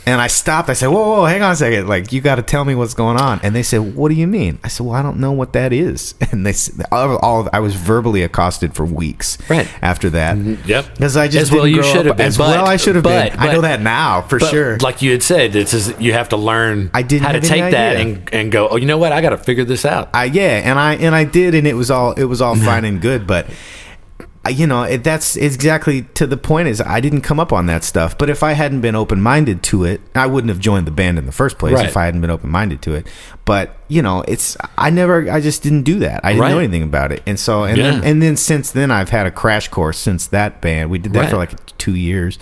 Speaker 1: And I stopped. I said, whoa, whoa, hang on a second. Like, you got to tell me what's going on. And they said, what do you mean? I said, well, I don't know what that is. And they said, all, all I was verbally accosted for weeks
Speaker 2: Right. Mm-hmm.
Speaker 1: after that.
Speaker 2: Yep.
Speaker 1: Because I just
Speaker 2: as well
Speaker 1: didn't
Speaker 2: you
Speaker 1: grow
Speaker 2: should
Speaker 1: up-
Speaker 2: have been
Speaker 1: as
Speaker 2: but-
Speaker 1: well I should have been.
Speaker 2: but-
Speaker 1: I know
Speaker 2: but-
Speaker 1: that now for
Speaker 2: but
Speaker 1: sure.
Speaker 2: Like you had said, it's just, you have to learn
Speaker 1: I didn't
Speaker 2: how to
Speaker 1: have any
Speaker 2: take that
Speaker 1: idea.
Speaker 2: and, and go. Oh, you know what? I got to figure this out.
Speaker 1: I yeah, and I and I did, and it was all it was all fine and good, but I- you know, it, that's exactly to the point. Is I didn't come up on that stuff, but if I hadn't been open minded to it, I wouldn't have joined the band in the first place
Speaker 2: Right.
Speaker 1: if I hadn't been open minded to it. But you know, it's I never, I just didn't do that. I didn't
Speaker 2: Right.
Speaker 1: know anything about it, and so and then,
Speaker 2: Yeah.
Speaker 1: and then since then, I've had a crash course since that band. We did that for
Speaker 2: Right.
Speaker 1: like two years.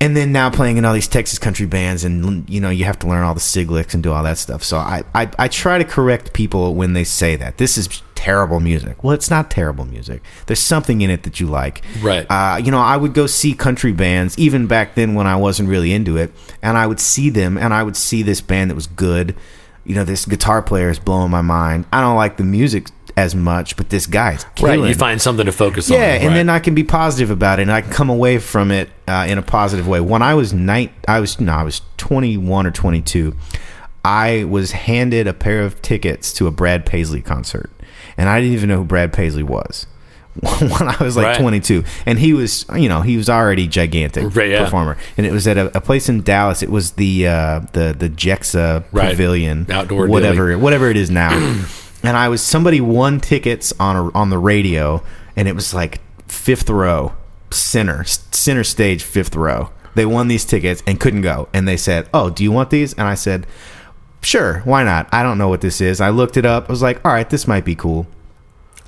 Speaker 1: And then now playing in all these Texas country bands, and you know you have to learn all the sig licks and do all that stuff. So I, I I try to correct people when they say that this is terrible music. Well, it's not terrible music. There's something in it that you like.
Speaker 2: Right.
Speaker 1: Uh, you know, I would go see country bands even back then when I wasn't really into it, and I would see them, and I would see this band that was good. You know, this guitar player is blowing my mind. I don't like the music as much, but this guy's
Speaker 2: Right.
Speaker 1: killing.
Speaker 2: You find something to focus on.
Speaker 1: Yeah, and
Speaker 2: right.
Speaker 1: then I can be positive about it, and I can come away from it uh, in a positive way. When I was nine, I was no, I was twenty one or twenty two. I was handed a pair of tickets to a Brad Paisley concert, and I didn't even know who Brad Paisley was when I was like
Speaker 2: Right.
Speaker 1: twenty two, and he was you know he was already gigantic
Speaker 2: Right, yeah.
Speaker 1: performer, and it was at a, a place in Dallas. It was the uh, the the Jexa
Speaker 2: Right.
Speaker 1: Pavilion,
Speaker 2: Outdoor
Speaker 1: whatever whatever it is now. and I was somebody won tickets on a, on the radio, and it was like fifth row, center center stage, fifth row. They won these tickets and couldn't go, and they said, "Oh, do you want these?" And I said, "Sure, why not? I don't know what this is." I looked it up. I was like, "All right, this might be cool."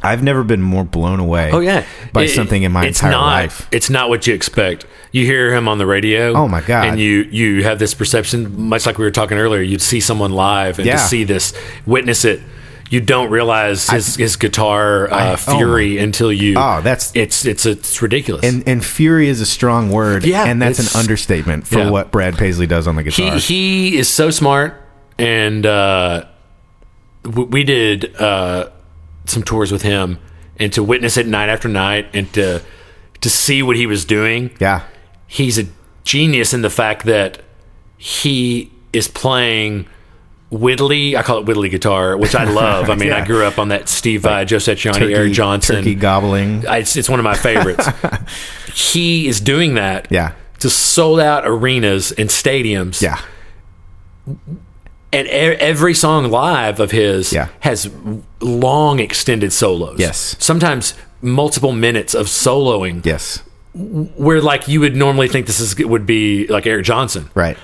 Speaker 1: I've never been more blown away.
Speaker 2: Oh yeah,
Speaker 1: by
Speaker 2: It-
Speaker 1: something in my
Speaker 2: it's
Speaker 1: entire
Speaker 2: not-
Speaker 1: life.
Speaker 2: It's not what you expect. You hear him on the radio.
Speaker 1: Oh, my God.
Speaker 2: And you you have this perception, much like we were talking earlier. You'd see someone live and
Speaker 1: Yeah.
Speaker 2: to see this, witness it. You don't realize his, his guitar uh, fury until you.
Speaker 1: Oh, that's-
Speaker 2: it's it's it's ridiculous.
Speaker 1: And, and fury is a strong word,
Speaker 2: Yeah,
Speaker 1: and that's
Speaker 2: it's-
Speaker 1: an understatement for
Speaker 2: yeah.
Speaker 1: what Brad Paisley does on the
Speaker 2: he
Speaker 1: guitar.
Speaker 2: he is so smart and uh w- we did uh some tours with him and to witness it night after night and to to see what he was doing
Speaker 1: yeah,
Speaker 2: he's a genius in the fact that he is playing whittly i call it whittly guitar which i love i mean
Speaker 1: Yeah.
Speaker 2: i grew up on that steve vai joe satriani
Speaker 1: Turkey-
Speaker 2: eric johnson Uh,
Speaker 1: turkey gobbling.
Speaker 2: I- it's, it's one of my favorites he is doing that
Speaker 1: Yeah.
Speaker 2: to sold out arenas and stadiums
Speaker 1: Yeah,
Speaker 2: and e- every song live of his
Speaker 1: Yeah.
Speaker 2: has long extended solos.
Speaker 1: Yes.
Speaker 2: sometimes multiple minutes of soloing.
Speaker 1: yes,
Speaker 2: where like you would normally think this is would be like Eric Johnson,
Speaker 1: right.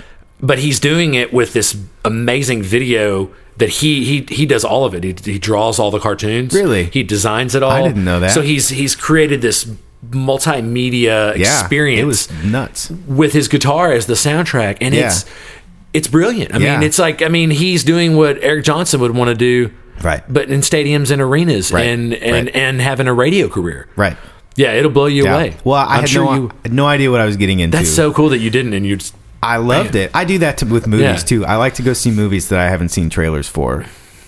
Speaker 2: but he's doing it with this amazing video that he he he does all of it. He, he draws all the cartoons.
Speaker 1: Really?
Speaker 2: he designs it all.
Speaker 1: I didn't know that.
Speaker 2: So he's he's created this multimedia
Speaker 1: Yeah,
Speaker 2: experience
Speaker 1: It was nuts.
Speaker 2: with his guitar as the soundtrack, and
Speaker 1: Yeah.
Speaker 2: it's it's brilliant. I
Speaker 1: Yeah.
Speaker 2: mean, it's like I mean, he's doing what Eric Johnson would want to do,
Speaker 1: Right.
Speaker 2: But in stadiums and arenas,
Speaker 1: Right.
Speaker 2: and and
Speaker 1: Right.
Speaker 2: and having a radio career,
Speaker 1: Right.
Speaker 2: Yeah, it'll blow you
Speaker 1: Yeah.
Speaker 2: away.
Speaker 1: Well, I
Speaker 2: I'm
Speaker 1: had
Speaker 2: sure
Speaker 1: no,
Speaker 2: you.
Speaker 1: no idea what I was getting into.
Speaker 2: That's so cool that you didn't, and you. just
Speaker 1: I loved it. I do that to, with movies
Speaker 2: Yeah.
Speaker 1: too. I like to go see movies that I haven't seen trailers for.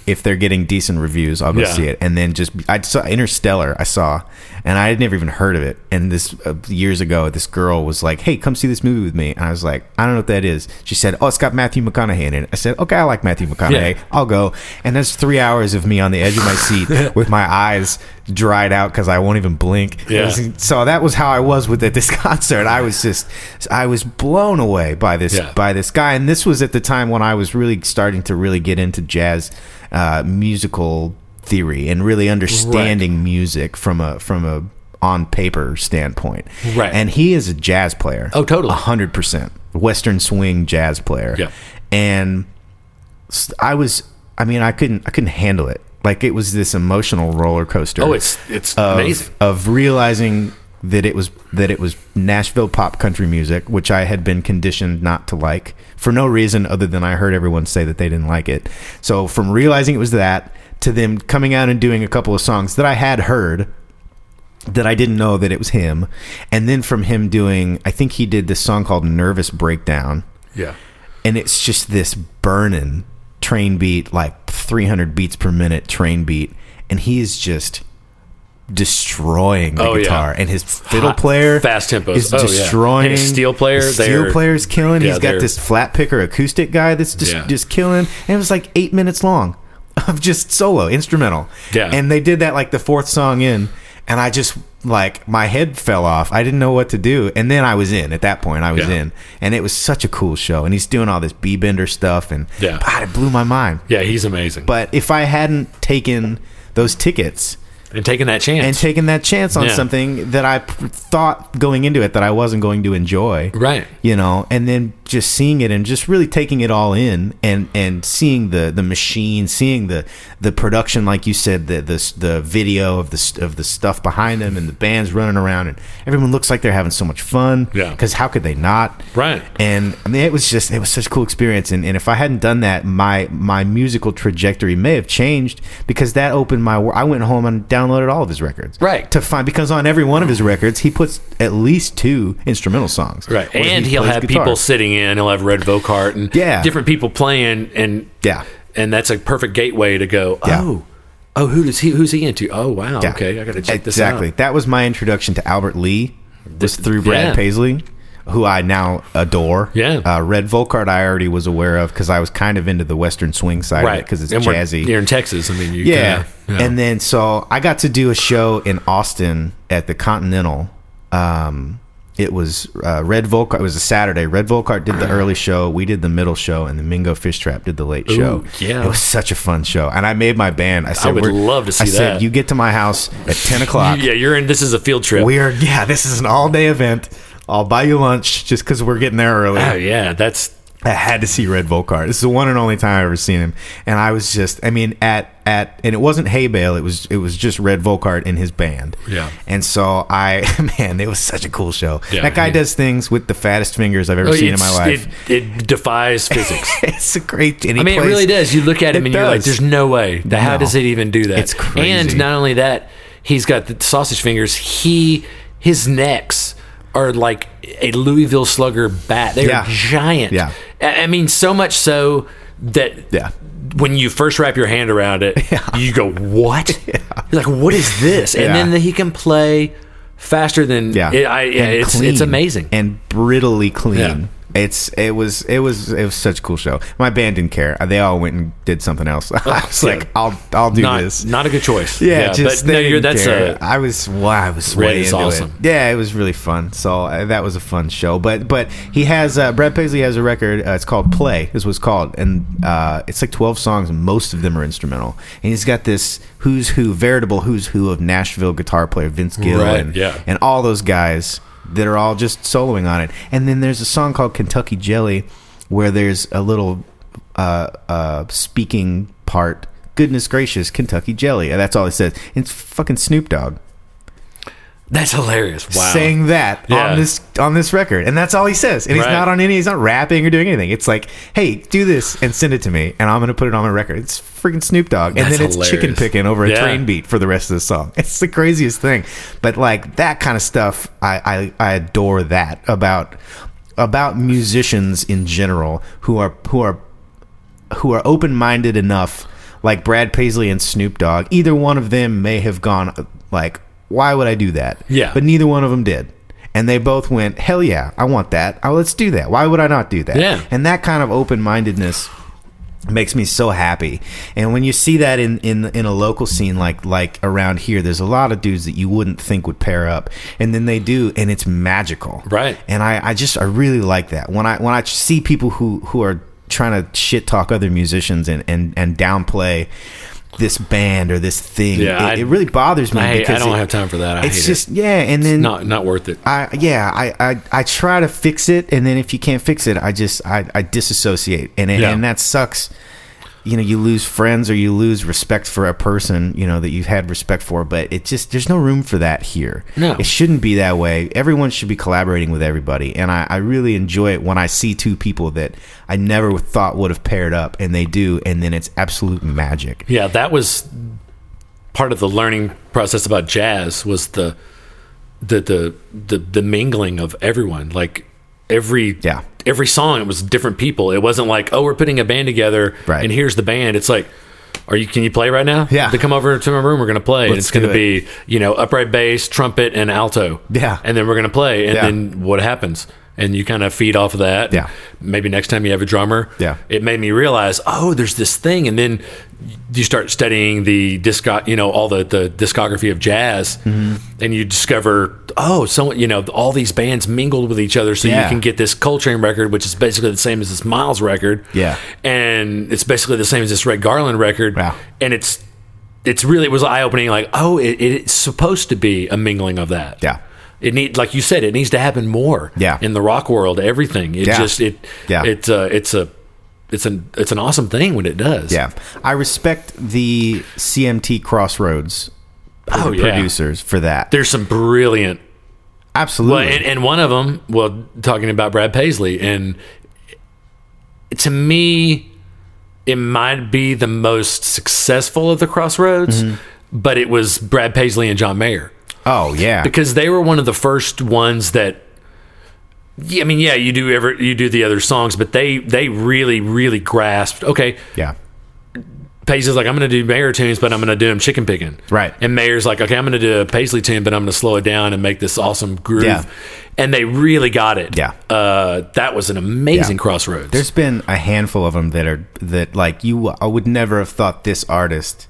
Speaker 1: If they're getting decent reviews, I'll go
Speaker 2: Yeah.
Speaker 1: see it. And then just I saw Interstellar. I saw, and I had never even heard of it. And this uh, years ago, this girl was like, "Hey, come see this movie with me." And I was like, "I don't know what that is." She said, "Oh, it's got Matthew McConaughey in it." I said, "Okay, I like Matthew McConaughey.
Speaker 2: Yeah.
Speaker 1: I'll go." And that's three hours of me on the edge of my seat with my eyes dried out because I won't even blink.
Speaker 2: Yeah.
Speaker 1: So that was how I was with at this concert. I was just I was blown away by this
Speaker 2: Yeah.
Speaker 1: by this guy, and this was at the time when I was really starting to really get into jazz uh, musical theory and really understanding music from a from a on paper standpoint.
Speaker 2: Right.
Speaker 1: And he is a jazz player.
Speaker 2: Oh, totally.
Speaker 1: A hundred percent Western swing jazz player.
Speaker 2: Yeah.
Speaker 1: And s- I was. I mean, I couldn't. I couldn't handle it. Like it was this emotional roller coaster
Speaker 2: Oh, it's it's
Speaker 1: of,
Speaker 2: amazing.
Speaker 1: of realizing that it was that it was Nashville pop country music, which I had been conditioned not to like for no reason other than I heard everyone say that they didn't like it. So from realizing it was that to them coming out and doing a couple of songs that I had heard that I didn't know that it was him, and then from him doing, I think he did this song called "Nervous Breakdown,"
Speaker 2: Yeah,
Speaker 1: and it's just this burning train beat like 300 beats per minute train beat and he is just destroying the
Speaker 2: Oh, yeah.
Speaker 1: guitar and his fiddle
Speaker 2: Hot,
Speaker 1: player
Speaker 2: fast tempos.
Speaker 1: is
Speaker 2: Oh, yeah.
Speaker 1: destroying
Speaker 2: And his steel player,
Speaker 1: His steel
Speaker 2: they're-
Speaker 1: player is killing
Speaker 2: Yeah,
Speaker 1: he's got
Speaker 2: they're-
Speaker 1: this flat picker acoustic guy that's just
Speaker 2: Yeah.
Speaker 1: just killing and it was like eight minutes long of just solo instrumental
Speaker 2: Yeah.
Speaker 1: and they did that like the fourth song in and i just like my head fell off i didn't know what to do and then i was in at that point i was
Speaker 2: Yeah.
Speaker 1: in and it was such a cool show. And he's doing all this B Bender stuff, and
Speaker 2: Yeah.
Speaker 1: God, it blew my mind.
Speaker 2: yeah, he's amazing.
Speaker 1: But if I hadn't taken those tickets,
Speaker 2: and taking that
Speaker 1: and
Speaker 2: chance.
Speaker 1: taking that chance on
Speaker 2: Yeah.
Speaker 1: something that I p- thought going into it that I wasn't going to enjoy.
Speaker 2: right.
Speaker 1: You know, and then just seeing it and just really taking it all in and and seeing the the machine, seeing the the production like you said the the s- the video of the s- of the stuff behind them and the bands running around and everyone looks like they're having so much fun.
Speaker 2: Yeah.
Speaker 1: Cuz how could they not?
Speaker 2: Right.
Speaker 1: and I mean, it was just it was such a cool experience. And, and if I hadn't done that, my my musical trajectory may have changed because that opened my. wor- I went home and downloaded all of his records,
Speaker 2: Right.
Speaker 1: To find because on every one of his records, he puts at least two instrumental songs,
Speaker 2: Right.
Speaker 1: where
Speaker 2: And
Speaker 1: he
Speaker 2: he will
Speaker 1: plays
Speaker 2: have
Speaker 1: guitar.
Speaker 2: people sitting in, he'll have Red Vocart and
Speaker 1: Yeah.
Speaker 2: different people playing and
Speaker 1: Yeah.
Speaker 2: and that's a perfect gateway to go,
Speaker 1: Yeah.
Speaker 2: Oh, oh who does he who's he into? Oh wow,
Speaker 1: Yeah.
Speaker 2: okay, I gotta check this out.
Speaker 1: exactly. That was my introduction to Albert Lee. Was through Brad
Speaker 2: yeah.
Speaker 1: Paisley, who I now adore.
Speaker 2: Yeah.
Speaker 1: uh, Red Volkart I already was aware of because I was kind of into the Western swing side
Speaker 2: Right.
Speaker 1: because it's
Speaker 2: And we're-
Speaker 1: jazzy.
Speaker 2: You're in Texas. I mean you
Speaker 1: yeah.
Speaker 2: kinda-
Speaker 1: And then so I got to do a show in Austin at the Continental. Um, it was uh, Red Volkart. It was a Saturday. Red Volkart did the early show. We did the middle show, and the Mingo Fish Trap did the late show.
Speaker 2: yeah.
Speaker 1: it was such a fun show, and I made my band. I said,
Speaker 2: would
Speaker 1: "We're-"
Speaker 2: love to see
Speaker 1: I said,
Speaker 2: that.
Speaker 1: "You get to my house at ten o'clock.
Speaker 2: yeah, you're in this is a field trip.
Speaker 1: We are. Yeah, this is an all-day event. I'll buy you lunch just because we're getting there early."
Speaker 2: oh yeah, that's
Speaker 1: I had to see Red Volkart. It's the one and only time I've ever seen him, and I was just, I mean, at at, and it wasn't Hay Bale. It was it was just Red Volkart and his band.
Speaker 2: Yeah.
Speaker 1: And so I, man, it was such a cool show.
Speaker 2: Yeah,
Speaker 1: that guy
Speaker 2: he- Oh,
Speaker 1: does things with the fattest fingers I've ever seen in my
Speaker 2: it's-
Speaker 1: life.
Speaker 2: It, it defies physics.
Speaker 1: it's a great. And he
Speaker 2: I mean,
Speaker 1: plays,
Speaker 2: it really does. You look at him
Speaker 1: It
Speaker 2: and you're like,
Speaker 1: does.
Speaker 2: "There's no way. The- How
Speaker 1: No.
Speaker 2: does it even do that?"
Speaker 1: It's crazy.
Speaker 2: And not only that, he's got the sausage fingers. He his necks are like a Louisville Slugger bat. They're
Speaker 1: Yeah.
Speaker 2: giant.
Speaker 1: Yeah.
Speaker 2: I I mean, so much so that
Speaker 1: Yeah.
Speaker 2: when you first wrap your hand around it, you go, "What?" You're like, "What is this?" And
Speaker 1: Yeah.
Speaker 2: then he can play faster than
Speaker 1: Yeah,
Speaker 2: It, I, yeah,
Speaker 1: And
Speaker 2: it's
Speaker 1: clean.
Speaker 2: it's amazing.
Speaker 1: and brittly clean.
Speaker 2: Yeah.
Speaker 1: It's it was it was it was such a cool show. My band didn't care. They all went and did something else. I was
Speaker 2: yeah.
Speaker 1: like, I'll I'll do
Speaker 2: not,
Speaker 1: this.
Speaker 2: not a good choice.
Speaker 1: Yeah, just
Speaker 2: but no,
Speaker 1: they
Speaker 2: you're,
Speaker 1: didn't
Speaker 2: that's
Speaker 1: care.
Speaker 2: a,
Speaker 1: I was wow, I was
Speaker 2: Red
Speaker 1: way
Speaker 2: is
Speaker 1: into
Speaker 2: awesome.
Speaker 1: it. Yeah, it was really fun. So uh, that was a fun show. But but he has uh, Brad Paisley has a record. Uh, it's called Play. Is what's called, and uh, it's like twelve songs. and Most of them are instrumental. And he's got this who's who, veritable who's who of Nashville guitar player Vince Gill
Speaker 2: Right,
Speaker 1: and
Speaker 2: yeah.
Speaker 1: and all those guys that are all just soloing on it. And then there's a song called Kentucky Jelly where there's a little uh, uh, speaking part. Goodness gracious, Kentucky Jelly. And That's all it says. And it's fucking Snoop Dogg
Speaker 2: That's hilarious. Wow.
Speaker 1: saying that
Speaker 2: Yeah.
Speaker 1: on this on this record, and that's all he says. And he's
Speaker 2: Right.
Speaker 1: not on any. He's not rapping or doing anything. It's like, hey, do this and send it to me, and I'm gonna put it on my record. It's freaking Snoop Dogg, and
Speaker 2: That's
Speaker 1: then it's chicken
Speaker 2: hilarious.
Speaker 1: picking over a
Speaker 2: Yeah.
Speaker 1: train beat for the rest of the song. It's the craziest thing. But like that kind of stuff, I I, I adore that about about musicians in general who are who are who are open minded enough, like Brad Paisley and Snoop Dogg, either one of them may have gone like, "Why would I do that?"
Speaker 2: Yeah.
Speaker 1: but neither one of them did, and they both went, "Hell yeah, I want that. Oh, let's do that. Why would I not do that?"
Speaker 2: Yeah.
Speaker 1: and that kind of open mindedness makes me so happy. And when you see that in, in in a local scene like like around here, there's a lot of dudes that you wouldn't think would pair up, and then they do, and it's magical,
Speaker 2: Right.
Speaker 1: And I, I just I really like that when I when I see people who who are trying to shit talk other musicians and and and downplay this band or this thing.
Speaker 2: Yeah,
Speaker 1: it,
Speaker 2: I-
Speaker 1: it really bothers me.
Speaker 2: I, hate- I
Speaker 1: because
Speaker 2: don't
Speaker 1: it-
Speaker 2: have time for that. I
Speaker 1: It's
Speaker 2: hate
Speaker 1: just yeah, and then
Speaker 2: it. not not worth it.
Speaker 1: I yeah, I, I I try to fix it, and then if you can't fix it, I just I, I disassociate, and
Speaker 2: Yeah.
Speaker 1: and that sucks. You know, you lose friends or you lose respect for a person you know that you've had respect for, but it just there's no room for that here.
Speaker 2: No.
Speaker 1: it shouldn't be that way. Everyone should be collaborating with everybody, and I, I really enjoy it when I see two people that I never thought would have paired up, and they do, and then it's absolute magic.
Speaker 2: Yeah, that was part of the learning process about jazz was the the the the, the mingling of everyone. Like every
Speaker 1: Yeah.
Speaker 2: every song it was different people. It wasn't like, "Oh, we're putting a band together
Speaker 1: Right.
Speaker 2: and here's the band." It's like are you? Can you play right now?
Speaker 1: Yeah.
Speaker 2: They come over to my room. We're gonna play. and
Speaker 1: Let's
Speaker 2: it's gonna
Speaker 1: do
Speaker 2: be you know upright bass, trumpet, and alto.
Speaker 1: Yeah.
Speaker 2: And then we're gonna play. And
Speaker 1: Yeah.
Speaker 2: then what happens? And you kind of feed off of that.
Speaker 1: Yeah.
Speaker 2: Maybe next time you have a drummer.
Speaker 1: Yeah.
Speaker 2: It made me realize, oh, there's this thing, and then you start studying the disco, you know, all the, the discography of jazz,
Speaker 1: Mm-hmm.
Speaker 2: and you discover, oh, someone, you know, all these bands mingled with each other, so
Speaker 1: Yeah.
Speaker 2: you can get this Coltrane record, which is basically the same as this Miles record,
Speaker 1: Yeah.
Speaker 2: and it's basically the same as this Red Garland record,
Speaker 1: Wow.
Speaker 2: and it's it's really it was eye opening. Like, oh, it, it's supposed to be a mingling of that.
Speaker 1: Yeah.
Speaker 2: It need like you said, it needs to happen more.
Speaker 1: Yeah.
Speaker 2: In the rock world, everything. It
Speaker 1: Yeah.
Speaker 2: just it.
Speaker 1: Yeah.
Speaker 2: It's a it's a it's an it's an awesome thing when it does.
Speaker 1: Yeah, I respect the CMT Crossroads
Speaker 2: Oh yeah.
Speaker 1: producers for that.
Speaker 2: There's some brilliant
Speaker 1: Absolutely.
Speaker 2: Well, and, and one of them, well, talking about Brad Paisley, and to me, it might be the most successful of the crossroads,
Speaker 1: Mm-hmm.
Speaker 2: but it was Brad Paisley and John Mayer
Speaker 1: oh yeah,
Speaker 2: because they were one of the first ones that. Yeah, I mean, yeah, you do ever you do the other songs, but they they really really grasped. Okay,
Speaker 1: yeah,
Speaker 2: Paisley's like, I'm going to do Mayer tunes, but I'm going to do them chicken picking.
Speaker 1: Right.
Speaker 2: And Mayer's like, okay, I'm going to do a Paisley tune, but I'm going to slow it down and make this awesome groove.
Speaker 1: Yeah.
Speaker 2: And they really got it.
Speaker 1: Yeah.
Speaker 2: Uh, that was an amazing
Speaker 1: Yeah.
Speaker 2: crossroads.
Speaker 1: There's been a handful of them that are that like you. I would never have thought this artist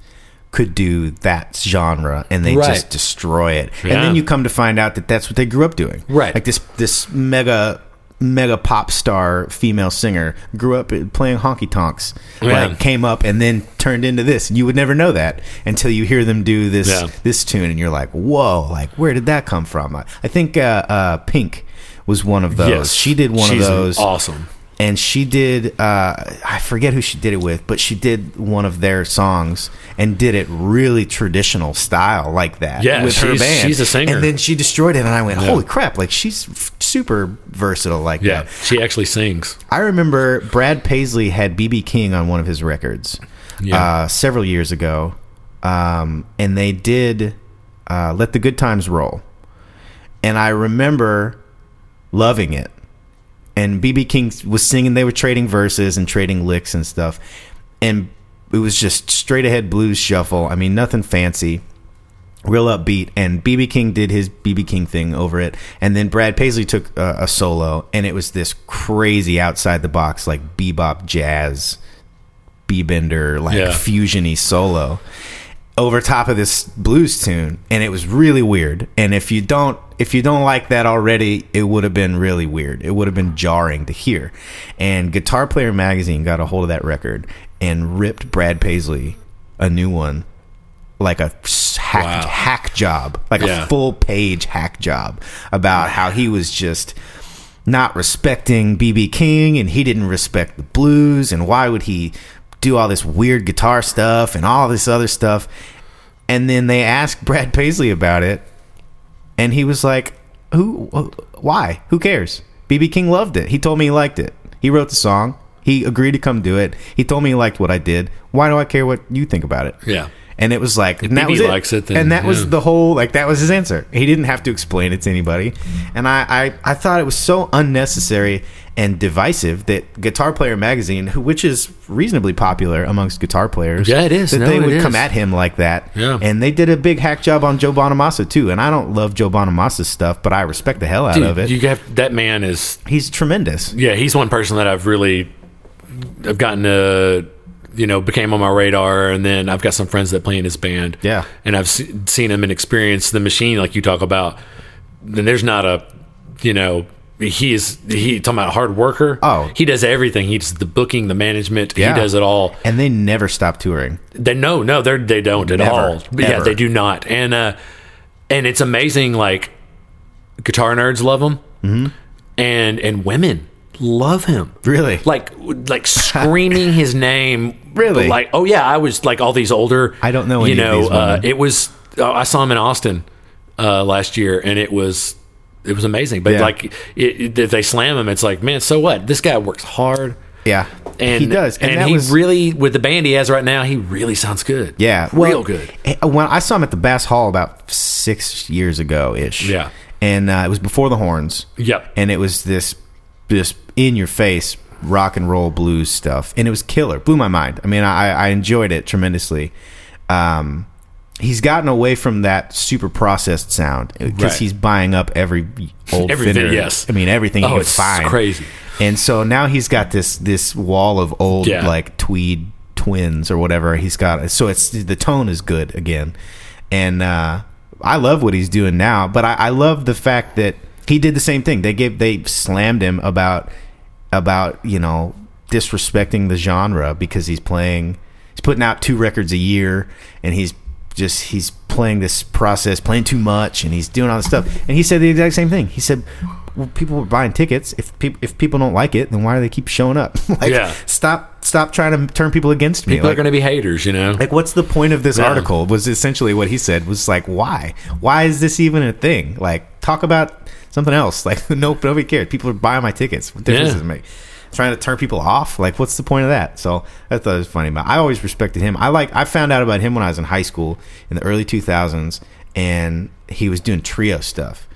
Speaker 1: could do that genre, and they
Speaker 2: Right.
Speaker 1: just destroy it. And
Speaker 2: Yeah.
Speaker 1: then you come to find out that that's what they grew up doing.
Speaker 2: Right.
Speaker 1: Like this this mega mega pop star female singer grew up playing honky tonks
Speaker 2: Yeah.
Speaker 1: like came up and then turned into this you would never know that until you hear them do this
Speaker 2: Yeah.
Speaker 1: this tune and you're like whoa like where did that come from i, I think uh, uh pink was one of those
Speaker 2: Yes.
Speaker 1: she did one
Speaker 2: She's
Speaker 1: of those
Speaker 2: Awesome.
Speaker 1: and she did uh, i forget who she did it with but she did one of their songs and did it really traditional style like that
Speaker 2: Yeah,
Speaker 1: with her
Speaker 2: she's-
Speaker 1: band
Speaker 2: she's a singer.
Speaker 1: and then she destroyed it and i went holy crap like she's f- super versatile like
Speaker 2: Yeah.
Speaker 1: that
Speaker 2: She actually sings.
Speaker 1: i remember brad paisley had bb king on one of his records
Speaker 2: Yeah.
Speaker 1: uh, several years ago um, and they did uh, let the good times roll and i remember loving it and BB King was singing. They were trading verses and trading licks and stuff, and it was just straight ahead blues shuffle. I mean, nothing fancy, real upbeat. And BB King did his BB King thing over it, and then Brad Paisley took uh, a solo, and it was this crazy outside the box like bebop jazz, bender like
Speaker 2: Yeah.
Speaker 1: fusiony solo over top of this blues tune and it was really weird and if you don't if you don't like that already it would have been really weird it would have been jarring to hear and guitar player magazine got a hold of that record and ripped brad paisley a new one like a s- hack,
Speaker 2: Wow.
Speaker 1: hack job like
Speaker 2: Yeah.
Speaker 1: a full page hack job about how he was just not respecting BB King and he didn't respect the blues and why would he do all this weird guitar stuff and all this other stuff and then they asked Brad Paisley about it and he was like who wh- why who cares BB King loved it he told me he liked it he wrote the song he agreed to come do it he told me he liked what I did why do I care what you think about it
Speaker 2: Yeah.
Speaker 1: and it was like, and that
Speaker 2: BB
Speaker 1: was it.
Speaker 2: likes it, then,
Speaker 1: and that was
Speaker 2: yeah.
Speaker 1: the whole, like, that was his answer. He didn't have to explain it to anybody. And I, I, I thought it was so unnecessary and divisive that Guitar Player Magazine, who, which is reasonably popular amongst guitar players,
Speaker 2: Yeah, it is.
Speaker 1: that
Speaker 2: No,
Speaker 1: they
Speaker 2: it
Speaker 1: would
Speaker 2: is.
Speaker 1: come at him like that.
Speaker 2: Yeah.
Speaker 1: And they did a big hack job on Joe Bonamassa, too. And I don't love Joe Bonamassa's stuff, but I respect the hell out
Speaker 2: Dude,
Speaker 1: of it.
Speaker 2: You have that man is
Speaker 1: He's tremendous.
Speaker 2: yeah, he's one person that I've really I've gotten to you know became on my radar, and then I've got some friends that play in his band.
Speaker 1: Yeah.
Speaker 2: and I've se- seen him and experienced the machine like you talk about. Then there's not a you know he is he talking about a hard worker.
Speaker 1: Oh.
Speaker 2: he does everything. He does the booking, the management.
Speaker 1: Yeah.
Speaker 2: He does it all.
Speaker 1: And they never stop touring.
Speaker 2: They no, no, they they don't at
Speaker 1: Never,
Speaker 2: all. But Yeah,
Speaker 1: ever.
Speaker 2: they do not. And uh, and it's amazing. Like guitar nerds love him,
Speaker 1: Mm-hmm.
Speaker 2: and and women love him
Speaker 1: Really?
Speaker 2: like like screaming his name.
Speaker 1: Really?
Speaker 2: Like oh yeah, I was like all these older.
Speaker 1: I don't know
Speaker 2: You
Speaker 1: any of
Speaker 2: know,
Speaker 1: these
Speaker 2: uh,
Speaker 1: women.
Speaker 2: it was uh, I saw him in Austin uh, last year, and it was it was amazing. But
Speaker 1: Yeah.
Speaker 2: like it, it, if they slam him, it's like man, so what? This guy works hard.
Speaker 1: yeah.
Speaker 2: And
Speaker 1: he does.
Speaker 2: and,
Speaker 1: that
Speaker 2: he
Speaker 1: was,
Speaker 2: really with the band he has right now, he really sounds good.
Speaker 1: Yeah,
Speaker 2: real good.
Speaker 1: eh, When I saw him at the Bass Hall about six years ago ish.
Speaker 2: Yeah.
Speaker 1: and uh, it was before the horns.
Speaker 2: Yep.
Speaker 1: and it was this this in your face rock and roll blues stuff, and it was killer. Blew my mind. I mean, I, I enjoyed it tremendously. Um, he's gotten away from that super processed sound because
Speaker 2: Right.
Speaker 1: he's buying up every old
Speaker 2: Everything,
Speaker 1: Fender.
Speaker 2: yes.
Speaker 1: I mean everything
Speaker 2: Oh,
Speaker 1: he can
Speaker 2: it's
Speaker 1: find.
Speaker 2: crazy.
Speaker 1: And so now he's got this this wall of old
Speaker 2: Yeah.
Speaker 1: like tweed twins or whatever he's got. So it's the tone is good again, and uh, I love what he's doing now. But I, I love the fact that he did the same thing. They gave they slammed him about about you know disrespecting the genre because he's playing. He's putting out two records a year, and he's just he's playing this process, playing too much, and he's doing all this stuff. And he said the exact same thing. He said, well, "People were buying tickets. If peop if people don't like it, then why do they keep showing up? like,
Speaker 2: Yeah.
Speaker 1: stop stop trying to turn people against me.
Speaker 2: People are
Speaker 1: Like,
Speaker 2: going to be haters, you know.
Speaker 1: like, what's the point of this
Speaker 2: Yeah.
Speaker 1: article? Was essentially what he said was like, why? Why is this even a thing? Like, talk about something else. Like, no, nobody cares. People are buying my tickets. What difference
Speaker 2: Yeah.
Speaker 1: does it make? Trying to turn people off. Like, what's the point of that? So I thought it was funny. But I always respected him. I like. I found out about him when I was in high school in the early 2000s, and he was doing trio stuff.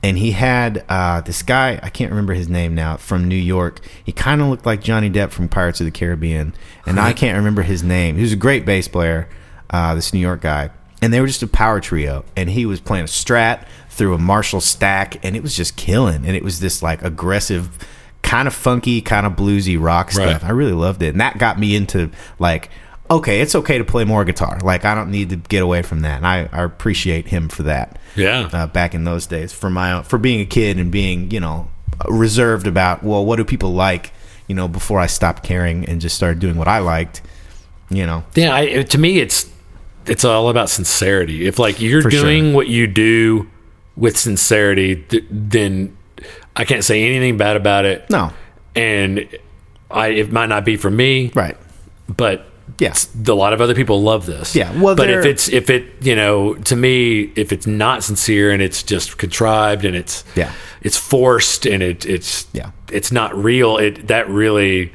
Speaker 1: And he had uh, this guy, I can't remember his name now, from New York. He kind of looked like Johnny Depp from Pirates of the Caribbean. And I can't remember his name. He was a great bass player, uh, this New York guy. And they were just a power trio. And he was playing a strat through a Marshall stack. And it was just killing. And it was this like aggressive, kind of funky, kind of bluesy rock
Speaker 2: Right.
Speaker 1: stuff. I really loved it. And that got me into like, okay, it's okay to play more guitar. Like, I don't need to get away from that. And I, I appreciate him for that
Speaker 2: Yeah.
Speaker 1: uh, back in those days for my for being a kid and being you know reserved about well what do people like you know before I stopped caring and just started doing what I liked you know
Speaker 2: Yeah, I, to me, it's it's all about sincerity. If like you're
Speaker 1: sure.
Speaker 2: doing what you do with sincerity, th- then I can't say anything bad about it.
Speaker 1: no
Speaker 2: and I it might not be for me,
Speaker 1: right
Speaker 2: but
Speaker 1: Yeah.
Speaker 2: s- a lot of other people love this.
Speaker 1: Yeah, well,
Speaker 2: but
Speaker 1: they're-
Speaker 2: if it's if it you know to me if it's not sincere and it's just contrived and it's
Speaker 1: Yeah.
Speaker 2: it's forced and it it's
Speaker 1: Yeah.
Speaker 2: it's not real. It that really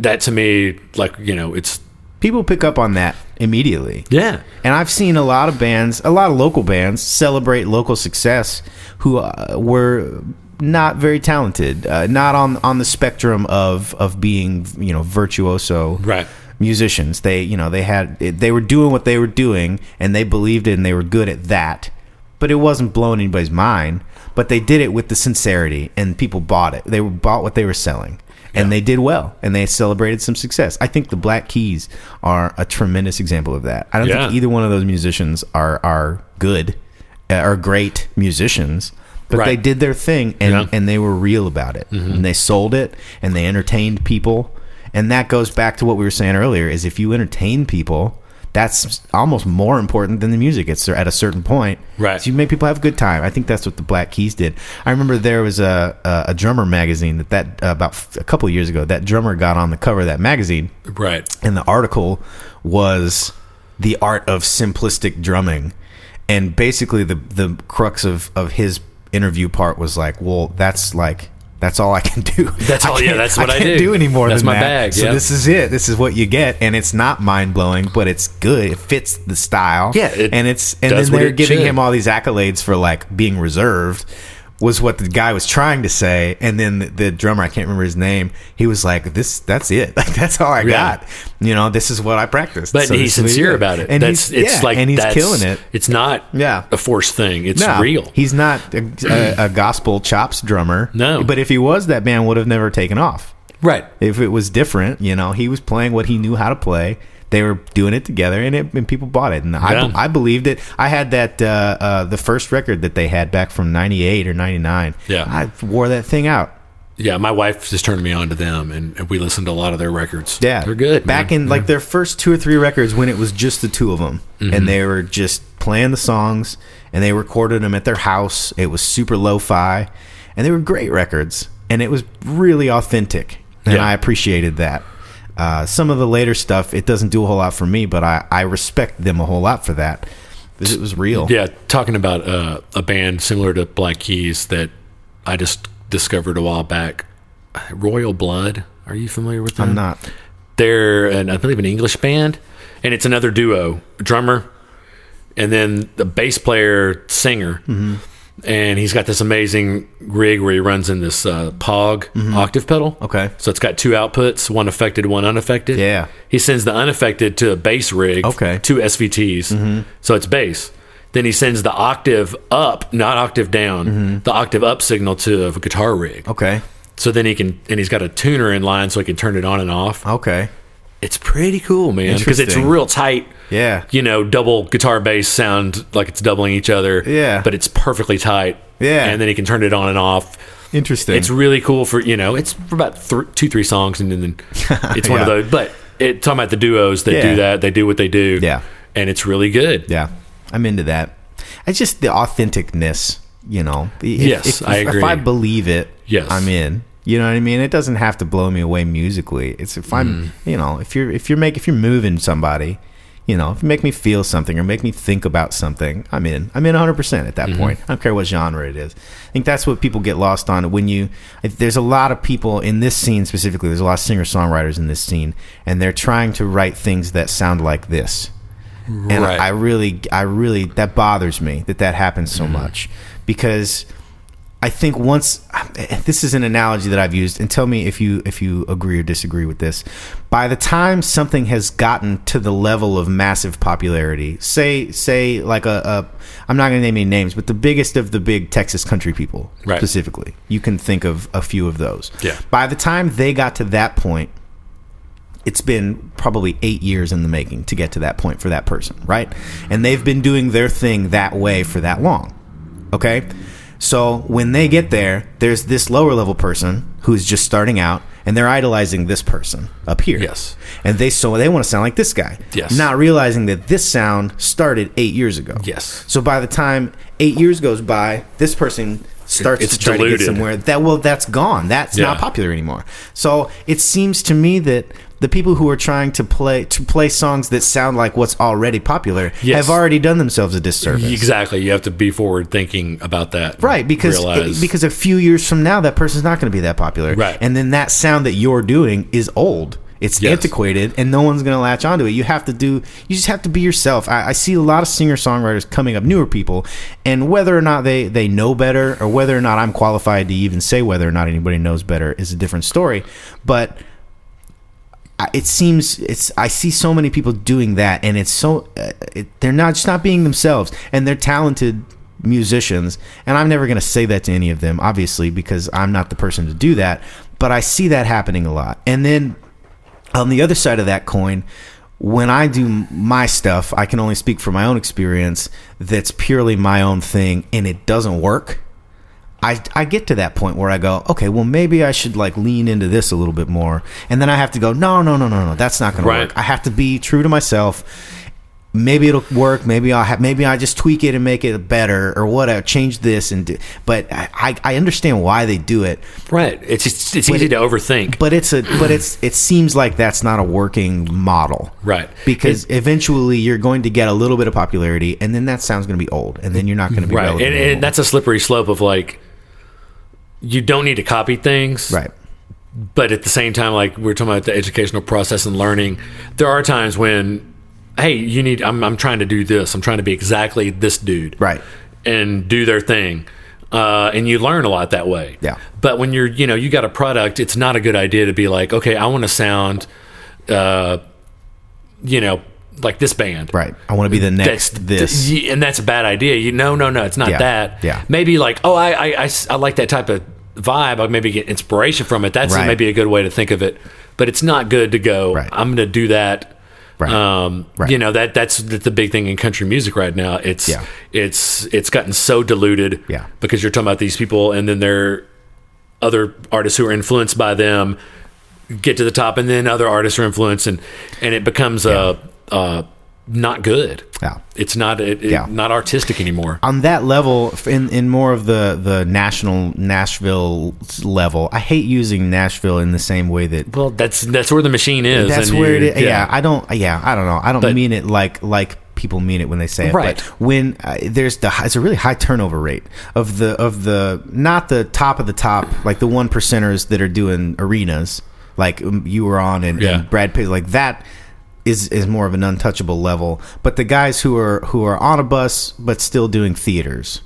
Speaker 2: that to me like you know it's
Speaker 1: people pick up on that immediately
Speaker 2: yeah
Speaker 1: And I've seen a lot of bands, a lot of local bands, celebrate local success who uh, were not very talented, uh, not on on the spectrum of of being you know virtuoso
Speaker 2: Right.
Speaker 1: musicians. They you know they had they were doing what they were doing, and they believed it, and they were good at that. But it wasn't blowing anybody's mind. But they did it with the sincerity, and people bought it. They were bought what they were selling. And they did well, and they celebrated some success. I think the Black Keys are a tremendous example of that. I don't
Speaker 2: Yeah.
Speaker 1: think either one of those musicians are are good, uh, are great musicians, but they
Speaker 2: Right.
Speaker 1: did their thing and
Speaker 2: Yeah. Mm-hmm.
Speaker 1: and they were real about it, and they sold it, and they entertained people, and that goes back to what we were saying earlier: is if you entertain people. That's almost more important than the music. It's at a certain point,
Speaker 2: Right.
Speaker 1: So you make people have a good time. I think that's what the Black Keys did. I remember there was a a, a drummer magazine that that uh, about f- a couple of years ago. That drummer got on the cover of that magazine,
Speaker 2: right
Speaker 1: and the article was the art of simplistic drumming and basically the the crux of of his interview part was like well that's like that's all I can do.
Speaker 2: That's
Speaker 1: I
Speaker 2: all- yeah,
Speaker 1: can't-
Speaker 2: that's what I
Speaker 1: can't
Speaker 2: do.
Speaker 1: anymore
Speaker 2: That's
Speaker 1: than
Speaker 2: my
Speaker 1: that.
Speaker 2: bag,
Speaker 1: So
Speaker 2: yeah.
Speaker 1: this is it. This is what you get, and it's not mind blowing, but it's good. It fits the style.
Speaker 2: Yeah, it
Speaker 1: and it's and
Speaker 2: does
Speaker 1: then
Speaker 2: what
Speaker 1: they're
Speaker 2: it
Speaker 1: giving
Speaker 2: should.
Speaker 1: him all these accolades for like being reserved was what the guy was trying to say and then the, the drummer i can't remember his name he was like this that's it like that's all i got you know this is what i practiced
Speaker 2: But
Speaker 1: So
Speaker 2: he's
Speaker 1: this is what he
Speaker 2: sincere
Speaker 1: did.
Speaker 2: about it.
Speaker 1: and
Speaker 2: that's
Speaker 1: he's,
Speaker 2: it's
Speaker 1: yeah,
Speaker 2: like
Speaker 1: and he's
Speaker 2: that's-
Speaker 1: killing it
Speaker 2: It's not
Speaker 1: Yeah.
Speaker 2: a forced thing. It's
Speaker 1: No,
Speaker 2: real.
Speaker 1: he's not a, a, a gospel chops drummer
Speaker 2: No.
Speaker 1: but if he was that band would have never taken off
Speaker 2: right.
Speaker 1: if it was different, you know, he was playing what he knew how to play. They were doing it together, and it, and people bought it, and
Speaker 2: Yeah.
Speaker 1: I, I believed it. I had that uh, uh, the first record that they had back from '98 or '99.
Speaker 2: Yeah.
Speaker 1: I wore that thing out.
Speaker 2: Yeah, my wife just turned me on to them, and, and we listened to a lot of their records.
Speaker 1: Yeah,
Speaker 2: they're good.
Speaker 1: Back
Speaker 2: man.
Speaker 1: in like their first two or three records, when it was just the two of them,
Speaker 2: Mm-hmm.
Speaker 1: and they were just playing the songs, and they recorded them at their house. It was super lo-fi, and they were great records, and it was really authentic, and
Speaker 2: Yeah.
Speaker 1: I appreciated that. Uh, some of the later stuff, it doesn't do a whole lot for me, but I, I respect them a whole lot for that. 'cause It was real.
Speaker 2: yeah, talking about uh, a band similar to Black Keys that I just discovered a while back, Royal Blood. Are you familiar with them?
Speaker 1: I'm not.
Speaker 2: They're an, I believe an English band, and it's another duo, drummer, and then the bass player, singer,
Speaker 1: Mm-hmm.
Speaker 2: and he's got this amazing rig where he runs in this uh, Pog octave pedal.
Speaker 1: Mm-hmm. Okay.
Speaker 2: so it's got two outputs, one affected, one unaffected.
Speaker 1: Yeah.
Speaker 2: he sends the unaffected to a bass rig.
Speaker 1: Okay. Mm-hmm.
Speaker 2: two SVTs, so it's bass. Then he sends the octave up, not octave down,
Speaker 1: Mm-hmm.
Speaker 2: the octave up signal to a guitar rig.
Speaker 1: Okay.
Speaker 2: So then he can, and he's got a tuner in line so he can turn it on and off
Speaker 1: Okay.
Speaker 2: it's pretty cool, man. Because it's
Speaker 1: Interesting.
Speaker 2: real tight.
Speaker 1: Yeah.
Speaker 2: You know, double guitar bass sound like it's doubling each other.
Speaker 1: Yeah.
Speaker 2: But it's perfectly tight.
Speaker 1: Yeah.
Speaker 2: And then he can turn it on and off.
Speaker 1: Interesting.
Speaker 2: It's really cool for, you know, it's for about thr two, three songs and then it's one of
Speaker 1: Yeah.
Speaker 2: those. But it, talking about the duos that
Speaker 1: Yeah.
Speaker 2: do that, they do what they do.
Speaker 1: Yeah.
Speaker 2: and it's really good.
Speaker 1: Yeah, I'm into that. It's just the authenticness, you know. If-
Speaker 2: Yes,
Speaker 1: if,
Speaker 2: I
Speaker 1: If
Speaker 2: agree.
Speaker 1: I believe it,
Speaker 2: Yes.
Speaker 1: I'm in. You know what I mean? It doesn't have to blow me away musically. It's if I'm,
Speaker 2: Mm.
Speaker 1: you know, if you're if you're make if you're moving somebody, you know, if you make me feel something or make me think about something, I'm in. I'm in 100 percent at that
Speaker 2: Mm-hmm.
Speaker 1: point. I don't care what genre it is. I think that's what people get lost on when you. If there's a lot of people in this scene specifically. There's a lot of singer songwriters in this scene, and they're trying to write things that sound like this and
Speaker 2: Right.
Speaker 1: I really, I really that bothers me that that happens
Speaker 2: Mm-hmm.
Speaker 1: so much because I think once this is an analogy that I've used, and tell me if you if you agree or disagree with this. By the time something has gotten to the level of massive popularity, say say like a, a I'm not going to name any names, but the biggest of the big Texas country people
Speaker 2: Right.
Speaker 1: specifically, you can think of a few of those.
Speaker 2: Yeah.
Speaker 1: By the time they got to that point, it's been probably eight years in the making to get to that point for that person, right? And they've been doing their thing that way for that long, okay? So when they get there, there's this lower level person who's just starting out, and they're idolizing this person up here.
Speaker 2: Yes.
Speaker 1: and they so they want to sound like this guy.
Speaker 2: Yes.
Speaker 1: not realizing that this sound started eight years ago.
Speaker 2: Yes.
Speaker 1: So by the time eight years goes by, this person starts to
Speaker 2: It's
Speaker 1: try to
Speaker 2: diluted.
Speaker 1: get somewhere. That well, that's gone. That's
Speaker 2: Yeah.
Speaker 1: not popular anymore. So it seems to me that the people who are trying to play to play songs that sound like what's already popular
Speaker 2: Yes.
Speaker 1: have already done themselves a disservice.
Speaker 2: Exactly. You have to be forward thinking about that. and
Speaker 1: Right, because
Speaker 2: realize,
Speaker 1: because a few years from now, that person's not going to be that popular.
Speaker 2: Right.
Speaker 1: and then that sound that you're doing is old. It's
Speaker 2: Yes.
Speaker 1: antiquated, and no one's going to latch onto it. You have to do. You just have to be yourself. I, I see a lot of singer songwriters coming up, newer people, and whether or not they they know better, or whether or not I'm qualified to even say whether or not anybody knows better is a different story. But I- it seems it's I see so many people doing that, and it's so uh, it, they're not just not being themselves, and they're talented musicians, and I'm never going to say that to any of them, obviously, because I'm not the person to do that. But I see that happening a lot, and then on the other side of that coin when i do my stuff i can only speak from my own experience that's purely my own thing and it doesn't work I, I get to that point where I go, okay, well maybe I should like lean into this a little bit more, and then I have to go, no, no, no, no, no, that's not going
Speaker 2: Right.
Speaker 1: to work. I have to be true to myself. Maybe it'll work. Maybe I'll have. Maybe I just tweak it and make it better, or whatever. Change this and do. But I, I I understand why they do it.
Speaker 2: right. It's it's, it's easy
Speaker 1: it-
Speaker 2: to overthink.
Speaker 1: But it's a but it's it seems like that's not a working model.
Speaker 2: Right.
Speaker 1: Because eventually you're going to get a little bit of popularity and then that sound's going to be old and then you're not going to be
Speaker 2: right. And,
Speaker 1: relevant. anymore.
Speaker 2: and that's a slippery slope of like you don't need to copy things.
Speaker 1: right.
Speaker 2: but at the same time, like we we're talking about the educational process and learning, there are times when, hey, you need. I'm, I'm trying to do this. I'm trying to be exactly this dude,
Speaker 1: Right.
Speaker 2: and do their thing, uh, and you learn a lot that way.
Speaker 1: Yeah.
Speaker 2: But when you're, you know, you got a product, it's not a good idea to be like, okay, I want to sound, uh, you know, like this band,
Speaker 1: Right. I want to be the next this.
Speaker 2: th- y- and that's a bad idea. You no, no, no, it's not
Speaker 1: Yeah,
Speaker 2: that.
Speaker 1: yeah.
Speaker 2: maybe like oh, I, I- I s- I like that type of vibe. I maybe get inspiration from it. That's
Speaker 1: Right.
Speaker 2: maybe a good way to think of it. But it's not good to go.
Speaker 1: Right.
Speaker 2: I'm going to do that.
Speaker 1: Right.
Speaker 2: Um,
Speaker 1: Right.
Speaker 2: You know that that's the the big thing in country music right now. It's
Speaker 1: Yeah.
Speaker 2: it's it's gotten so diluted.
Speaker 1: Yeah.
Speaker 2: because you're talking about these people, and then they're other artists who are influenced by them get to the top, and then other artists are influenced, and and it becomes a, a not good.
Speaker 1: Yeah.
Speaker 2: it's not it, it-
Speaker 1: Yeah.
Speaker 2: not artistic anymore.
Speaker 1: on that level f- in in more of the the national Nashville level. I hate using Nashville in the same way that
Speaker 2: Well, that's that's where the machine is.
Speaker 1: that's
Speaker 2: and
Speaker 1: where it
Speaker 2: you-
Speaker 1: is. Yeah. I don't. Yeah, I don't know. I don't
Speaker 2: But-
Speaker 1: mean it like like people mean it when they say it.
Speaker 2: Right.
Speaker 1: But when uh, there's the hi- it's a really high turnover rate of the of the not the top of the top like the one percenters that are doing arenas like um, you were on and,
Speaker 2: Yeah.
Speaker 1: and Brad Pitt like that. Is, is more of an untouchable level, but the guys who are who are on a bus but still doing theaters,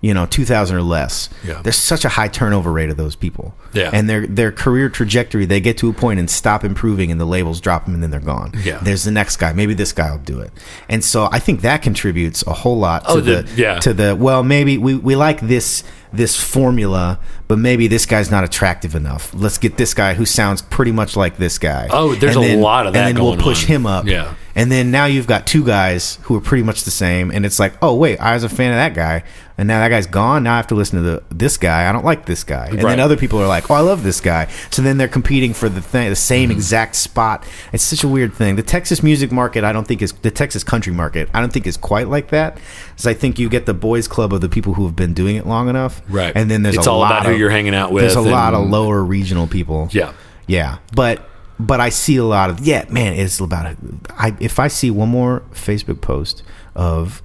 Speaker 1: you know, two thousand or less.
Speaker 2: Yeah.
Speaker 1: There's such a high turnover rate of those people.
Speaker 2: Yeah.
Speaker 1: And their their career trajectory, they get to a point and stop improving, and the labels drop them, and then they're gone.
Speaker 2: Yeah.
Speaker 1: There's the next guy. Maybe this guy will do it. And so I think that contributes a whole lot to
Speaker 2: Oh,
Speaker 1: the,
Speaker 2: the- yeah.
Speaker 1: to the well, maybe we, we like this this formula, but maybe this guy's not attractive enough. Let's get this guy who sounds pretty much like this guy.
Speaker 2: Oh, there's
Speaker 1: And
Speaker 2: a lot of that
Speaker 1: And then we'll
Speaker 2: going
Speaker 1: push
Speaker 2: on.
Speaker 1: him up.
Speaker 2: Yeah.
Speaker 1: And then now you've got two guys who are pretty much the same, and it's like, oh wait, I was a fan of that guy, and now that guy's gone. Now I have to listen to the this guy. I don't like this guy, and
Speaker 2: Right.
Speaker 1: then other people are like, oh, I love this guy. So then they're competing for the thing, the same
Speaker 2: Mm-hmm.
Speaker 1: exact spot. It's such a weird thing. The Texas music market, I don't think is the Texas country market. I don't think is quite like that, because I think you get the boys club of the people who have been doing it long enough,
Speaker 2: Right.
Speaker 1: And then there's
Speaker 2: It's
Speaker 1: a
Speaker 2: all
Speaker 1: lot
Speaker 2: about who
Speaker 1: of-
Speaker 2: you're hanging out with
Speaker 1: There's a lot of
Speaker 2: and-
Speaker 1: lower regional people.
Speaker 2: Yeah.
Speaker 1: Yeah, but but I see a lot of yeah, man. It's about I if I see one more Facebook post of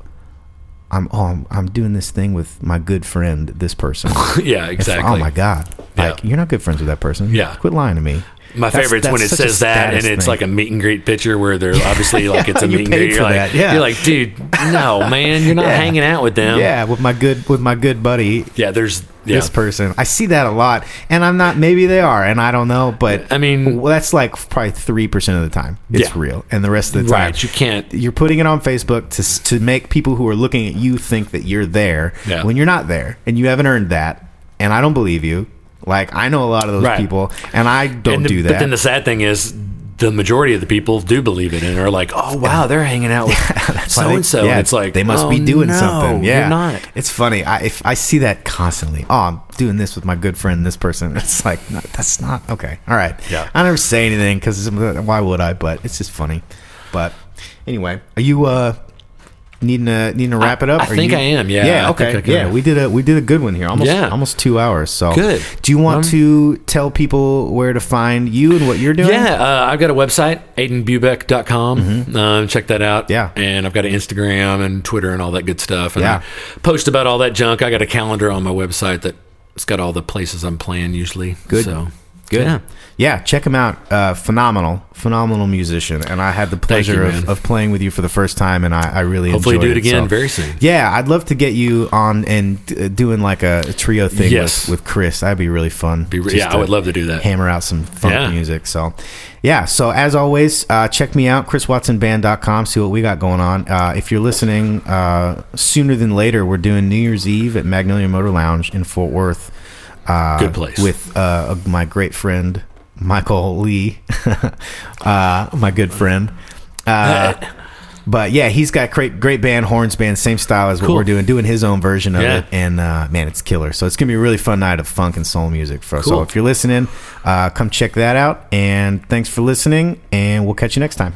Speaker 1: I'm oh I'm, I'm doing this thing with my good friend this person.
Speaker 2: yeah,
Speaker 1: It's like,
Speaker 2: exactly.
Speaker 1: oh my god, like
Speaker 2: Yeah.
Speaker 1: you're not good friends with that person.
Speaker 2: Yeah.
Speaker 1: quit lying to me.
Speaker 2: My
Speaker 1: That's-
Speaker 2: favorite's when it
Speaker 1: that's such a
Speaker 2: says that and
Speaker 1: status
Speaker 2: it's
Speaker 1: thing.
Speaker 2: like a meet and greet picture where they're obviously like it's a
Speaker 1: You
Speaker 2: meet and
Speaker 1: paid
Speaker 2: greet.
Speaker 1: for
Speaker 2: You're like,
Speaker 1: that, yeah.
Speaker 2: you're like, dude, no, man, you're not
Speaker 1: Yeah.
Speaker 2: hanging out with them.
Speaker 1: yeah with my good with my good buddy
Speaker 2: Yeah, there's yeah.
Speaker 1: this person. I see that a lot, and I'm not. Maybe they are, and I don't know. But
Speaker 2: I mean-
Speaker 1: well, that's like probably three percent of the time it's
Speaker 2: Yeah.
Speaker 1: real, and the rest of the time
Speaker 2: Right, you can't-
Speaker 1: You're putting it on Facebook to s- to make people who are looking at you think that you're there
Speaker 2: Yeah.
Speaker 1: when you're not there, and you haven't earned that. And I don't believe you. Like I know a lot of those
Speaker 2: Right.
Speaker 1: people, and I don't
Speaker 2: And the-
Speaker 1: do that.
Speaker 2: But then the sad thing is the majority of the people do believe it and are like, Oh wow, they're hanging out with
Speaker 1: Why
Speaker 2: so
Speaker 1: they-
Speaker 2: and so.
Speaker 1: yeah,
Speaker 2: And it's like
Speaker 1: they must
Speaker 2: "Oh,
Speaker 1: be doing
Speaker 2: no,
Speaker 1: something. Yeah,
Speaker 2: You're not.
Speaker 1: It's funny. I if I see that constantly. Oh, I'm doing this with my good friend, this person. It's like no, that's not okay. All right.
Speaker 2: Yeah.
Speaker 1: I never say anything because why would I? But it's just funny. But anyway, are you uh needing to needing to wrap it up?
Speaker 2: I
Speaker 1: Are
Speaker 2: think
Speaker 1: you-
Speaker 2: I am, yeah.
Speaker 1: Yeah.
Speaker 2: I think
Speaker 1: Okay.
Speaker 2: I can.
Speaker 1: yeah. We did a we did a good one here. Almost
Speaker 2: Yeah.
Speaker 1: almost two hours. So
Speaker 2: Good.
Speaker 1: Do you want
Speaker 2: Um,
Speaker 1: to tell people where to find you and what you're doing?
Speaker 2: Yeah, uh, I've got a website, aidenbubeck.com. Um, check that out.
Speaker 1: Mm-hmm. Yeah.
Speaker 2: And I've got an Instagram and Twitter and all that good stuff. And
Speaker 1: Yeah.
Speaker 2: I post about all that junk. I got a calendar on my website that it's got all the places I'm playing usually.
Speaker 1: Good.
Speaker 2: So,
Speaker 1: Good. Yeah.
Speaker 2: Yeah.
Speaker 1: check him out. Uh, phenomenal, phenomenal musician. And I had the
Speaker 2: you,
Speaker 1: pleasure
Speaker 2: man.
Speaker 1: of, of playing with you for the first time, and I, I really
Speaker 2: Hopefully
Speaker 1: enjoyed
Speaker 2: do it again
Speaker 1: so-
Speaker 2: very soon.
Speaker 1: Yeah, I'd love to get you on and uh, doing like a, a trio thing
Speaker 2: Yes.
Speaker 1: with, with Chris. That'd be really fun.
Speaker 2: Be re-
Speaker 1: Just
Speaker 2: yeah, I
Speaker 1: to
Speaker 2: would love to do that.
Speaker 1: Hammer out some funk
Speaker 2: Yeah.
Speaker 1: music. So, yeah. So as always, uh, check me out, chriswatsonband.com. See what we got going on. Uh, if you're listening uh, sooner than later, we're doing New Year's Eve at Magnolia Motor Lounge in Fort Worth. Uh,
Speaker 2: Good place.
Speaker 1: with uh, my great friend Michael Lee, uh, my good friend. Uh, but yeah, he's got great, great band, horns band, same style as what
Speaker 2: Cool.
Speaker 1: we're doing, doing his own version of
Speaker 2: Yeah.
Speaker 1: it, and uh, man, it's killer. So it's gonna be a really fun night of funk and soul music for us. So
Speaker 2: Cool.
Speaker 1: if you're listening, uh, come check that out. And thanks for listening, and we'll catch you next time.